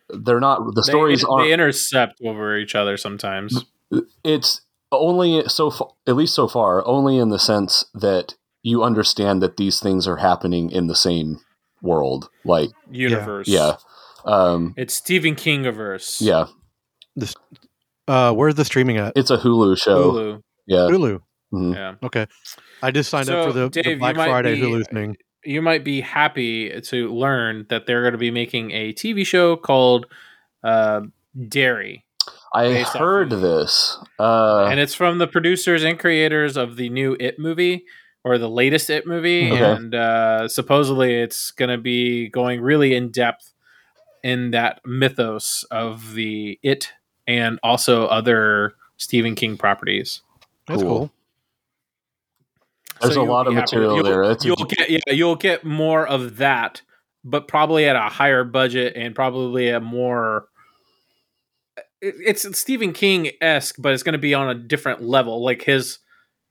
Speaker 4: they're not the
Speaker 5: They-
Speaker 4: stories
Speaker 5: they,
Speaker 4: aren't.
Speaker 5: intercept over each other sometimes.
Speaker 4: it's only so far, at least so far, only in the sense that you understand that these things are happening in the same world. Like
Speaker 5: Universe.
Speaker 4: yeah, um,
Speaker 5: It's Stephen King averse.
Speaker 4: yeah,
Speaker 3: Uh, where's the streaming at?
Speaker 4: it's a Hulu show.
Speaker 5: Hulu.
Speaker 4: Yeah.
Speaker 3: Hulu.
Speaker 4: Mhm.
Speaker 5: Yeah.
Speaker 3: Okay, I just signed
Speaker 5: So,
Speaker 3: up for the, the
Speaker 5: Dave, you
Speaker 3: Black
Speaker 5: might
Speaker 3: Friday
Speaker 5: be- uh,
Speaker 3: Hulu thing.
Speaker 5: You might be happy to learn that they're going to be making a TV show called uh, Dairy,
Speaker 4: I
Speaker 5: based off
Speaker 4: heard
Speaker 5: of-
Speaker 4: this. Uh,
Speaker 5: and it's from the producers and creators of the new It movie or the latest It movie,
Speaker 4: Okay.
Speaker 5: and uh, supposedly it's going to be going really in depth in that mythos of the It and also other Stephen King properties.
Speaker 3: That's
Speaker 4: cool.
Speaker 3: cool.
Speaker 4: There's a
Speaker 5: you'll
Speaker 4: lot
Speaker 5: be
Speaker 4: of
Speaker 5: happy-
Speaker 4: material
Speaker 5: you'll-
Speaker 4: there. That's a-
Speaker 5: you'll get yeah, you'll get more of that, but probably at a higher budget and probably a more. it- It's Stephen King esque, but it's going to be on a different level, like his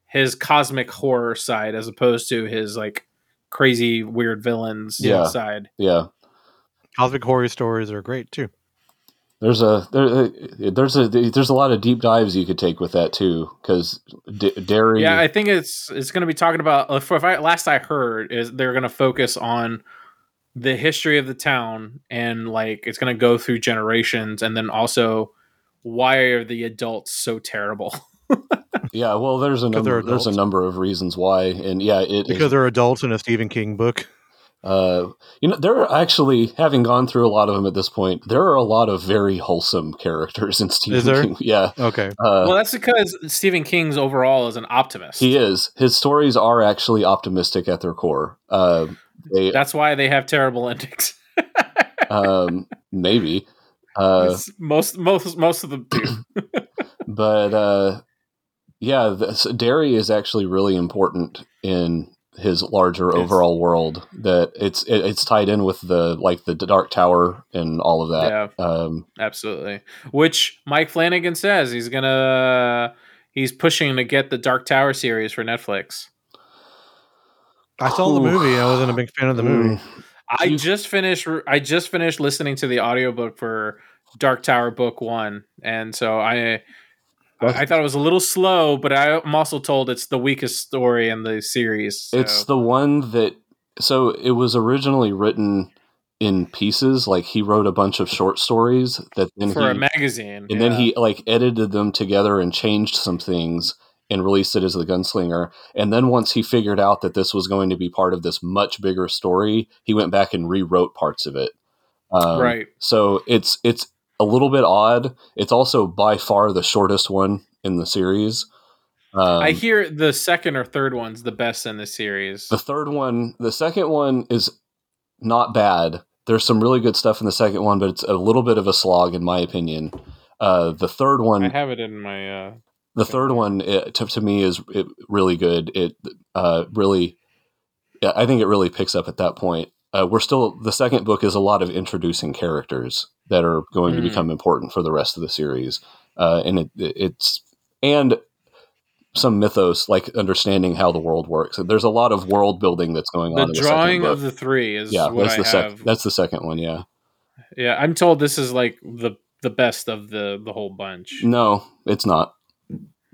Speaker 5: his cosmic horror side, as opposed to his like crazy weird villains
Speaker 4: Yeah.
Speaker 5: side.
Speaker 4: yeah.
Speaker 3: Cosmic horror stories are great too.
Speaker 4: There's a there, uh, there's a there's a lot of deep dives you could take with that too because d- dairy.
Speaker 5: Yeah, I think it's it's going to be talking about. uh, If if I, last I heard, is they're going to focus on the history of the town and like it's going to go through generations, and then also why are the adults
Speaker 4: (laughs)
Speaker 5: so terrible?
Speaker 4: yeah. Well, there's a
Speaker 3: Because they're
Speaker 4: number there's a
Speaker 3: adults.
Speaker 4: number of reasons why, and yeah, it
Speaker 3: Because
Speaker 4: because
Speaker 3: they're adults in a Stephen King book.
Speaker 4: uh, you know there are actually having gone through a lot of them at this point. There are a lot of very wholesome characters in Stephen
Speaker 3: there?
Speaker 4: King. (laughs) Yeah.
Speaker 3: Okay,
Speaker 4: Uh,
Speaker 5: well, that's because Stephen King's overall is an optimist.
Speaker 4: he is. His stories are actually optimistic at their core. Uh, they
Speaker 5: That's why they have terrible endings.
Speaker 4: um,
Speaker 5: (laughs)
Speaker 4: maybe. (laughs) Uh,
Speaker 5: It's most most most of them do.
Speaker 4: (clears throat) but uh, yeah, this, dairy is actually really important in his larger
Speaker 5: It's-
Speaker 4: overall world. That it's it, it's tied in with the like the Dark Tower and all of that.
Speaker 5: yeah,
Speaker 4: Um,
Speaker 5: absolutely. Which Mike Flanagan says he's gonna he's pushing to get the Dark Tower series for Netflix.
Speaker 3: I saw the
Speaker 4: Ooh. Mm.
Speaker 3: movie. I wasn't a big fan of the movie.
Speaker 5: I
Speaker 4: You-
Speaker 5: just finished I just finished listening to the audiobook for Dark Tower book 1 and so I I thought it was a little slow but I, am also told it's the weakest story in the series. so-
Speaker 4: It's the one that so it was originally written in pieces. Like he wrote a bunch of short stories that then
Speaker 5: for a
Speaker 4: he
Speaker 5: magazine.
Speaker 4: and
Speaker 5: yeah.
Speaker 4: then he like edited them together and changed some things and released it as the gunslinger and then once he figured out that this was going to be part of this much bigger story he went back and rewrote parts of it um,
Speaker 5: Right.
Speaker 4: so it's it's a little bit odd it's also by far the shortest one in the series um,
Speaker 5: I hear the second or third one's the best in the series.
Speaker 4: the third one the second one is not bad there's some really good stuff in the second one but it's a little bit of a slog in my opinion uh, the third one
Speaker 5: I have it in my uh
Speaker 4: the third one it, to, to me is it, really good it uh, really yeah, i think it really picks up at that point uh, we're still the second book is a lot of introducing characters that are going to
Speaker 5: Mm.
Speaker 4: become important for the rest of the series uh, and it, it's and some mythos like understanding how the world works there's a lot of world building that's going on
Speaker 5: the
Speaker 4: in the second
Speaker 5: drawing
Speaker 4: book.
Speaker 5: of the three is
Speaker 4: yeah
Speaker 5: what
Speaker 4: that's
Speaker 5: I
Speaker 4: the
Speaker 5: have.
Speaker 4: second that's the second one yeah
Speaker 5: yeah, I'm told this is like the the best of the the whole bunch.
Speaker 4: no it's not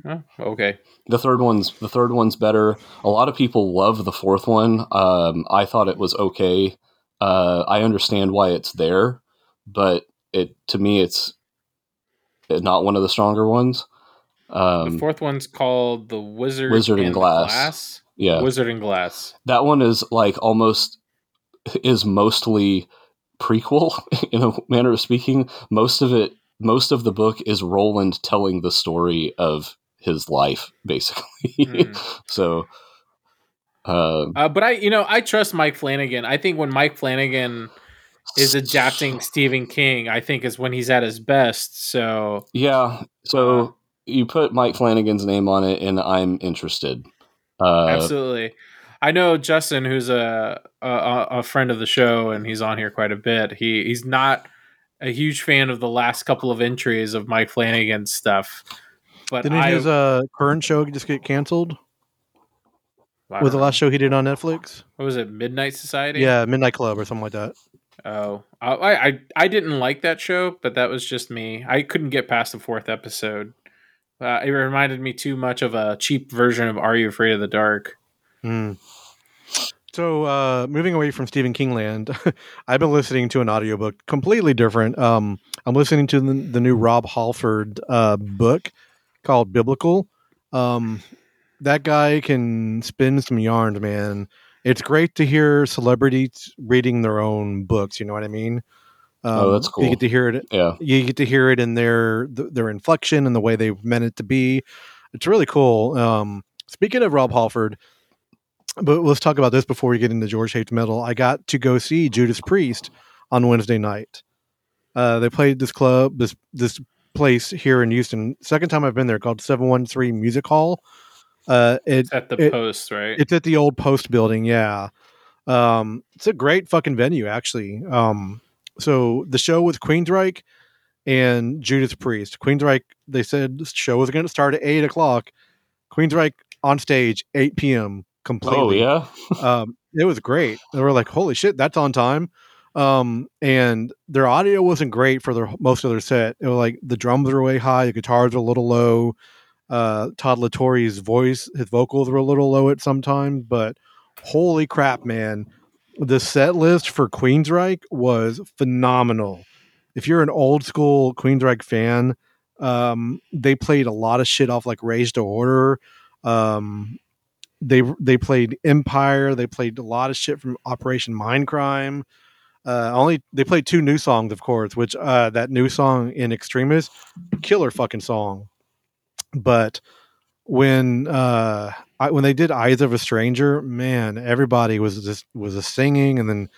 Speaker 5: Oh, okay.
Speaker 4: The third one's the third one's better. A lot of people love the fourth one. Um, I thought it was okay. Uh, I understand why it's there, but it to me it's not one of the stronger ones. Um,
Speaker 5: the fourth one's called the Wizard
Speaker 4: Wizard in
Speaker 5: and the
Speaker 4: Glass. yeah,
Speaker 5: Wizard
Speaker 4: (laughs)
Speaker 5: and Glass.
Speaker 4: that one is like almost is mostly prequel (laughs) in a manner of speaking most of it most of the book is roland telling the story of his life basically
Speaker 5: Hmm.
Speaker 4: (laughs) so uh,
Speaker 5: Uh, but I, you know, I trust Mike Flanagan. I think when Mike Flanagan
Speaker 4: (sighs)
Speaker 5: is adapting Stephen King, I think is when he's at his best. So
Speaker 4: yeah so you put mike flanagan's name on it and i'm interested uh,
Speaker 5: absolutely. I know Justin, who's a, a- a a friend of the show, and he's on here quite a bit. He he's not a huge fan of the last couple of entries of Mike Flanagan's stuff, but
Speaker 3: Didn't
Speaker 5: I,
Speaker 3: his uh, current show just get canceled?
Speaker 5: I don't
Speaker 3: Was the
Speaker 5: know.
Speaker 3: last show he did on Netflix?
Speaker 5: what was it Midnight Society?
Speaker 3: Yeah, Midnight Club or something like that.
Speaker 5: Oh, I I I- I didn't like that show, but that was just me. I couldn't get past the fourth episode. Uh, it reminded me too much of a cheap version of Are You Afraid of the Dark?
Speaker 3: Mm. So, uh, moving away from Stephen King land, (laughs) I've been listening to an audiobook completely different. Um, I'm listening to the, the new Rob Halford uh, book called Biblical. Um, that guy can spin some yarns, man. It's great to hear celebrities reading their own books. You know what I mean? Um,
Speaker 4: Oh, that's
Speaker 3: You
Speaker 4: cool.
Speaker 3: get to hear it
Speaker 4: yeah Oh,
Speaker 3: you get to hear it in their th- their inflection and the way they meant it to be. It's really cool. Um, speaking of Rob Halford, but let's talk about this before we get into George Hate's Metal. I got to go see Judas Priest on Wednesday night. Uh, they played this club this this place here in Houston. Second time I've been there called Seven One Three Music Hall. Uh, it
Speaker 5: It's at the
Speaker 3: It-
Speaker 5: post, right?
Speaker 3: it's at the old post building, yeah. Um, it's a great fucking venue, actually. Um, so the show was Queensryche and Judas Priest. Queensryche, they said the show was going to start at eight o'clock. Queensryche on stage, eight p.m. Completely
Speaker 4: oh yeah
Speaker 3: um, it was great. They were like, "Holy shit, that's on time!" Um, and their audio wasn't great for their most of their set. It was like the drums were way high, the guitars were a little low. Uh, Todd Latore's voice, his vocals were a little low at some time, but holy crap, man! The set list for Queensryche was phenomenal. If you're an old school Queensryche fan, um, they played a lot of shit off like Rage to Order. Um, they they played Empire. They played a lot of shit from Operation Mindcrime. Uh, only they played two new songs, of course, which uh, that new song in Extremis, killer fucking song. But when uh, I, when they did Eyes of a Stranger, man, everybody was just was just singing, and then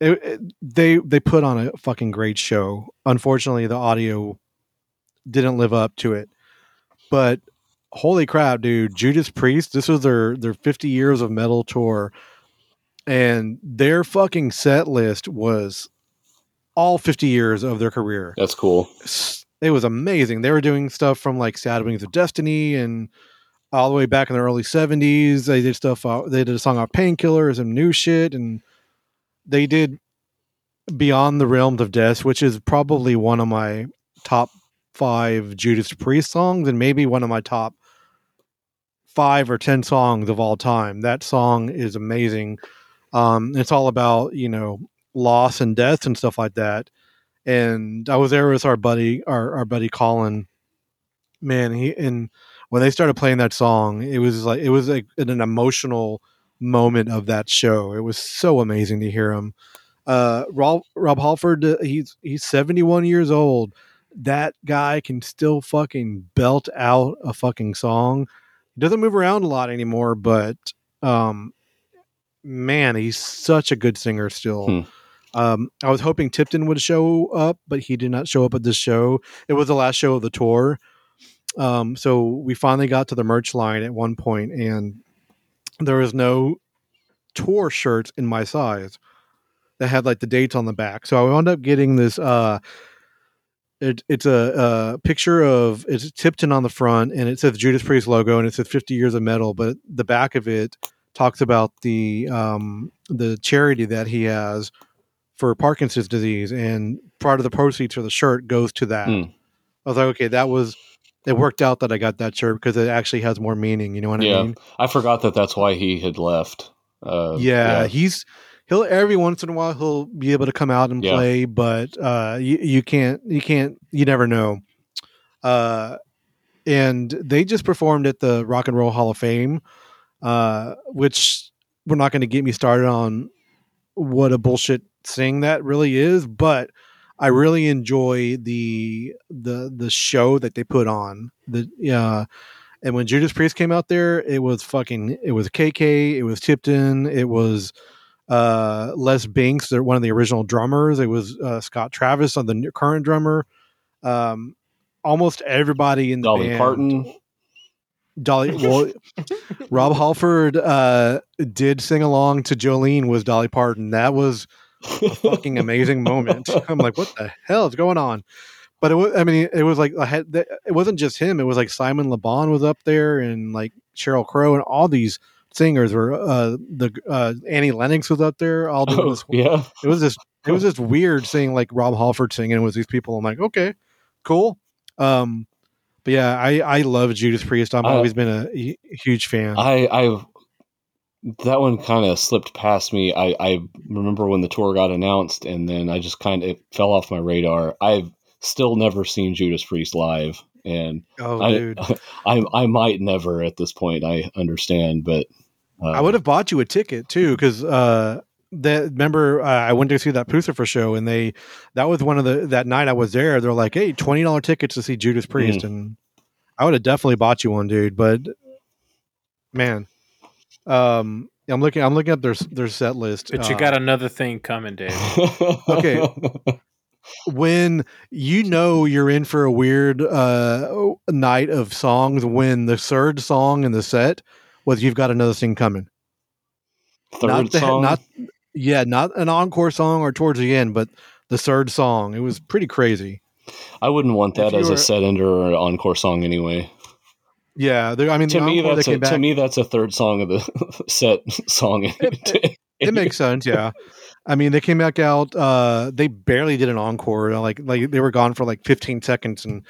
Speaker 3: it, it- they they put on a fucking great show. Unfortunately, the audio didn't live up to it, but holy crap, dude! Judas Priest. This was their their 50 years of metal tour, and their fucking set list was all 50 years of their career.
Speaker 4: that's cool
Speaker 3: It was amazing. They were doing stuff from like Sad Wings of Destiny and all the way back in the early 70s. They did stuff. uh, They did a song off Painkiller and some new shit, and they did Beyond the Realms of Death, which is probably one of my top five Judas Priest songs, and maybe one of my top five or ten songs of all time. That song is amazing. Um, it's all about you know loss and death and stuff like that. And I was there with our buddy, our, our buddy Colin. Man, he and when they started playing that song, it was like it was like an, an emotional moment of that show. It was so amazing to hear him. Uh, Rob Rob Halford, uh, he's he's seventy one years old. That guy can still fucking belt out a fucking song. Doesn't move around a lot anymore, but um, man, he's such a good singer still.
Speaker 4: Hmm.
Speaker 3: Um, I was hoping Tipton would show up, but he did not show up at this show. It was the last show of the tour. Um, so we finally got to the merch line at one point, and there was no tour shirts in my size that had like the dates on the back. So I wound up getting this. Uh, it, it's a, a picture of it's Tipton on the front, and it says Judas Priest logo, and it says 50 years of metal. But the back of it talks about the um, the charity that he has for Parkinson's disease, and part of the proceeds for the shirt goes to that.
Speaker 4: Hmm.
Speaker 3: I was like, okay, that was it worked out that I got that shirt because it actually has more meaning. You know what
Speaker 4: Yeah.
Speaker 3: I mean?
Speaker 4: I forgot that that's why he had left. Uh,
Speaker 3: yeah, he's he'll every once in a while he'll be able to come out and
Speaker 4: Yeah.
Speaker 3: play, but uh, you, you can't you can't you never know. Uh, and they just performed at the Rock and Roll Hall of Fame, uh, which we're not going to get me started on what a bullshit thing that really is, but I really enjoy the the the show that they put on. The uh, and when Judas Priest came out there, it was fucking it was KK, it was Tipton, it was uh Les Binks, they're one of the original drummers, it was uh, Scott Travis on the new- current drummer. Um almost everybody in the
Speaker 4: Dolly
Speaker 3: band
Speaker 4: Parton.
Speaker 3: Dolly well Rob Halford uh did sing along to Jolene was Dolly Parton. That was fucking amazing moment. I'm like, what the hell is going on? But it was, I mean, it was like, I had, th- it wasn't just him. It was like Simon LeBon was up there and like Cheryl Crow and all these singers were, uh, the, uh, Annie Lennox was up there all doing
Speaker 4: (laughs) (laughs) Oh,
Speaker 3: this.
Speaker 4: yeah.
Speaker 3: It was just, it
Speaker 4: (laughs)
Speaker 3: was just weird seeing like Rob Halford singing with these people. I'm like, okay, cool. Um, but yeah, I, I love Judas Priest. I've
Speaker 4: I-
Speaker 3: always been a hu- huge fan.
Speaker 4: I, I, that one kind of slipped past me. I, I remember when the tour got announced, and then I just kind of it fell off my radar. I've still never seen Judas Priest live, and
Speaker 3: oh,
Speaker 4: I,
Speaker 3: dude.
Speaker 4: (laughs) I, I might never at this point. I understand, but uh, (laughs)
Speaker 3: I would have bought you a ticket too, because uh, that remember uh, I went to see that Pucifer show, and they that was one of the that night I was there. They're like, hey, twenty dollar tickets to see Judas Priest,
Speaker 5: Mm.
Speaker 3: and I would have definitely bought you one, dude. But man, um, I'm looking, I'm looking at their their set list.
Speaker 5: But you
Speaker 3: Uh,
Speaker 5: got another thing coming, Dave.
Speaker 3: Okay. when you know you're in for a weird uh, night of songs when the third song in the set was "You've Got Another Thing Coming."
Speaker 4: Third
Speaker 3: not the,
Speaker 4: song.
Speaker 3: not yeah, not an encore song or towards the end, but the third song. It was pretty crazy.
Speaker 4: I wouldn't want
Speaker 3: if
Speaker 4: that
Speaker 3: you
Speaker 4: as
Speaker 3: were-
Speaker 4: a set ender or an encore song anyway.
Speaker 3: Yeah, there- I mean,
Speaker 4: To
Speaker 3: the
Speaker 4: me,
Speaker 3: encore
Speaker 4: that's
Speaker 3: that
Speaker 4: a,
Speaker 3: came back,
Speaker 4: to me that's a third song of the (laughs) set song.
Speaker 3: it
Speaker 4: (laughs)
Speaker 3: makes sense. Yeah, I mean, they came back out. Uh, they barely did an encore. uh, Like, like they were gone for like 15 seconds, and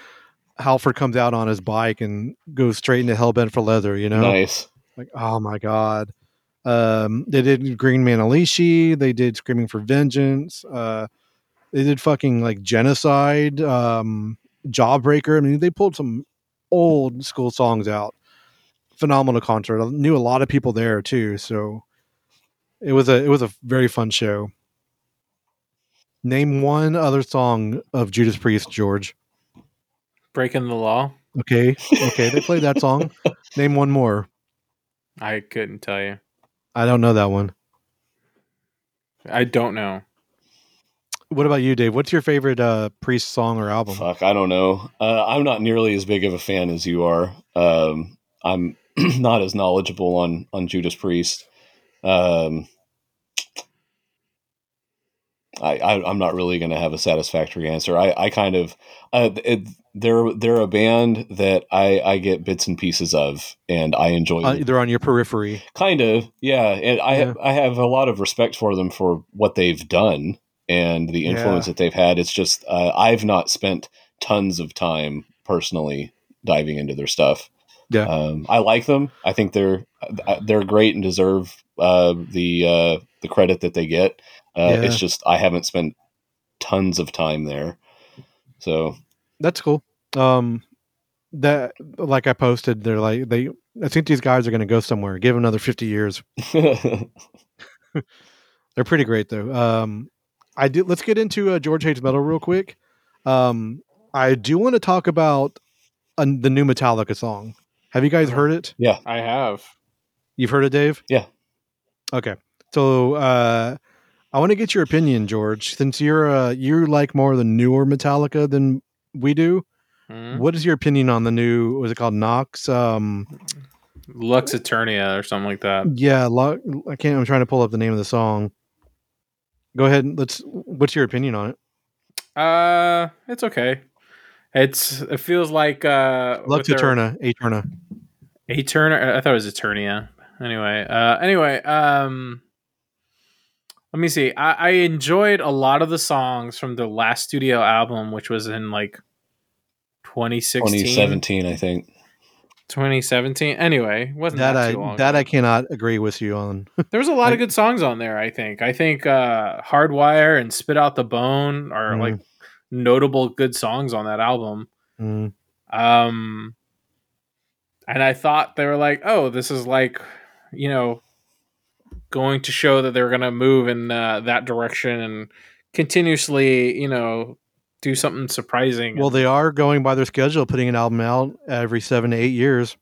Speaker 3: Halford comes out on his bike and goes straight into Hellbent for Leather. You know,
Speaker 4: nice.
Speaker 3: like oh my god um they did green man alishi they did screaming for vengeance uh they did fucking like genocide um jawbreaker i mean they pulled some old school songs out phenomenal concert i knew a lot of people there too so it was a it was a very fun show name one other song of judas priest george
Speaker 5: Breaking the law.
Speaker 3: okay okay they played that song name one more
Speaker 5: I couldn't tell you.
Speaker 3: i don't know that one
Speaker 5: I don't know.
Speaker 3: What about you, Dave? What's your favorite uh, Priest song or album?
Speaker 4: Fuck, I don't know. Uh, I'm not nearly as big of a fan as you are. Um, I'm (clears throat) not as knowledgeable on on Judas Priest. Um, I, I I'm not really going to have a satisfactory answer. I I kind of uh, it, they're they're a band that I I get bits and pieces of, and I enjoy
Speaker 3: Uh,
Speaker 4: them.
Speaker 3: they're on your periphery.
Speaker 4: kind of yeah. And I
Speaker 3: Yeah.
Speaker 4: I have a lot of respect for them for what they've done and the influence that they've had. It's just uh, I've not spent tons of time personally diving into their stuff.
Speaker 3: Yeah.
Speaker 4: um, I like them. I think they're uh, they're great and deserve uh, the uh, the credit that they get. Uh,
Speaker 3: Yeah.
Speaker 4: It's just I haven't spent tons of time there. So (laughs)
Speaker 3: That's cool. Um, that like I posted, they're like they. I think these guys are going to go somewhere. Give 'em another fifty years. They're pretty great though. Um, I do. Let's get into uh, George Hates Metal real quick. Um, I do want to talk about uh, the new Metallica song. Have you guys heard it?
Speaker 5: I have.
Speaker 3: You've heard it, Dave?
Speaker 4: Yeah.
Speaker 3: Okay. So uh I want to get your opinion, George, since you're uh you like more the newer Metallica than we do.
Speaker 5: Hmm?
Speaker 3: What is your opinion on the new was it called Knox? Um
Speaker 5: Lux Eternia or something like that.
Speaker 3: yeah, Lo- I can't I'm trying to pull up the name of the song. Go ahead and let's what's your opinion on it?
Speaker 5: Uh, it's okay. It's it feels like uh
Speaker 3: Love
Speaker 5: with their-
Speaker 3: Eterna, Eterna.
Speaker 5: Eterna. I thought it was Eternia. Anyway, uh, anyway, um, let me see. I, I enjoyed a lot of the songs from the last studio album, which was in like 2016,
Speaker 4: 2017, I think.
Speaker 5: 2017. Anyway, wasn't that,
Speaker 3: that I
Speaker 5: too long
Speaker 3: that
Speaker 5: ago.
Speaker 3: I cannot agree with you on.
Speaker 5: There was a lot of good songs on there. I think. I think uh, "Hardwire" and "Spit Out the Bone" are
Speaker 3: Mhm.
Speaker 5: like notable good songs on that album.
Speaker 3: Mm.
Speaker 5: Um, and I thought they were like, "Oh, this is like, you know, going to show that they're going to move in uh, that direction and continuously, you know, do something surprising."
Speaker 3: Well, they are going by their schedule, putting an album out every seven to eight
Speaker 4: (laughs)
Speaker 3: years,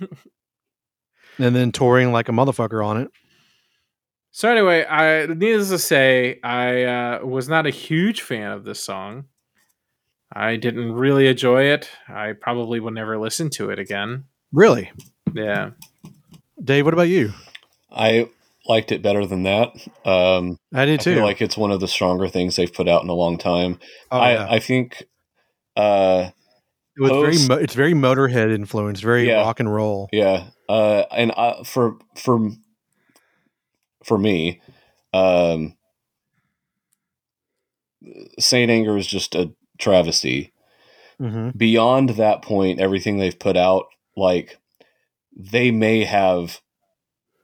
Speaker 3: and then touring like a motherfucker on it.
Speaker 5: So anyway, I needless to say, I uh, was not a huge fan of this song. I didn't really enjoy it. I probably will never listen to it again.
Speaker 3: Really,
Speaker 5: Yeah,
Speaker 3: Dave? What about you?
Speaker 4: I liked it better than that. Um,
Speaker 3: I did
Speaker 4: I
Speaker 3: too.
Speaker 4: feel like it's one of the stronger things they've put out in a long time.
Speaker 3: oh,
Speaker 4: I,
Speaker 3: yeah.
Speaker 4: I think. Uh,
Speaker 3: it was
Speaker 4: post-
Speaker 3: very mo- it's very Motorhead influenced, very
Speaker 4: Yeah.
Speaker 3: rock and roll.
Speaker 4: Yeah, uh, and I, for for for me, um, Saint Anger is just a travesty.
Speaker 3: hmm
Speaker 4: Beyond that point, everything they've put out, like they may have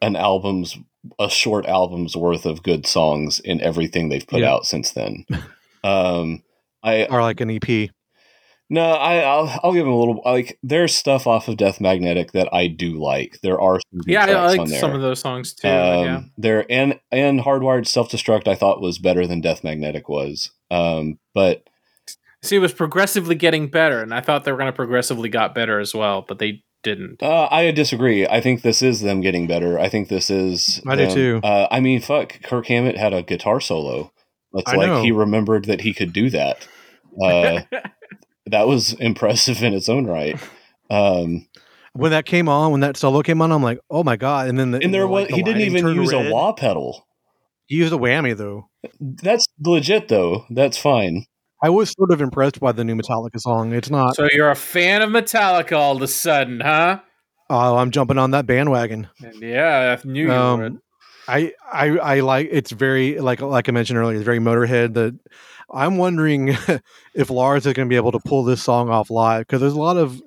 Speaker 4: an album's a short album's worth of good songs in everything they've put
Speaker 3: Yeah.
Speaker 4: out since then. (laughs) um, I
Speaker 3: Or like an E EP.
Speaker 4: no, I, I'll I'll give them a little like there's stuff off of Death Magnetic that I do like. There are some good
Speaker 5: yeah, I- I
Speaker 4: tracks on
Speaker 5: liked
Speaker 4: there.
Speaker 5: some of those songs too.
Speaker 4: um,
Speaker 5: yeah,
Speaker 4: There and and Hardwired Self Destruct I thought was better than Death Magnetic was. Um, but
Speaker 5: see, it was progressively getting better, and I thought they were going to progressively got better as well, but they didn't.
Speaker 4: uh, I disagree. I think this is them getting better. I think this is
Speaker 3: I do
Speaker 4: them-
Speaker 3: too.
Speaker 4: Uh, I mean, fuck, Kirk Hammett had a guitar solo. It's
Speaker 3: I
Speaker 4: like
Speaker 3: know.
Speaker 4: he remembered that he could do that.
Speaker 5: (laughs)
Speaker 4: Uh, that was impressive in its own right. Um,
Speaker 3: When that came on, when that solo came on, I'm like, oh my god! And then the,
Speaker 4: and there
Speaker 3: the,
Speaker 4: was
Speaker 3: like, the
Speaker 4: he didn't
Speaker 3: lighting
Speaker 4: even
Speaker 3: turned
Speaker 4: use a
Speaker 3: red.
Speaker 4: wah pedal.
Speaker 3: He used a whammy though.
Speaker 4: That's legit though. That's fine.
Speaker 3: I was sort of impressed by the new Metallica song. It's not,
Speaker 5: So you're a fan of Metallica all of a sudden, huh?
Speaker 3: oh, I'm jumping on that bandwagon.
Speaker 5: And yeah, I knew you
Speaker 3: Um,
Speaker 5: would.
Speaker 3: I, I, I like it's very like like I mentioned earlier, it's very Motorhead. That I'm wondering (laughs) if Lars is going to be able to pull this song off live because there's a lot of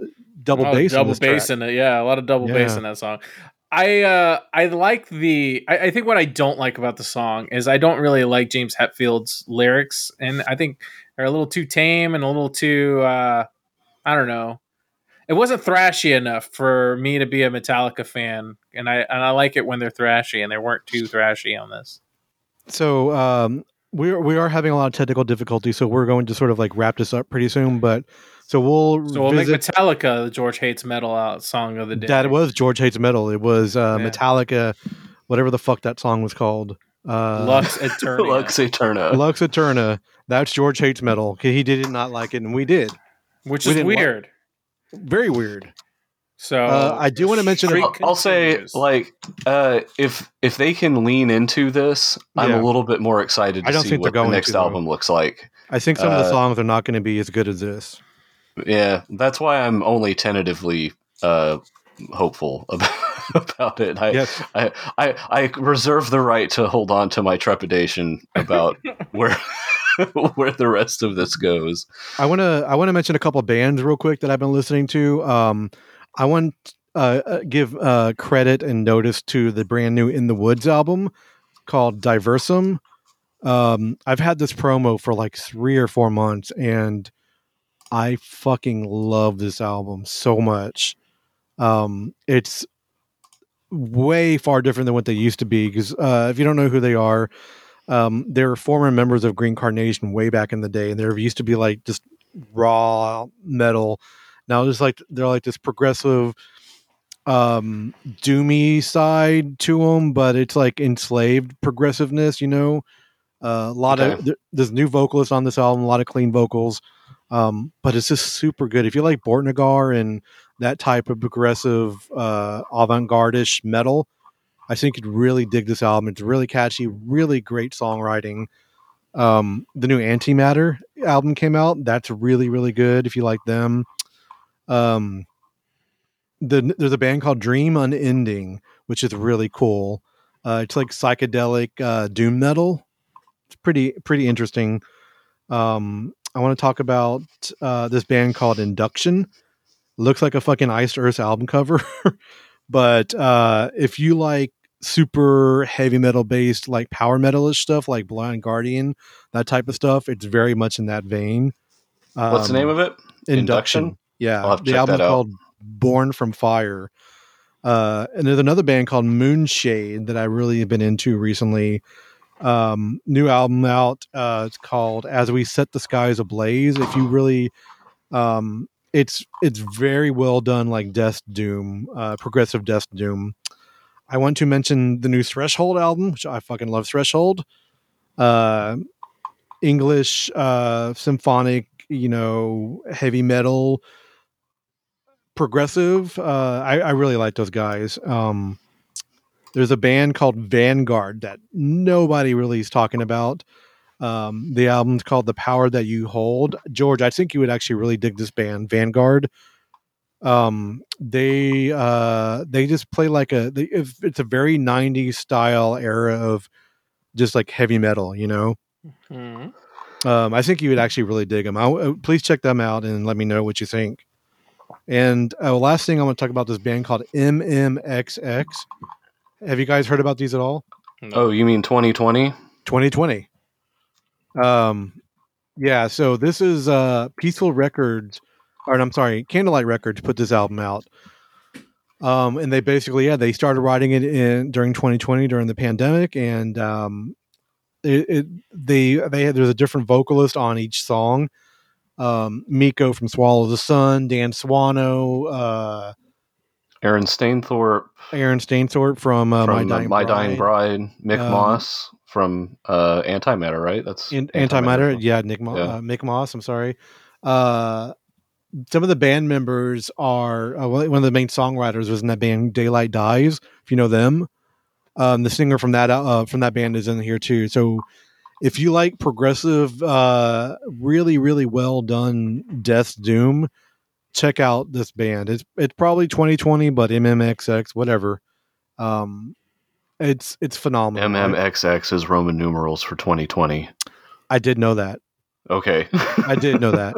Speaker 3: double
Speaker 5: A lot of
Speaker 3: bass. in
Speaker 5: Oh, double
Speaker 3: this
Speaker 5: bass
Speaker 3: track.
Speaker 5: in it. Yeah, a lot of double bass
Speaker 3: Yeah.
Speaker 5: in that song. I uh, I like the. I, I think what I don't like about the song is I don't really like James Hetfield's lyrics, and I think they're a little too tame and a little too. Uh, I don't know. It wasn't thrashy enough for me to be a Metallica fan, and I and I like it when they're thrashy, and they weren't too thrashy on this.
Speaker 3: So um, we we are having a lot of technical difficulty, so we're going to sort of like wrap this up pretty soon. But so we'll
Speaker 5: So we'll make
Speaker 3: visit-
Speaker 5: Metallica the George hates metal out song of the day.
Speaker 3: That was George hates metal. It was uh,
Speaker 5: Yeah.
Speaker 3: Metallica, whatever the fuck that song was called. Uh,
Speaker 5: Lux Eterna.
Speaker 4: Eterna.
Speaker 3: (laughs) Lux Eterna. That's George hates metal. 'Kay, He did not like it, and we did.
Speaker 5: which
Speaker 3: We
Speaker 5: is
Speaker 3: didn't like-
Speaker 5: weird.
Speaker 3: Very weird.
Speaker 5: So
Speaker 3: Uh, I do wanna mention a-
Speaker 5: Shriek
Speaker 4: I'll, I'll say
Speaker 5: continues.
Speaker 4: like uh, if if they can lean into this, I'm
Speaker 3: Yeah.
Speaker 4: a little bit more excited to
Speaker 3: I don't
Speaker 4: see
Speaker 3: think
Speaker 4: what
Speaker 3: they're
Speaker 4: the
Speaker 3: going
Speaker 4: next
Speaker 3: to, though.
Speaker 4: album looks like.
Speaker 3: I think some of the
Speaker 4: Uh,
Speaker 3: songs are not going to be as good as this.
Speaker 4: Yeah, that's why I'm only tentatively uh, hopeful (laughs) about, about it. I,
Speaker 3: Yes,
Speaker 4: I, I I reserve the right to hold on to my trepidation
Speaker 3: (laughs)
Speaker 4: about where (laughs) where the rest of this goes.
Speaker 3: I want to. I want to mention a couple bands real quick that I've been listening to. Um, I want uh, uh, give uh, credit and notice to the brand new In the Woods album called Diversum. Um, I've had this promo for like three or four months, and I fucking love this album so much. Um, it's way far different than what they used to be because uh, if you don't know who they are, um, they were former members of Green Carnation way back in the day, and they used to be like just raw metal. Now there's like they're like this progressive, um, doomy side to them, but it's like enslaved progressiveness, you know. Uh, a lot
Speaker 4: Okay.
Speaker 3: of th- there's new vocalists on this album, a lot of clean vocals, um, but it's just super good. If you like Bortnagar and that type of progressive uh, avant-garde-ish metal, I think you'd really dig this album. It's really catchy, really great songwriting. Um, the new Antimatter album came out. That's really, really good if you like them. Um, the, there's a band called Dream Unending, which is really cool. Uh, it's like psychedelic uh, doom metal. It's pretty, pretty interesting. Um, I want to talk about uh, this band called Induction. Looks like a fucking Iced Earth album cover, (laughs) but uh, if you like super heavy metal based, like power metalish stuff, like Blind Guardian, that type of stuff, it's very much in that vein.
Speaker 4: What's
Speaker 3: Um,
Speaker 4: the name of it?
Speaker 3: Induction.
Speaker 4: Induction?
Speaker 3: Yeah,
Speaker 4: I'll have to
Speaker 3: the
Speaker 4: check
Speaker 3: album's
Speaker 4: that out.
Speaker 3: called Born from Fire. Uh, and there's another band called Moonshade that I really have been into recently. Um, new album out. Uh, it's called As We Set the Skies Ablaze. If you really, um, it's it's very well done, like Death Doom, uh, progressive Death Doom. I want to mention the new Threshold album, which I fucking love. Threshold, uh, English uh, symphonic, you know, heavy metal progressive. Uh, I, I really like those guys. Um, there's a band called Vanguard that nobody really is talking about. Um, the album's called "The Power That You Hold." George, I think you would actually really dig this band, Vanguard. Um, they uh, they just play like a they, if- it's a very '90s style era of just like heavy metal, you know.
Speaker 5: Mhm.
Speaker 3: Um, I think you would actually really dig them. I, uh, please check them out and let me know what you think. And uh, last thing I want to talk about this band called MMXX. Have you guys heard about these at all?
Speaker 4: Oh, you mean 2020?
Speaker 3: 2020. Um, yeah. So this is uh, Peaceful Records, or I'm sorry, Candlelight Records put this album out. Um, and they basically, yeah, they started writing it in during 2020 during the pandemic, and um, it, it they they had, there's a different vocalist on each song. Um, Miko from Swallow the Sun, Dan Swano, uh,
Speaker 4: Aaron Stainthorpe
Speaker 3: Aaron Stainthorpe from, uh,
Speaker 4: from
Speaker 3: My Dying
Speaker 4: My
Speaker 3: Bride.
Speaker 4: Dying Bride, Mick
Speaker 3: Um,
Speaker 4: Moss from uh, Antimatter, right? That's
Speaker 3: In, antimatter, yeah, Nick Mo-
Speaker 4: Yeah.
Speaker 3: Uh, Mick Moss. I'm sorry. Uh, some of the band members are uh, one one of the main songwriters was in that band Daylight Dies. If you know them, um, the singer from that uh, from that band is in here too. So if you like progressive, uh, really really well done death doom, check out this band. It's it's probably 2020, but MMXX whatever. Um, it's it's phenomenal.
Speaker 4: MMXX is Roman numerals for 2020.
Speaker 3: I did know that.
Speaker 4: Okay.
Speaker 3: (laughs) I did know that.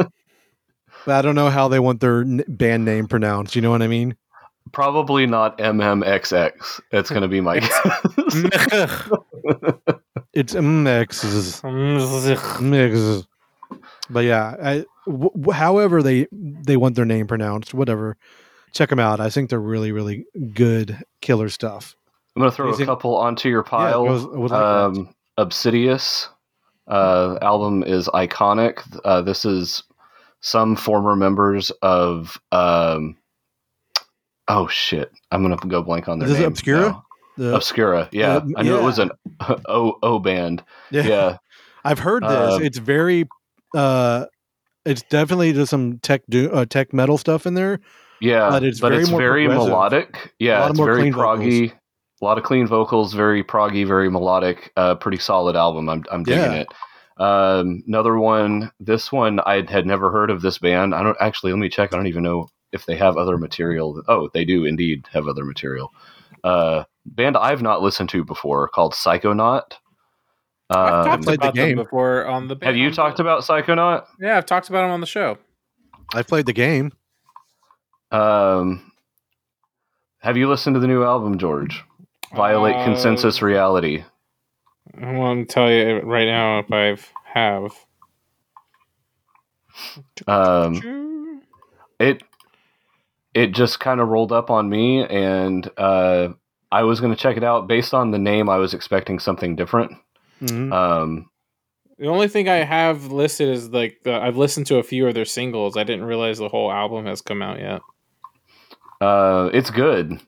Speaker 3: but I don't know how they want their n- band name pronounced. You know what I mean?
Speaker 4: (laughs) Probably not MMXX. That's going to
Speaker 3: (laughs)
Speaker 4: be my guess. (laughs)
Speaker 3: It's mixes,
Speaker 4: uh,
Speaker 3: mixes. But yeah, I, w- w- however they they want their name pronounced, whatever. Check them out. I think they're really really good killer stuff.
Speaker 4: I'm going to throw
Speaker 3: Is
Speaker 4: a
Speaker 3: it-
Speaker 4: couple onto your pile.
Speaker 3: I was- I would like
Speaker 4: um, Obsidious uh, album is iconic. Uh, this is some former members of. Um, oh shit! I'm going to go blank on their
Speaker 3: Is this
Speaker 4: name
Speaker 3: Obscura?
Speaker 4: now.
Speaker 3: The-
Speaker 4: Obscura, yeah.
Speaker 3: Uh,
Speaker 4: I knew it
Speaker 3: yeah.
Speaker 4: was an (laughs) O
Speaker 3: (laughs)
Speaker 4: O band.
Speaker 3: yeah,
Speaker 4: Yeah,
Speaker 3: I've heard this.
Speaker 4: Uh,
Speaker 3: it's very. uh it's definitely just some tech do, uh, tech metal stuff in there.
Speaker 4: yeah.
Speaker 3: But it's very
Speaker 4: it's
Speaker 3: more
Speaker 4: very
Speaker 3: progressive.
Speaker 4: melodic.
Speaker 3: A
Speaker 4: Yeah,
Speaker 3: lot
Speaker 4: it's
Speaker 3: more
Speaker 4: very
Speaker 3: clean vocals.
Speaker 4: proggy. A lot of clean vocals, very proggy, very melodic. Uh, pretty solid album. I'm I'm digging
Speaker 3: Yeah.
Speaker 4: it. Um, another one. This one I had never heard of this band. I don't actually. Let me check. I don't even know if they have other material. Oh, they do indeed have other material. Uh, band I've not listened to before called Psychonaut.
Speaker 5: I've
Speaker 4: Um,
Speaker 5: talked
Speaker 3: played the
Speaker 5: about them
Speaker 3: game.
Speaker 5: before on the.
Speaker 4: have you
Speaker 5: on the-
Speaker 4: talked about Psychonaut?
Speaker 5: Yeah, I've talked about them on the show.
Speaker 3: I've played the game.
Speaker 4: Um, have you listened to the new album, George? Violate
Speaker 5: Uh,
Speaker 4: consensus reality.
Speaker 5: I want to tell you right now if I've have.
Speaker 4: Um, it it just kind of rolled up on me, and uh, I was going to check it out. Based on the name, I was expecting something different.
Speaker 3: Mhm.
Speaker 4: Um,
Speaker 5: The only thing I have listed is like the, I've listened to a few of their singles. I didn't realize the whole album has come out yet.
Speaker 4: uh, it's good.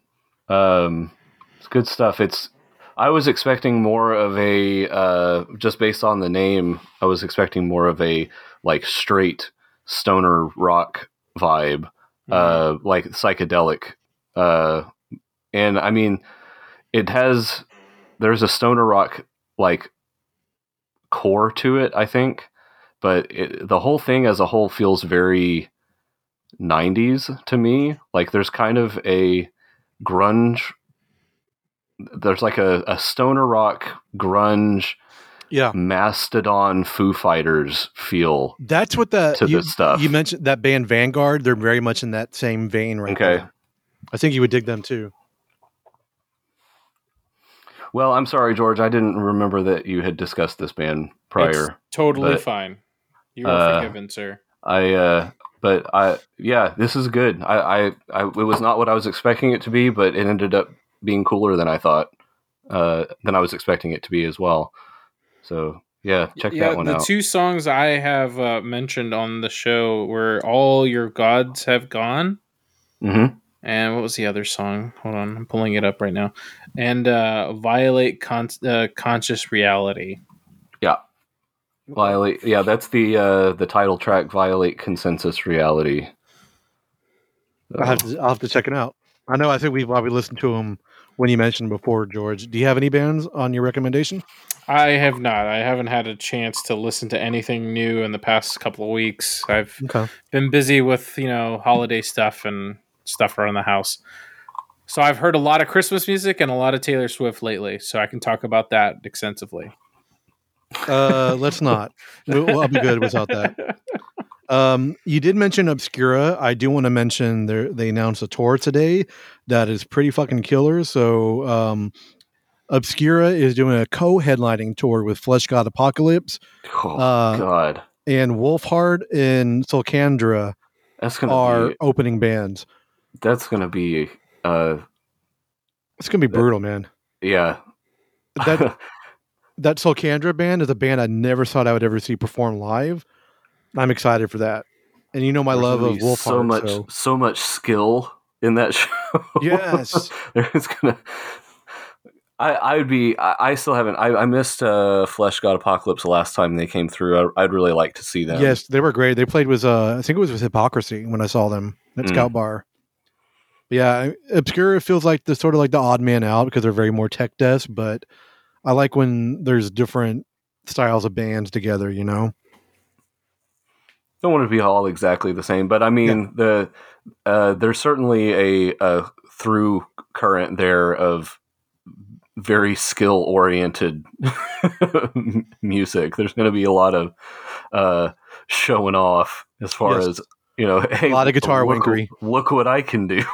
Speaker 4: Um, it's good stuff. It's I was expecting more of a uh, just based on the name. I was expecting more of a like straight stoner rock vibe.
Speaker 5: Hmm.
Speaker 4: uh, like psychedelic. Uh, and I mean, it has there's a stoner rock like core to it, I think, but it, the whole thing as a whole feels very 90s to me. Like there's kind of a grunge. There's like a, a stoner rock grunge
Speaker 3: Yeah.
Speaker 4: Mastodon Foo Fighters feel
Speaker 3: That's what the
Speaker 4: to
Speaker 3: you,
Speaker 4: this stuff.
Speaker 3: you mentioned that band Vanguard. They're very much in that same vein, right?
Speaker 4: Okay.
Speaker 3: now. I think you would dig them too.
Speaker 4: Well, I'm sorry, George. I didn't remember that you had discussed this band prior.
Speaker 5: It's totally
Speaker 4: but,
Speaker 5: fine. You are
Speaker 4: uh,
Speaker 5: forgiven, sir.
Speaker 4: I uh but I yeah, this is good. I, I I it was not what I was expecting it to be, but it ended up being cooler than I thought uh than I was expecting it to be as well. So, yeah, check
Speaker 5: yeah,
Speaker 4: that one
Speaker 5: the
Speaker 4: out.
Speaker 5: two songs I have uh, mentioned on the show were "All Your Gods Have Gone"
Speaker 4: Mhm.
Speaker 5: and what was the other song? Hold on, I'm pulling it up right now. And uh, "Violate Con- uh, Conscious Reality."
Speaker 4: Violate Yeah, that's the uh the title track Violate Consensus Reality.
Speaker 3: I'll have, to, I'll have to check it out. I know. I think we've probably listened to them when you mentioned before, George. Do you have any bands on your recommendation?
Speaker 5: I have not. I haven't had a chance to listen to anything new in the past couple of weeks. I've
Speaker 3: Okay.
Speaker 5: been busy with you know holiday stuff and stuff around the house. So I've heard a lot of Christmas music and a lot of Taylor Swift lately. So I can talk about that extensively.
Speaker 3: Uh, let's not. We'll, we'll- I'll be good without that. Um, you did mention Obscura. I do want to mention their- they announced a tour today that is pretty fucking killer. So um, Obscura is doing a co-headlining tour with Flesh God Apocalypse
Speaker 4: Oh
Speaker 3: Uh,
Speaker 4: god.
Speaker 3: and Wolfhard and Sulcandra
Speaker 4: That's going to
Speaker 3: are
Speaker 4: be
Speaker 3: opening bands.
Speaker 4: that's going to be uh
Speaker 3: It's gonna be brutal, man.
Speaker 4: yeah.
Speaker 3: That
Speaker 4: (laughs)
Speaker 3: that Sulcandra band is a band I never thought I would ever see perform live. I'm excited for that. And you know my
Speaker 4: There's
Speaker 3: love
Speaker 4: gonna
Speaker 3: of
Speaker 4: be
Speaker 3: Wolfhard.
Speaker 4: so much (laughs)
Speaker 3: so-
Speaker 4: so much skill in that (laughs) show (laughs)
Speaker 3: Yes.
Speaker 4: there's gonna i i would be i, I still haven't I, I missed uh flesh god apocalypse the last time they came through I, i'd really like to see them
Speaker 3: Yes, they were great. They played with uh I think it was with Hypocrisy when I saw them at
Speaker 4: Mm.
Speaker 3: Scout Bar. Yeah, Obscura feels like the sort of like the odd man out because they're very more tech desk, but I like when there's different styles of bands together, you know?
Speaker 4: don't want it to be all exactly the same but i mean the uh there's certainly a a through current there of very skill oriented (laughs) music there's going to be a lot of uh showing off as far
Speaker 3: Yes.
Speaker 4: as you know (laughs) hey,
Speaker 3: lot of guitar
Speaker 4: look,
Speaker 3: wankery.
Speaker 4: look what i can do (laughs)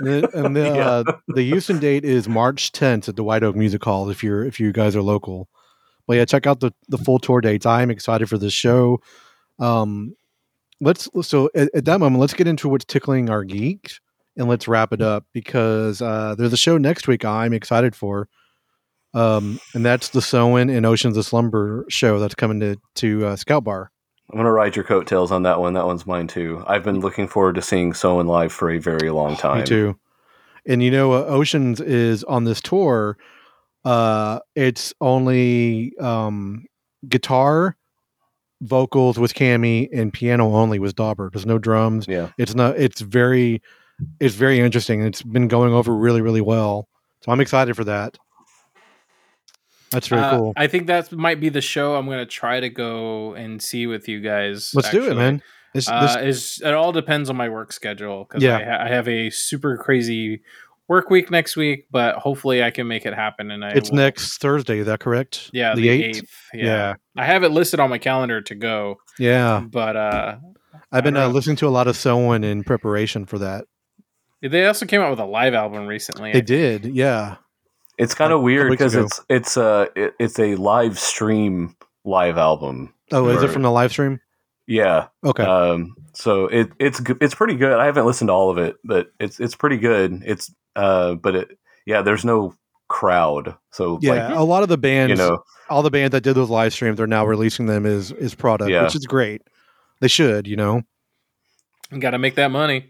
Speaker 3: And the, and the, uh, the Houston date is March 10th at the White Oak Music Hall if you're if you guys are local. But yeah, check out the the full tour dates. I am excited for this show. Um, let's so at, at that moment, let's get into what's tickling our geeks and let's wrap it up because uh, there's a show next week I'm excited for. Um, and that's the Sewin and Oceans of Slumber show that's coming to to uh, Scout Bar.
Speaker 4: I'm gonna ride your coattails on that one. That one's mine too. I've been looking forward to seeing Soen live for a very long time.
Speaker 3: Me too. And you know, uh, Oceans is on this tour. Uh, it's only um, guitar, vocals with Cami, and piano only with Dauber. There's no drums.
Speaker 4: Yeah.
Speaker 3: It's not. It's very, it's very interesting. It's been going over really, really well. So I'm excited for that. That's very
Speaker 5: Uh,
Speaker 3: cool.
Speaker 5: I think that might be the show I'm going to try to go and see with you guys.
Speaker 3: Let's do it,
Speaker 5: actually.
Speaker 3: man. This,
Speaker 5: Uh,
Speaker 3: this,
Speaker 5: is it all depends on my work schedule because
Speaker 3: Yeah.
Speaker 5: I, ha- I have a super crazy work week next week, but hopefully I can make it happen. And I
Speaker 3: it's
Speaker 5: will-
Speaker 3: next Thursday. Is that correct?
Speaker 5: yeah
Speaker 3: the
Speaker 5: eighth,
Speaker 3: eighth.
Speaker 5: yeah. I have it listed on my calendar to go,
Speaker 3: Yeah.
Speaker 5: but uh,
Speaker 3: I've been
Speaker 5: don't
Speaker 3: uh,
Speaker 5: know.
Speaker 3: listening to a lot of Sewin in preparation for that.
Speaker 5: they also came out with a live album recently.
Speaker 3: They did. Yeah.
Speaker 4: It's kind of
Speaker 3: Like, a couple
Speaker 4: weird
Speaker 3: weeks
Speaker 4: because
Speaker 3: ago.
Speaker 4: it's it's a it, it's a live stream live album.
Speaker 3: Oh, is it
Speaker 4: Or-
Speaker 3: from the live stream?
Speaker 4: Yeah.
Speaker 3: Okay.
Speaker 4: Um. So it it's g- it's pretty good. I haven't listened to all of it, but it's it's pretty good. It's uh. But it yeah. There's no crowd, so
Speaker 3: yeah,
Speaker 4: like
Speaker 3: a lot of the bands,
Speaker 4: you know
Speaker 3: all the bands that did those live streams, they're now releasing them as is product,
Speaker 4: Yeah.
Speaker 3: which is great. They should, you know.
Speaker 5: Got to make that money.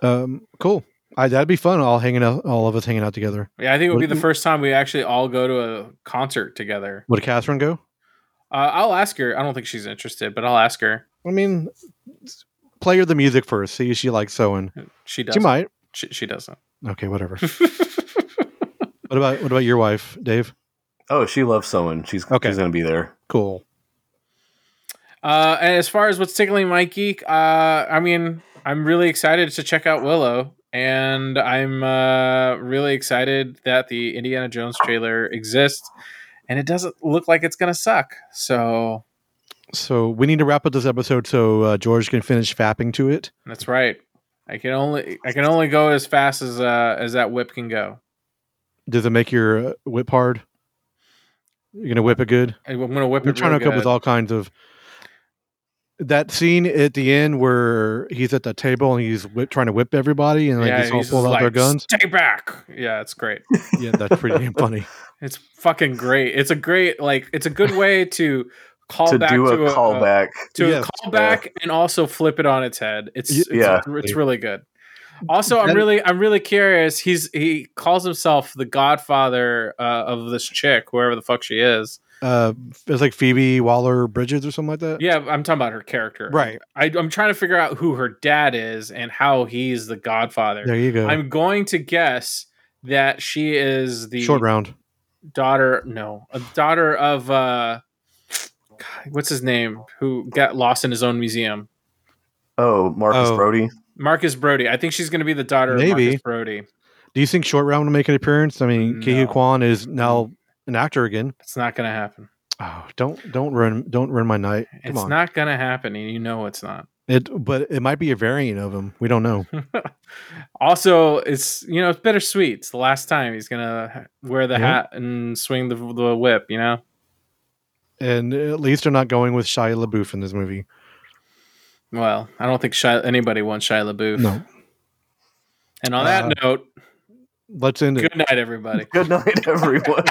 Speaker 3: Um, cool. I, that'd be fun. All hanging out, all of us hanging out together.
Speaker 5: Yeah, I think it would be
Speaker 3: Would-
Speaker 5: the first time we actually all go to a concert together.
Speaker 3: Would Catherine go?
Speaker 5: Uh, I'll ask her. I don't think she's interested, but I'll ask her.
Speaker 3: I mean, s- play her the music first. See if she likes sewing.
Speaker 5: She
Speaker 3: She
Speaker 5: doesn't.
Speaker 3: might.
Speaker 5: She, she doesn't.
Speaker 3: Okay,
Speaker 4: (laughs)
Speaker 3: whatever. what about what about your wife, Dave?
Speaker 4: oh she loves someone. She's
Speaker 3: Okay.
Speaker 4: she's gonna be there.
Speaker 3: Cool.
Speaker 5: Uh, and as far as what's tickling my geek, uh, I mean, I'm really excited to check out Willow, and I'm uh, really excited that the Indiana Jones trailer exists. and it doesn't look like it's gonna suck. So
Speaker 3: So we need to wrap up this episode so uh, George can finish fapping to it.
Speaker 5: that's right. I can only I can only go as fast as uh, as that whip can go.
Speaker 3: Does it make your uh, whip hard? You're gonna whip it good.
Speaker 5: I'm gonna whip
Speaker 3: We're
Speaker 5: it.
Speaker 3: trying
Speaker 5: real
Speaker 3: to come up with
Speaker 5: good.
Speaker 3: all kinds of that scene at the end where he's at the table and he's whip, trying to whip everybody and like
Speaker 5: yeah,
Speaker 3: he's all
Speaker 5: he's
Speaker 3: pull
Speaker 5: just
Speaker 3: out their
Speaker 5: like,
Speaker 3: guns.
Speaker 5: Stay back. Yeah, it's great.
Speaker 3: yeah, that's pretty damn
Speaker 5: (laughs)
Speaker 3: funny.
Speaker 5: It's fucking great. It's a great like it's a good way to call
Speaker 7: to
Speaker 5: back
Speaker 7: do a
Speaker 5: to uh,
Speaker 7: callback.
Speaker 5: to
Speaker 3: Yes.
Speaker 5: a callback and also flip it on its head. It's,
Speaker 3: Y-
Speaker 5: it's
Speaker 7: yeah.
Speaker 5: it's really good. Also, I'm
Speaker 3: That-
Speaker 5: really I'm really curious. He's he calls himself the Godfather uh, of this chick, whoever the fuck she is.
Speaker 3: Uh, it's like Phoebe Waller Bridges or something like that.
Speaker 5: Yeah, I'm talking about her character.
Speaker 3: Right.
Speaker 5: I, I'm trying to figure out who her dad is and how he's the Godfather.
Speaker 3: There you go.
Speaker 5: I'm going to guess that she is the
Speaker 3: Short round.
Speaker 5: daughter no a daughter of uh God, what's his name who got lost in his own museum
Speaker 7: Oh, Marcus
Speaker 3: Oh.
Speaker 7: Brody.
Speaker 5: marcus brody i think she's going to be the daughter of
Speaker 3: Maybe.
Speaker 5: marcus brody
Speaker 3: Do you think Short Round will make an appearance? I mean, no.
Speaker 5: No.
Speaker 3: Kwan is now an actor again.
Speaker 5: it's not going to happen
Speaker 3: Oh, don't don't ruin don't ruin my night. Come
Speaker 5: it's
Speaker 3: on.
Speaker 5: not going to happen and you know it's not
Speaker 3: it, but it might be a variant of him. We don't know.
Speaker 5: also it's you know it's bittersweet it's the last time he's going to wear the
Speaker 3: Yeah.
Speaker 5: hat and swing the, the whip you know
Speaker 3: And at least they're not going with Shia LaBeouf in this movie.
Speaker 5: well i don't think Shia, anybody wants Shia LaBeouf
Speaker 3: No.
Speaker 5: and on that
Speaker 3: Uh,
Speaker 5: note
Speaker 3: Let's end it.
Speaker 5: good night
Speaker 7: (laughs)
Speaker 5: everybody
Speaker 7: Good
Speaker 4: (laughs)
Speaker 7: night,
Speaker 3: (laughs)
Speaker 7: everyone.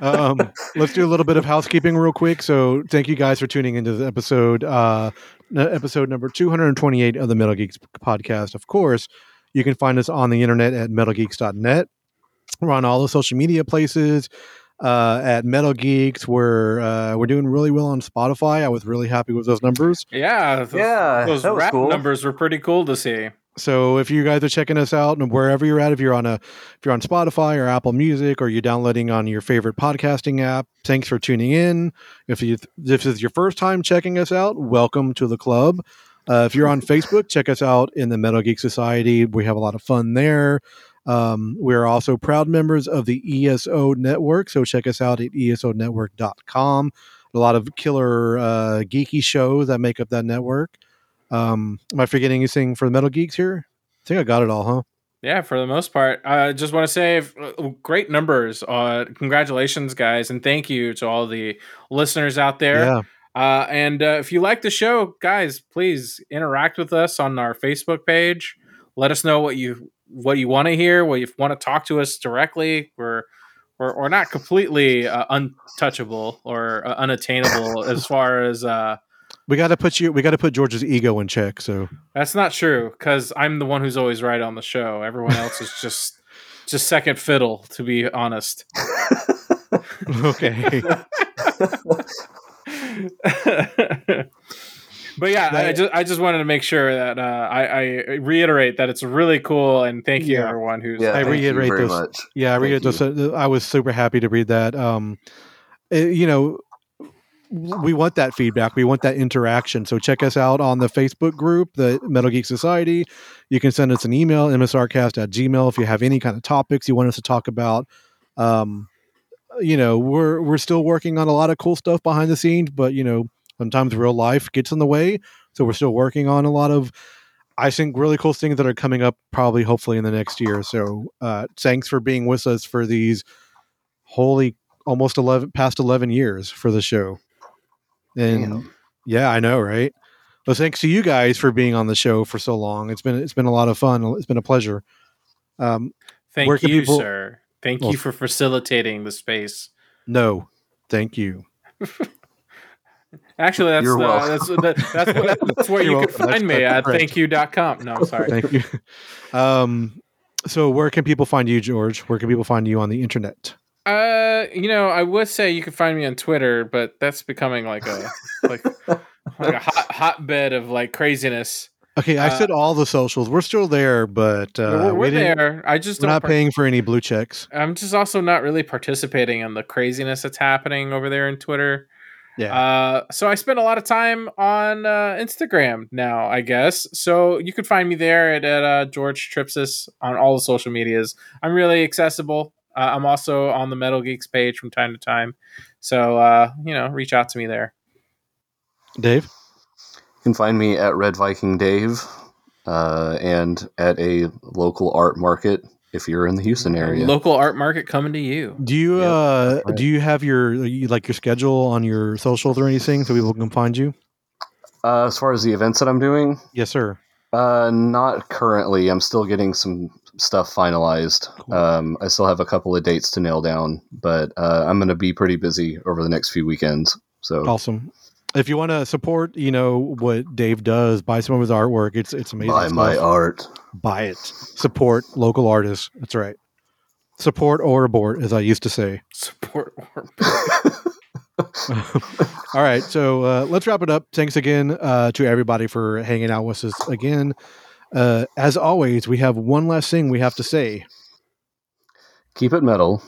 Speaker 3: um, let's do a little bit of housekeeping real quick. So, thank you guys for tuning into the episode, uh, n- episode number 228 of the Metal Geeks podcast. Of course, you can find us on the internet at metalgeeks.net. We're on all the social media places uh, at Metal Geeks. We're uh, we're doing really well on Spotify. I was really happy with those numbers.
Speaker 5: yeah those,
Speaker 7: yeah,
Speaker 5: those
Speaker 7: that was
Speaker 5: rap
Speaker 7: cool.
Speaker 5: numbers were pretty cool to see
Speaker 3: So if you guys are checking us out and wherever you're at, if you're on a if you're on Spotify or Apple Music or you're downloading on your favorite podcasting app, thanks for tuning in. If you if this is your first time checking us out, welcome to the club. Uh, if you're on Facebook, check us out in the Metal Geek Society. We have a lot of fun there. Um, we are also proud members of the ESO Network, so check us out at E esonetwork.com. A lot of killer uh, geeky shows that make up that network. Um, am I forgetting anything for the Metal Geeks here? I think I got it all, huh?
Speaker 5: Yeah, for the most part. I just want to say f- great numbers. Uh, congratulations, guys. And thank you to all the listeners out there.
Speaker 3: Yeah.
Speaker 5: Uh, and uh, if you like the show, guys, please interact with us on our Facebook page. Let us know what you what you want to hear, what you want to talk to us directly. We're we're, we're not completely uh, untouchable or uh, unattainable as far as uh,
Speaker 3: We got to put you. We got to put George's ego in check. So
Speaker 5: that's not true because I'm the one who's always right on the show. Everyone else is just just second fiddle, to be honest.
Speaker 3: okay.
Speaker 5: (laughs) but yeah, I
Speaker 3: That-
Speaker 5: just I just wanted to make sure that uh, I, I reiterate that it's really cool and thank you
Speaker 3: Yeah.
Speaker 5: everyone who's
Speaker 7: yeah,
Speaker 3: I
Speaker 7: I thank you
Speaker 3: reiterate
Speaker 7: very
Speaker 3: those-
Speaker 7: much.
Speaker 3: Yeah, I read it.
Speaker 7: Thank
Speaker 3: Just, uh, I was super happy to read that. Um, it- you know, we want that feedback. We want that interaction. So check us out on the Facebook group, the Metal Geek Society. You can send us an email, msrcast at gmail, if you have any kind of topics you want us to talk about. Um, you know, we're we're still working on a lot of cool stuff behind the scenes, but you know, sometimes real life gets in the way. So we're still working on a lot of I think really cool things that are coming up probably hopefully in the next year. So uh, thanks for being with us for these holy almost 11 past 11 years for the show. And
Speaker 7: Damn.
Speaker 3: yeah, I know, right? Well, thanks to you guys for being on the show for so long. It's been it's been a lot of fun. It's been a pleasure. Um, where
Speaker 5: thank
Speaker 3: can
Speaker 5: you,
Speaker 3: people-
Speaker 5: sir. Thank
Speaker 3: Well-
Speaker 5: you for facilitating the space.
Speaker 3: no, thank you.
Speaker 5: Actually, that's
Speaker 7: You're
Speaker 5: the,
Speaker 7: welcome.
Speaker 5: that's the, that's, where-
Speaker 3: (laughs)
Speaker 5: that's where you
Speaker 3: You're
Speaker 5: can
Speaker 3: welcome.
Speaker 5: find me
Speaker 3: That's
Speaker 5: at
Speaker 3: correct.
Speaker 5: thankyou.com. No, I'm sorry.
Speaker 3: (laughs) Thank
Speaker 5: (laughs)
Speaker 3: you. Um, so where can people find you, George? Where can people find you on the internet?
Speaker 5: Uh, you know, I would say you can find me on Twitter, but that's becoming like a like like
Speaker 3: (laughs)
Speaker 5: a hot hotbed of like craziness.
Speaker 3: Okay, I
Speaker 5: Uh,
Speaker 3: said all the socials. We're still there, but uh,
Speaker 5: we're
Speaker 3: we
Speaker 5: we're
Speaker 3: didn't-
Speaker 5: there. I just
Speaker 3: We're
Speaker 5: don't
Speaker 3: not
Speaker 5: par-
Speaker 3: paying for any blue checks.
Speaker 5: I'm just also not really participating in the craziness that's happening over there in Twitter.
Speaker 3: Yeah.
Speaker 5: Uh, so I spend a lot of time on uh, Instagram now, I guess. So you can find me there at, at uh, George Tripsis on all the social medias. I'm really accessible. Uh, I'm also on the Metal Geeks page from time to time, so uh, you know, reach out to me there.
Speaker 3: Dave?
Speaker 4: You can find me at Red Viking Dave uh, and at a local art market if you're in the Houston area.
Speaker 5: Local art market coming to you.
Speaker 3: Do you
Speaker 4: Yep,
Speaker 3: uh
Speaker 4: right.
Speaker 3: do you have your you- like your schedule on your socials or anything so people can find you?
Speaker 4: uh, as far as the events that I'm doing,
Speaker 3: Yes, sir.
Speaker 4: uh, not currently. I'm still getting some stuff finalized.
Speaker 3: Cool.
Speaker 4: Um, I still have a couple of dates to nail down, but uh, I'm going to be pretty busy over the next few weekends. So
Speaker 3: Awesome. If you want to support, you know what Dave does, buy some of his artwork. It's it's amazing.
Speaker 4: buy my
Speaker 3: stuff.
Speaker 4: art.
Speaker 3: buy it. Support local artists. That's right. Support or abort, as I used to say.
Speaker 5: Support Orb.
Speaker 3: All right, so uh, let's wrap it up. Thanks again uh, to everybody for hanging out with us again. Uh, as always, we have one last thing we have to say.
Speaker 4: Keep it metal.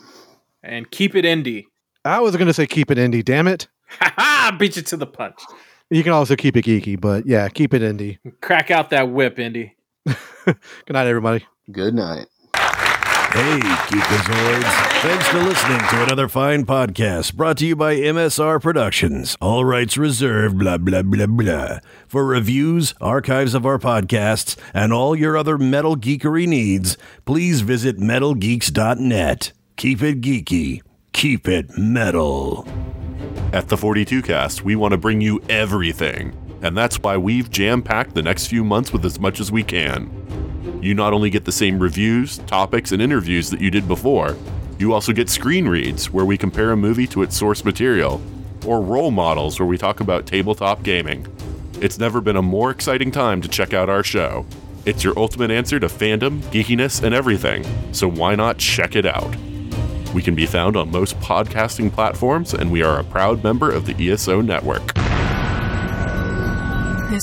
Speaker 5: and keep it indie. (laughs)
Speaker 3: I was going to say keep it indie, damn it.
Speaker 5: Ha ha! Beat you to the punch.
Speaker 3: You can also keep it geeky, but yeah, keep it indie.
Speaker 5: Crack out that whip, Indy.
Speaker 3: Good night, everybody.
Speaker 4: Good night.
Speaker 2: Hey, Geekazoids. Thanks for listening to another fine podcast brought to you by MSR Productions. All rights reserved, blah, blah, blah, blah. For reviews, archives of our podcasts, and all your other metal geekery needs, please visit metalgeeks.net. Keep it geeky. Keep it metal.
Speaker 8: At the 42 Cast, we want to bring you everything, and that's why we've jam packed the next few months with as much as we can. You not only get the same reviews, topics, and interviews that you did before, you also get screen reads where we compare a movie to its source material, or role models where we talk about tabletop gaming. It's never been a more exciting time to check out our show. It's your ultimate answer to fandom, geekiness, and everything, so why not check it out? We can be found on most podcasting platforms, and we are a proud member of the ESO network.
Speaker 1: This